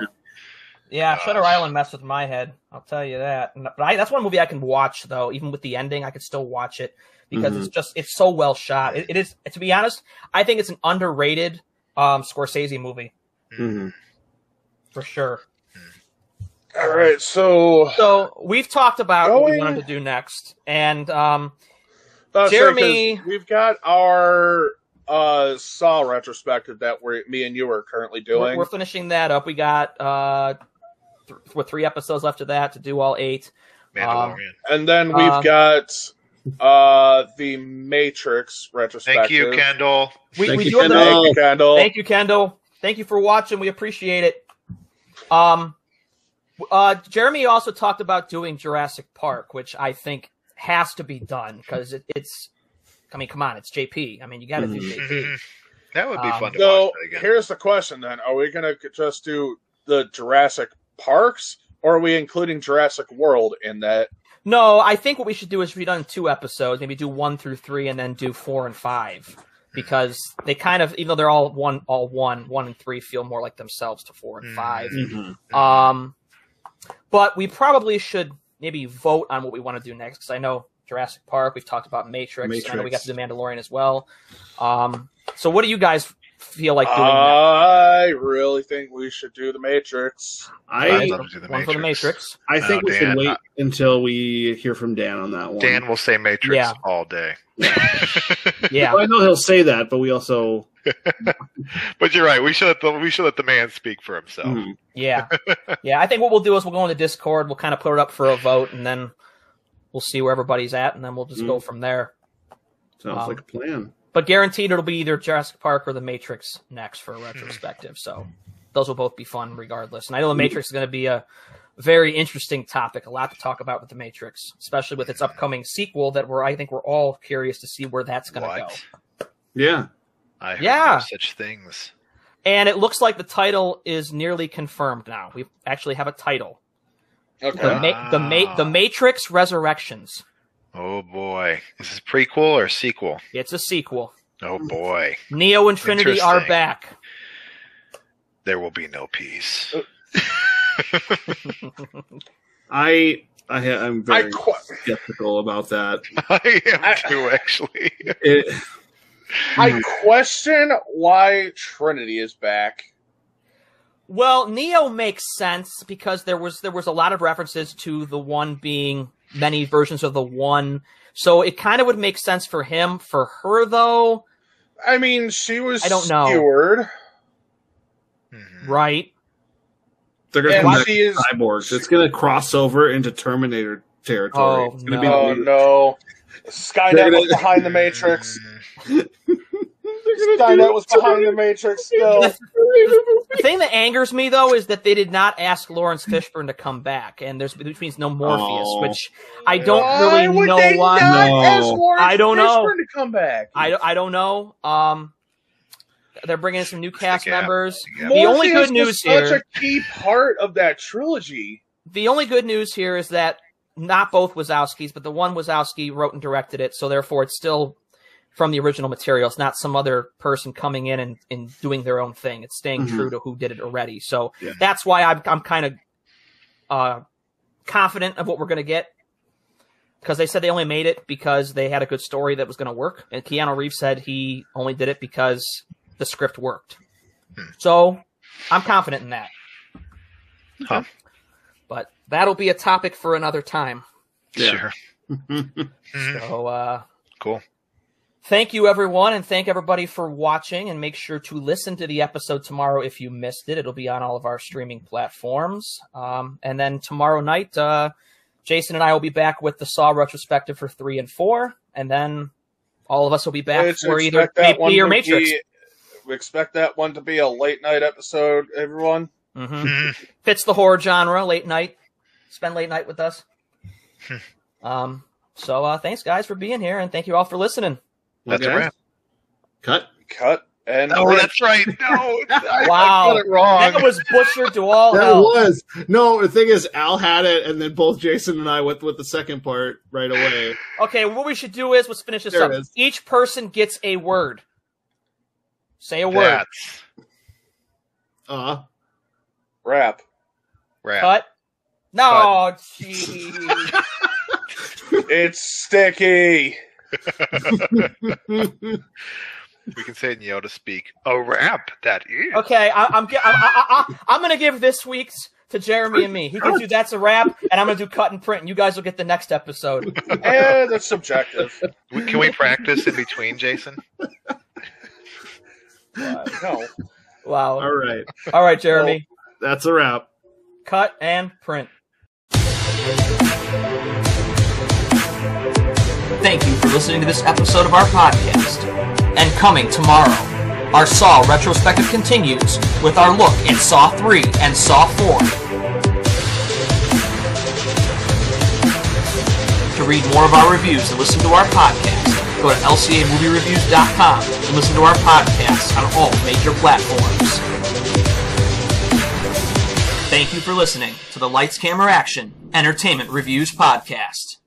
S1: yeah.
S3: Uh,
S2: Gosh.
S1: Shutter Island messed with my head. I'll tell you that. And- But I, that's one movie I can watch though, even with the ending, I could still watch it because
S6: Mm-hmm.
S1: it's just it's so well shot. It, it is to be honest, I think it's an underrated um Scorsese movie.
S6: hmm
S1: for sure.
S3: All right, so
S1: So we've talked about what we
S3: Going-
S1: wanted to do next, and um,
S3: uh, sorry, 'cause
S1: Jeremy-
S3: we've got our uh Saw retrospective that we me and you are currently
S1: we're,
S3: doing.
S1: we're finishing that up. We got uh, th- what three episodes left of that to do all eight.
S2: Mandalorian.
S1: Um,
S3: And then we've
S1: Uh,
S3: got uh the Matrix retrospective.
S2: Thank you, Kendall.
S1: We,
S6: Thank
S1: we
S6: you,
S1: do have
S6: Kendall.
S1: the
S3: Thank you, Kendall.
S1: Thank you, Kendall. Thank you for watching. We appreciate it. Um, uh, Jeremy also talked about doing Jurassic Park, which I think has to be done because it, it's. I mean, come on, it's JP. I mean, you got to
S6: Mm-hmm.
S1: do JP.
S2: Mhm. That would be
S1: Um,
S2: fun to
S3: so
S2: watch that again.
S3: here's the question then: Are we gonna just do the Jurassic Parks, or are we including Jurassic World in that?
S1: No, I think what we should do is be done in two episodes. Maybe do one through three, and then do four and five because they kind of, even though they're all one, all one, one and three feel more like themselves to four and
S2: Mhm.
S1: five.
S6: hmm
S1: Um, but we probably should maybe vote on what we want to do next because I know Jurassic Park. We've talked about Matrix. And I know we got
S6: Matrix.
S1: to do Mandalorian as well. Um, so what do you guys feel like
S6: Uh,
S1: doing? next?
S3: I really think we should do the Matrix.
S2: I'd
S6: I
S2: love to do the
S1: One for the Matrix.
S6: I think
S2: Oh,
S6: we
S2: Dan,
S6: should wait
S2: I-
S6: until we hear from Dan on that one.
S2: Dan will say Matrix
S1: Yeah.
S2: all day.
S1: Yeah.
S6: Well, I know he'll say that, but we also
S2: But you're right. We should let the, we should let the man speak for himself.
S6: Mhm.
S1: Yeah. Yeah. I think what we'll do is we'll go into Discord, we'll kind of put it up for a vote, and then we'll see where everybody's at, and then we'll just go from there.
S6: sounds
S1: Wow.
S6: like a plan.
S1: But guaranteed it'll be either Jurassic Park or The Matrix next for a retrospective. So those will both be fun regardless. And I know The Matrix is going to be a very interesting topic, a lot to talk about with The Matrix, especially with its upcoming sequel that we're, I think we're all curious to see where that's going to go.
S2: What?
S6: Yeah,
S2: I heard
S1: Yeah.
S2: no such things.
S1: And it looks like the title is nearly confirmed now. We actually have a title. The,
S3: Okay.
S1: Ma- the, Ma- the
S2: Wow.
S1: Matrix Resurrections.
S2: Oh boy, is this prequel or sequel?
S1: It's a sequel.
S2: Oh boy,
S1: Neo and Trinity are
S2: Interesting.
S1: back.
S2: there will be no peace.
S6: I I ha- I'm
S3: I
S6: very
S3: qu-
S6: skeptical about that.
S2: I am
S3: I-
S2: too, actually.
S6: It,
S3: I question why Trinity is back.
S1: Well, Neo makes sense because there was there was a lot of references to the one being many versions of the one. So it kind of would make sense for him. For her though,
S3: I mean, she was
S1: I don't know.
S3: skewered,
S2: Mhm.
S1: right?
S6: they're gonna come
S3: and
S6: back
S3: she is.
S6: to cyborgs. It's gonna cross over into Terminator territory.
S1: Oh,
S6: it's gonna
S3: Oh
S6: be
S3: no! Skynet was behind the Matrix.
S2: Mm-hmm.
S3: Skynet was behind the Matrix. Still,
S1: The thing that angers me though is that they did not ask Lawrence Fishburne to come back, and there's which means no Morpheus,
S6: Oh.
S1: which I don't
S3: Why
S1: really
S3: would
S1: know
S3: they
S1: why.
S3: Not
S6: No.
S3: ask Lawrence
S1: I don't know.
S3: Fishburne To come back,
S1: I, I don't know. Um, they're bringing in some new cast
S2: gap.
S1: members.
S2: Yeah.
S1: The only
S3: Morpheus
S1: good news
S3: was such
S1: here-
S3: a key part of that trilogy.
S1: the only good news here is that not both Wazowskis, but the one Wazowski wrote and directed it, so therefore it's still from the original material. It's not some other person coming in and, and doing their own thing. It's staying
S6: Mhm.
S1: true to who did it already. So
S6: Yeah.
S1: that's why I'm I'm kind of uh, confident of what we're gonna get because they said they only made it because they had a good story that was gonna work, and Keanu Reeves said he only did it because the script worked. So I'm confident in that.
S2: Huh.
S1: But that'll be a topic for another time.
S6: Yeah.
S2: Sure.
S3: Mm-hmm.
S2: Mhm.
S1: So uh
S2: Cool.
S1: thank you everyone and thank everybody for watching and make sure to listen to the episode tomorrow if you missed it. It'll be on all of our streaming platforms. Um and then tomorrow night uh Jason and I will be back with the Saw retrospective for 3 and 4 and then all of us will be back
S3: It's-
S1: for either
S3: expect that one
S1: maybe your
S3: to
S1: Matrix.
S3: be- we expect that one to be a late night episode, everyone.
S1: hmm
S2: Mhm.
S1: Fits the horror genre, late night. Spend late night with us. um so uh thanks guys for being here and thank you all for listening.
S6: Well,
S2: That's a
S6: guys,
S2: wrap.
S6: Cut.
S3: Cut and
S2: Oh, that's right. No, I,
S1: Wow.
S2: I got it wrong.
S1: That was butchered to all
S2: Oh,
S6: That
S1: hell.
S6: was no. The thing is, Al had it, and then both Jason and I went with the second part right away.
S1: Okay, what we should do is let's finish this
S6: There
S1: up.
S6: it is.
S1: Each person gets a word. Say a word.
S2: That's
S6: Uh,
S3: wrap.
S2: right.
S1: Cut. No, jeez.
S3: It's sticky.
S2: We can say it in Yoda speak. A wrap that is.
S1: Okay, I, I'm gi- I, I, I, I'm gonna give this week's to Jeremy and me. He can do that's a wrap, and I'm gonna do cut and print, and you guys will get the next episode.
S3: eh, that's subjective.
S2: W- Can we practice in between, Jason?
S3: But no,
S1: Wow.
S6: All right.
S1: All right, Jeremy,
S6: That's a wrap.
S1: cut and print. Thank you for listening to this episode of our podcast. And coming tomorrow, our Saw retrospective continues with our look at Saw 3 and Saw 4. To read more of our reviews and listen to our podcast, go to lcamoviereviews.com and listen to our podcasts on all major platforms. Thank you for listening to the Lights, Camera, Action Entertainment Reviews Podcast.